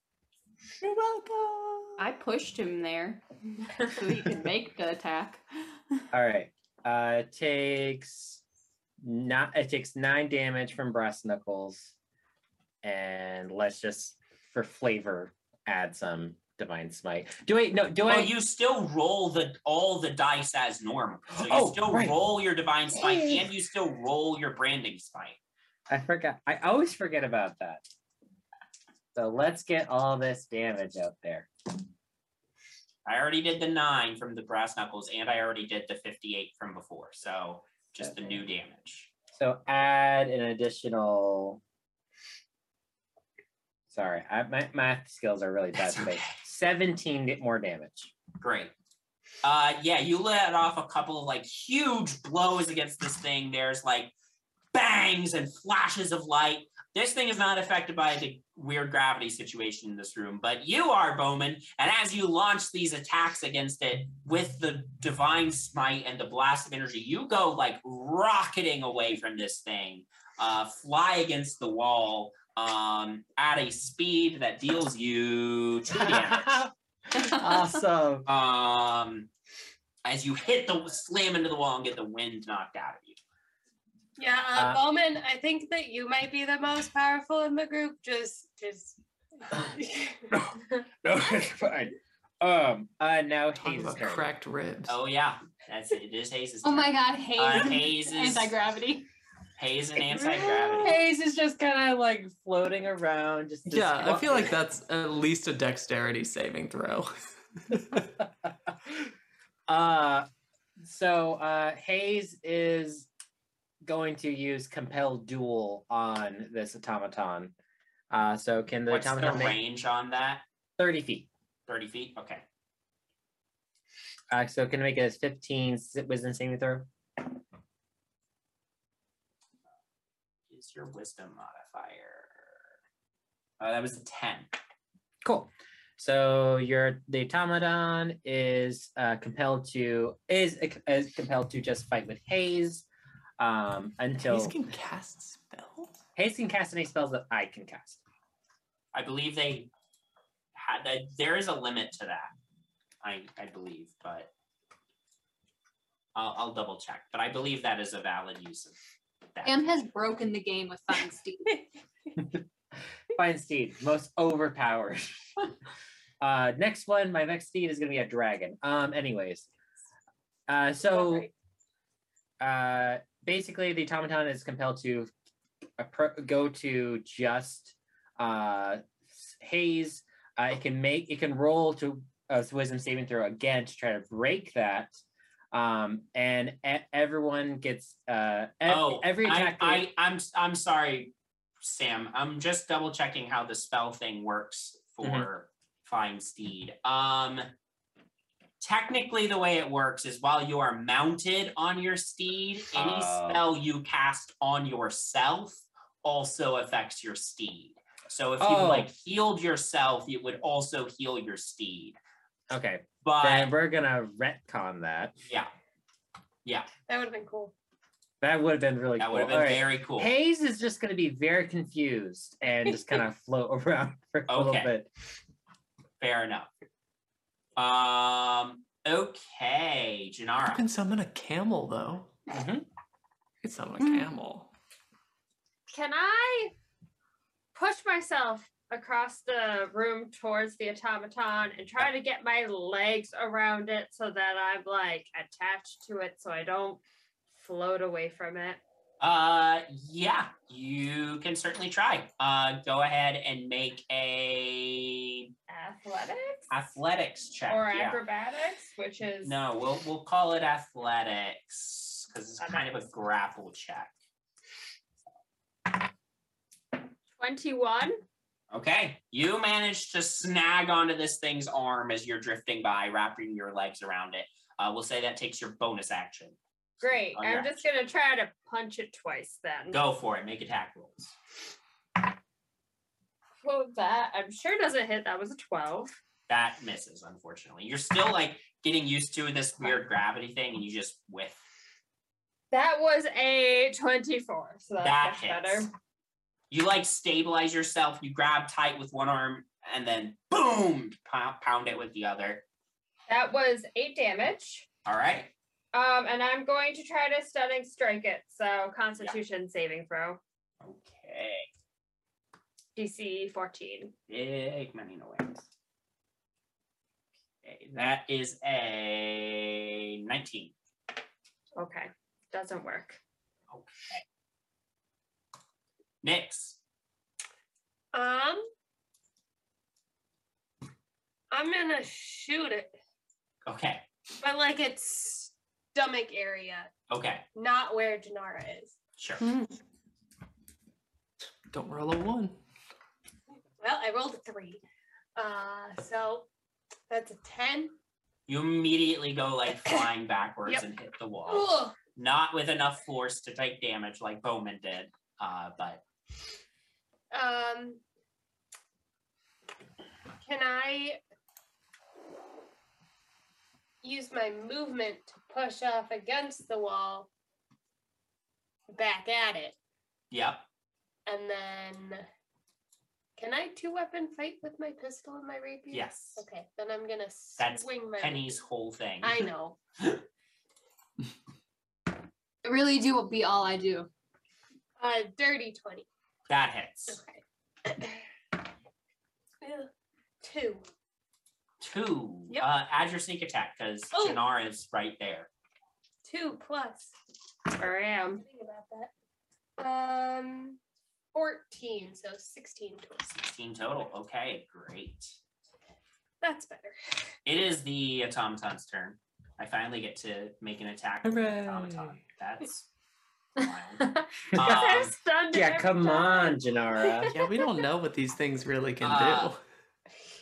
[SPEAKER 6] You're welcome. I pushed him there so he could make the attack.
[SPEAKER 8] All right. Uh, it takes not. It takes nine damage from brass knuckles, and let's just for flavor add some divine smite. Do I no? Do
[SPEAKER 1] well,
[SPEAKER 8] I?
[SPEAKER 1] you still roll the all the dice as normal. So you
[SPEAKER 8] Oh,
[SPEAKER 1] still
[SPEAKER 8] right.
[SPEAKER 1] roll your divine spike
[SPEAKER 8] Hey.
[SPEAKER 1] and you still roll your branding spike.
[SPEAKER 8] I forgot. I always forget about that. So let's get all this damage out there.
[SPEAKER 1] I already did the nine from the brass knuckles, and I already did the fifty-eight from before. So just the new damage.
[SPEAKER 8] So add an additional. Sorry, I, my math skills are really bad
[SPEAKER 1] That's
[SPEAKER 8] today.
[SPEAKER 1] okay.
[SPEAKER 8] Seventeen di- more damage.
[SPEAKER 1] Great. Uh, yeah, you let off a couple of like huge blows against this thing. There's like bangs and flashes of light. This thing is not affected by the weird gravity situation in this room, but you are, Bowman. And as you launch these attacks against it with the divine smite and the blast of energy, you go like rocketing away from this thing, uh, fly against the wall um, at a speed that deals you two damage.
[SPEAKER 8] awesome.
[SPEAKER 1] Um, as you hit the slam into the wall and get the wind knocked out of you.
[SPEAKER 4] Yeah, uh,
[SPEAKER 1] Uh,
[SPEAKER 4] Bowman, I think that you might be the most powerful in the group. Just, just.
[SPEAKER 8] No, it's fine. Um, uh, now Hayes'
[SPEAKER 3] about
[SPEAKER 8] turn.
[SPEAKER 3] cracked ribs.
[SPEAKER 1] Oh yeah, that's it. It is Haze's.
[SPEAKER 2] Oh
[SPEAKER 1] turn.
[SPEAKER 2] my god, Haze.
[SPEAKER 1] Uh, Haze is
[SPEAKER 2] Anti gravity.
[SPEAKER 1] Haze and anti gravity.
[SPEAKER 9] Hayes is just kind of like floating around. Just this
[SPEAKER 3] Yeah, I feel like
[SPEAKER 9] awkward-
[SPEAKER 3] that's at least a dexterity saving throw.
[SPEAKER 8] Uh, so uh, Hayes is going to use compel duel on this automaton. Uh, so can the
[SPEAKER 1] What's the
[SPEAKER 8] automaton make
[SPEAKER 1] range on that?
[SPEAKER 8] thirty feet?
[SPEAKER 1] Thirty feet. Okay.
[SPEAKER 8] Uh, so can it make it as fifteen s- wisdom saving throw?
[SPEAKER 1] Is your wisdom modifier? Uh, that was a ten.
[SPEAKER 8] Cool. So your the automaton is uh, compelled to is, uh, is compelled to just fight with Hayes um, until
[SPEAKER 3] These can cast spells.
[SPEAKER 8] Hayes can cast any spells that I can cast.
[SPEAKER 1] I believe they had that. There is a limit to that. I I believe, but I'll, I'll double check. But I believe that is a valid use of that.
[SPEAKER 2] Am has broken the game with Feinstein.
[SPEAKER 8] Fine steed, most overpowered. uh, next one, my next steed is gonna be a dragon. Um, anyways, uh, so uh, basically the automaton is compelled to appro- go to just uh s- haze. Uh, it can make it can roll to a wisdom saving throw again to try to break that. Um, and e- everyone gets uh, ev-
[SPEAKER 1] oh,
[SPEAKER 8] every attack. they-
[SPEAKER 1] I, I, I'm s- I'm sorry, Sam. I'm just double checking how the spell thing works for
[SPEAKER 8] Mm-hmm.
[SPEAKER 1] Fine Steed. Um, technically, the way it works is while you are mounted on your steed, any
[SPEAKER 8] Oh.
[SPEAKER 1] spell you cast on yourself also affects your steed. So if you
[SPEAKER 8] Oh.
[SPEAKER 1] like healed yourself, it would also heal your steed.
[SPEAKER 8] okay,
[SPEAKER 1] But
[SPEAKER 8] then we're gonna retcon that.
[SPEAKER 1] yeah, yeah,
[SPEAKER 4] that would have been cool.
[SPEAKER 8] That would have been really
[SPEAKER 1] that
[SPEAKER 8] cool.
[SPEAKER 1] would have been
[SPEAKER 8] All right.
[SPEAKER 1] very cool.
[SPEAKER 8] Hayes is just going to be very confused and just kind of float around for a little
[SPEAKER 1] Okay.
[SPEAKER 8] bit.
[SPEAKER 1] Fair enough. Um. Okay,
[SPEAKER 3] You can
[SPEAKER 1] Janara.
[SPEAKER 3] summon a camel though.
[SPEAKER 1] Mm-hmm.
[SPEAKER 8] Mhm.
[SPEAKER 3] You can summon a camel.
[SPEAKER 7] Can I push myself across the room towards the automaton and try to get my legs around it so that I'm like attached to it so I don't float away from it?
[SPEAKER 1] Uh, yeah, you can certainly try. Uh, go ahead and make a
[SPEAKER 7] Athletics
[SPEAKER 1] athletics check.
[SPEAKER 7] or
[SPEAKER 1] yeah.
[SPEAKER 7] acrobatics, which is
[SPEAKER 1] No, we'll we'll call it athletics because it's kind of a
[SPEAKER 7] Athletics.
[SPEAKER 1] grapple check.
[SPEAKER 7] 21.
[SPEAKER 1] Okay, you manage to snag onto this thing's arm as you're drifting by, wrapping your legs around it. Uh, we'll say that takes your bonus action.
[SPEAKER 7] Great.
[SPEAKER 1] Oh,
[SPEAKER 7] I'm
[SPEAKER 1] yeah.
[SPEAKER 7] just gonna try to punch it twice then.
[SPEAKER 1] Go for it. Make attack rolls.
[SPEAKER 7] Well, that I'm sure doesn't hit. That was a twelve.
[SPEAKER 1] That misses, unfortunately. You're still like getting used to this weird gravity thing, and you just whiff.
[SPEAKER 7] That was a twenty-four. So that's
[SPEAKER 1] That
[SPEAKER 7] much better.
[SPEAKER 1] hits. You like stabilize yourself. You grab tight with one arm, and then boom, pow- pound it with the other.
[SPEAKER 7] That was eight damage.
[SPEAKER 1] All right.
[SPEAKER 7] Um, and I'm going to try to stunning strike it. So Constitution saving throw.
[SPEAKER 1] Okay.
[SPEAKER 7] DC fourteen.
[SPEAKER 1] Big money no ways. Okay, that is a 19.
[SPEAKER 7] Okay, doesn't work.
[SPEAKER 1] Next.
[SPEAKER 4] Um, I'm gonna shoot it,
[SPEAKER 1] Okay.
[SPEAKER 4] but like its stomach area,
[SPEAKER 1] Okay.
[SPEAKER 4] not where Janara is.
[SPEAKER 1] Sure.
[SPEAKER 3] Don't roll a one.
[SPEAKER 4] Well, I rolled a three, uh, so that's a ten.
[SPEAKER 1] You immediately go like flying backwards
[SPEAKER 4] Yep.
[SPEAKER 1] and hit the wall.
[SPEAKER 4] Ugh.
[SPEAKER 1] Not with enough force to take damage like Bowman did, uh, but
[SPEAKER 4] Um, can I use my movement to push off against the wall, back at it,
[SPEAKER 1] yep.
[SPEAKER 4] and then can I two weapon fight with my pistol and my rapier?
[SPEAKER 1] Yes.
[SPEAKER 4] Okay, then I'm gonna
[SPEAKER 1] That's
[SPEAKER 4] swing my.
[SPEAKER 1] Penny's whole thing.
[SPEAKER 4] I know.
[SPEAKER 2] I really do be all I do.
[SPEAKER 4] Uh, dirty twenty.
[SPEAKER 1] That hits.
[SPEAKER 4] Ugh, Two.
[SPEAKER 1] Two.
[SPEAKER 4] Yep.
[SPEAKER 1] Uh, add your sneak attack because
[SPEAKER 4] Oh.
[SPEAKER 1] Janara is right there.
[SPEAKER 4] Two plus.
[SPEAKER 7] I am.
[SPEAKER 4] Think about that. Um, fourteen. So sixteen total.
[SPEAKER 1] 16 total. Okay, great.
[SPEAKER 4] That's better.
[SPEAKER 1] It is the automaton's turn. I finally get to make an attack with
[SPEAKER 8] Hooray.
[SPEAKER 1] an automaton. That's wild.
[SPEAKER 7] I'm
[SPEAKER 1] Um,
[SPEAKER 7] stunned.
[SPEAKER 8] Yeah,
[SPEAKER 7] every
[SPEAKER 8] come
[SPEAKER 7] time.
[SPEAKER 8] on, Janara.
[SPEAKER 3] Yeah, we don't know what these things really can
[SPEAKER 1] Uh,
[SPEAKER 3] do.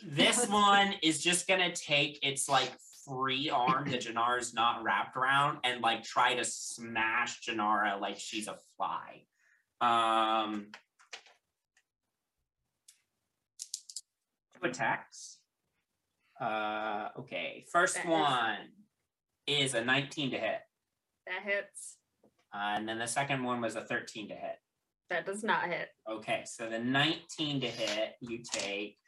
[SPEAKER 1] this one is just gonna take its like free arm that Janara's not wrapped around and like try to smash Janara like she's a fly. Um two attacks. Uh okay. First
[SPEAKER 7] That is-
[SPEAKER 1] one is a 19 to hit.
[SPEAKER 7] That hits.
[SPEAKER 1] Uh, and then the second one was a 13 to hit.
[SPEAKER 7] That does not hit.
[SPEAKER 1] Okay, so the 19 to hit, you take.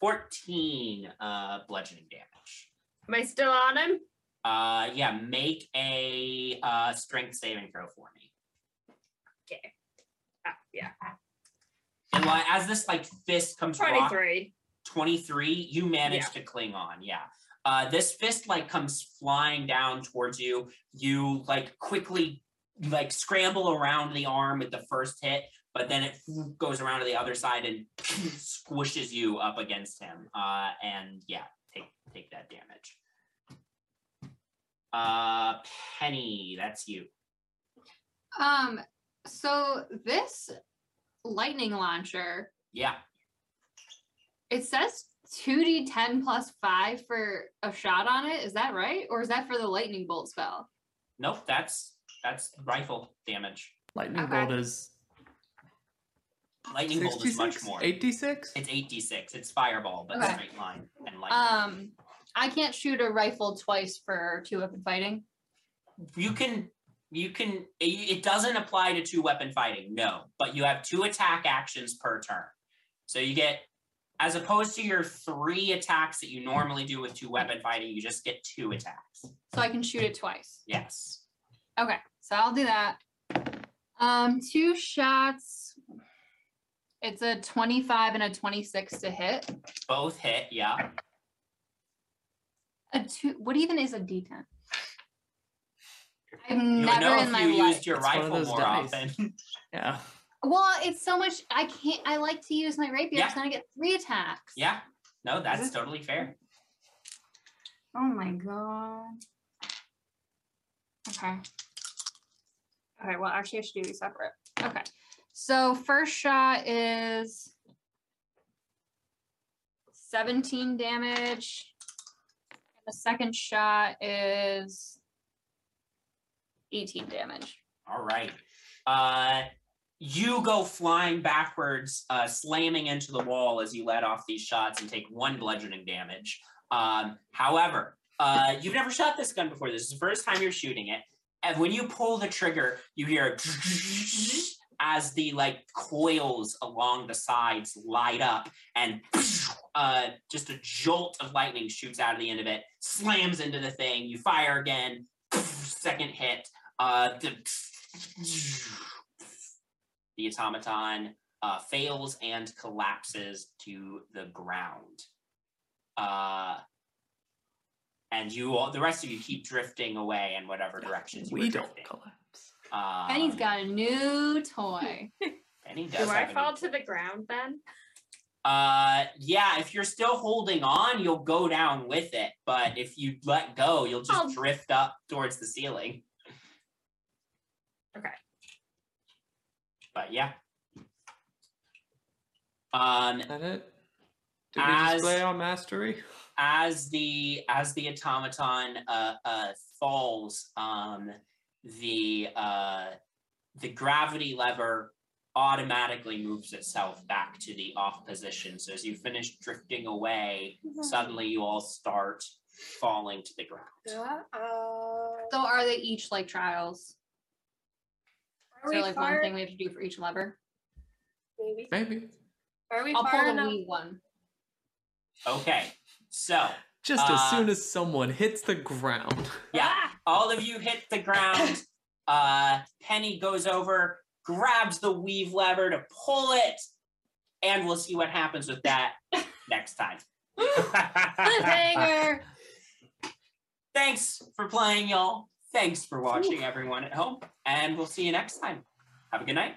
[SPEAKER 1] Fourteen uh, bludgeoning damage.
[SPEAKER 7] Am I still on him?
[SPEAKER 1] Uh, yeah, make a uh, strength saving throw for me.
[SPEAKER 7] Okay. Ah, yeah.
[SPEAKER 1] And while, as this like fist comes rock-
[SPEAKER 7] Twenty-three.
[SPEAKER 1] 23 you manage to cling on yeah uh, this fist like comes flying down towards you you like quickly like scramble around the arm with the first hit but then it goes around to the other side and squishes you up against him uh, and yeah take take that damage uh penny that's you
[SPEAKER 2] Um, so this lightning launcher,
[SPEAKER 1] yeah
[SPEAKER 2] it says 2d10 plus 5 for a shot on it. Is that right? Or is that for the lightning bolt spell?
[SPEAKER 1] nope that's that's rifle damage
[SPEAKER 3] Lightning
[SPEAKER 2] okay.
[SPEAKER 3] bolt is
[SPEAKER 1] lightning bolt is much
[SPEAKER 3] 66?
[SPEAKER 1] more
[SPEAKER 3] 86?
[SPEAKER 1] it's 8d6 it's fireball but
[SPEAKER 2] Okay.
[SPEAKER 1] straight line and lightning
[SPEAKER 2] Um, I can't shoot a rifle twice for two weapon fighting.
[SPEAKER 1] you can you can it, it doesn't apply to two weapon fighting no but you have two attack actions per turn so you get as opposed to your three attacks that you normally do with two weapon fighting you just get two attacks
[SPEAKER 2] So I can shoot it twice.
[SPEAKER 1] yes
[SPEAKER 2] Okay, so I'll do that. Um, two shots. It's a 25 and a 26 to hit.
[SPEAKER 1] both hit yeah
[SPEAKER 2] A two what even is a D10? I've
[SPEAKER 1] you would
[SPEAKER 2] never
[SPEAKER 1] know
[SPEAKER 2] in
[SPEAKER 1] if
[SPEAKER 2] my
[SPEAKER 1] you
[SPEAKER 2] life.
[SPEAKER 1] used your
[SPEAKER 3] It's one of
[SPEAKER 1] rifle
[SPEAKER 3] those
[SPEAKER 1] more
[SPEAKER 3] dice.
[SPEAKER 1] often
[SPEAKER 3] Yeah.
[SPEAKER 2] Well, it's so much. I can't. I like to use my rapier.
[SPEAKER 1] Yeah.
[SPEAKER 2] because then I get three attacks.
[SPEAKER 1] yeah no that's
[SPEAKER 2] This-
[SPEAKER 1] totally fair
[SPEAKER 2] Oh my god. Okay.
[SPEAKER 4] Okay, well, actually, I should do these separate.
[SPEAKER 2] Okay. So first shot is 17 damage. And the second shot is 18 damage.
[SPEAKER 1] All right. Uh, you go flying backwards, uh, slamming into the wall as you let off these shots and take one bludgeoning damage. Um, however, uh, you've never shot this gun before. This is the first time you're shooting it. And when you pull the trigger, you hear a as the like coils along the sides light up and uh, just a jolt of lightning shoots out of the end of it, slams into the thing. You fire again, second hit. Uh, the, the automaton uh, fails and collapses to the ground. Uh, and you all, the rest of you keep drifting away in whatever directions you
[SPEAKER 3] We
[SPEAKER 1] were
[SPEAKER 3] don't
[SPEAKER 1] drifting. Um,
[SPEAKER 2] Penny's got a new toy.
[SPEAKER 1] Penny does
[SPEAKER 7] Do
[SPEAKER 1] have
[SPEAKER 7] I
[SPEAKER 1] a
[SPEAKER 7] fall to the ground then?
[SPEAKER 1] Uh, yeah, if you're still holding on, you'll go down with it. But if you let go, you'll just
[SPEAKER 7] Oh.
[SPEAKER 1] drift up towards the ceiling.
[SPEAKER 7] Okay.
[SPEAKER 1] But yeah. Um,
[SPEAKER 3] that it? Did we
[SPEAKER 1] as
[SPEAKER 3] display our mastery?
[SPEAKER 1] as the as the automaton uh, uh, falls, um, the uh, the gravity lever automatically moves itself back to the off position. So as you finish drifting away, suddenly you all start falling to the ground.
[SPEAKER 2] So
[SPEAKER 4] uh,
[SPEAKER 2] are they each like trials?
[SPEAKER 4] Are
[SPEAKER 2] Is there
[SPEAKER 4] we
[SPEAKER 2] like
[SPEAKER 4] far-
[SPEAKER 2] one thing we have to do for each lever?
[SPEAKER 4] Maybe.
[SPEAKER 3] Maybe.
[SPEAKER 4] Are we
[SPEAKER 2] I'll
[SPEAKER 4] far
[SPEAKER 2] pull the
[SPEAKER 4] enough?
[SPEAKER 2] wee one.
[SPEAKER 1] Okay, so
[SPEAKER 3] Just as
[SPEAKER 1] uh,
[SPEAKER 3] soon as someone hits the ground.
[SPEAKER 1] Yeah, all of you hit the ground. Uh, Penny goes over, grabs the weave lever to pull it, and we'll see what happens with that next time.
[SPEAKER 4] Cliffhanger!
[SPEAKER 1] Thanks for playing, y'all. Thanks for watching, everyone at home, and we'll see you next time. Have a good night.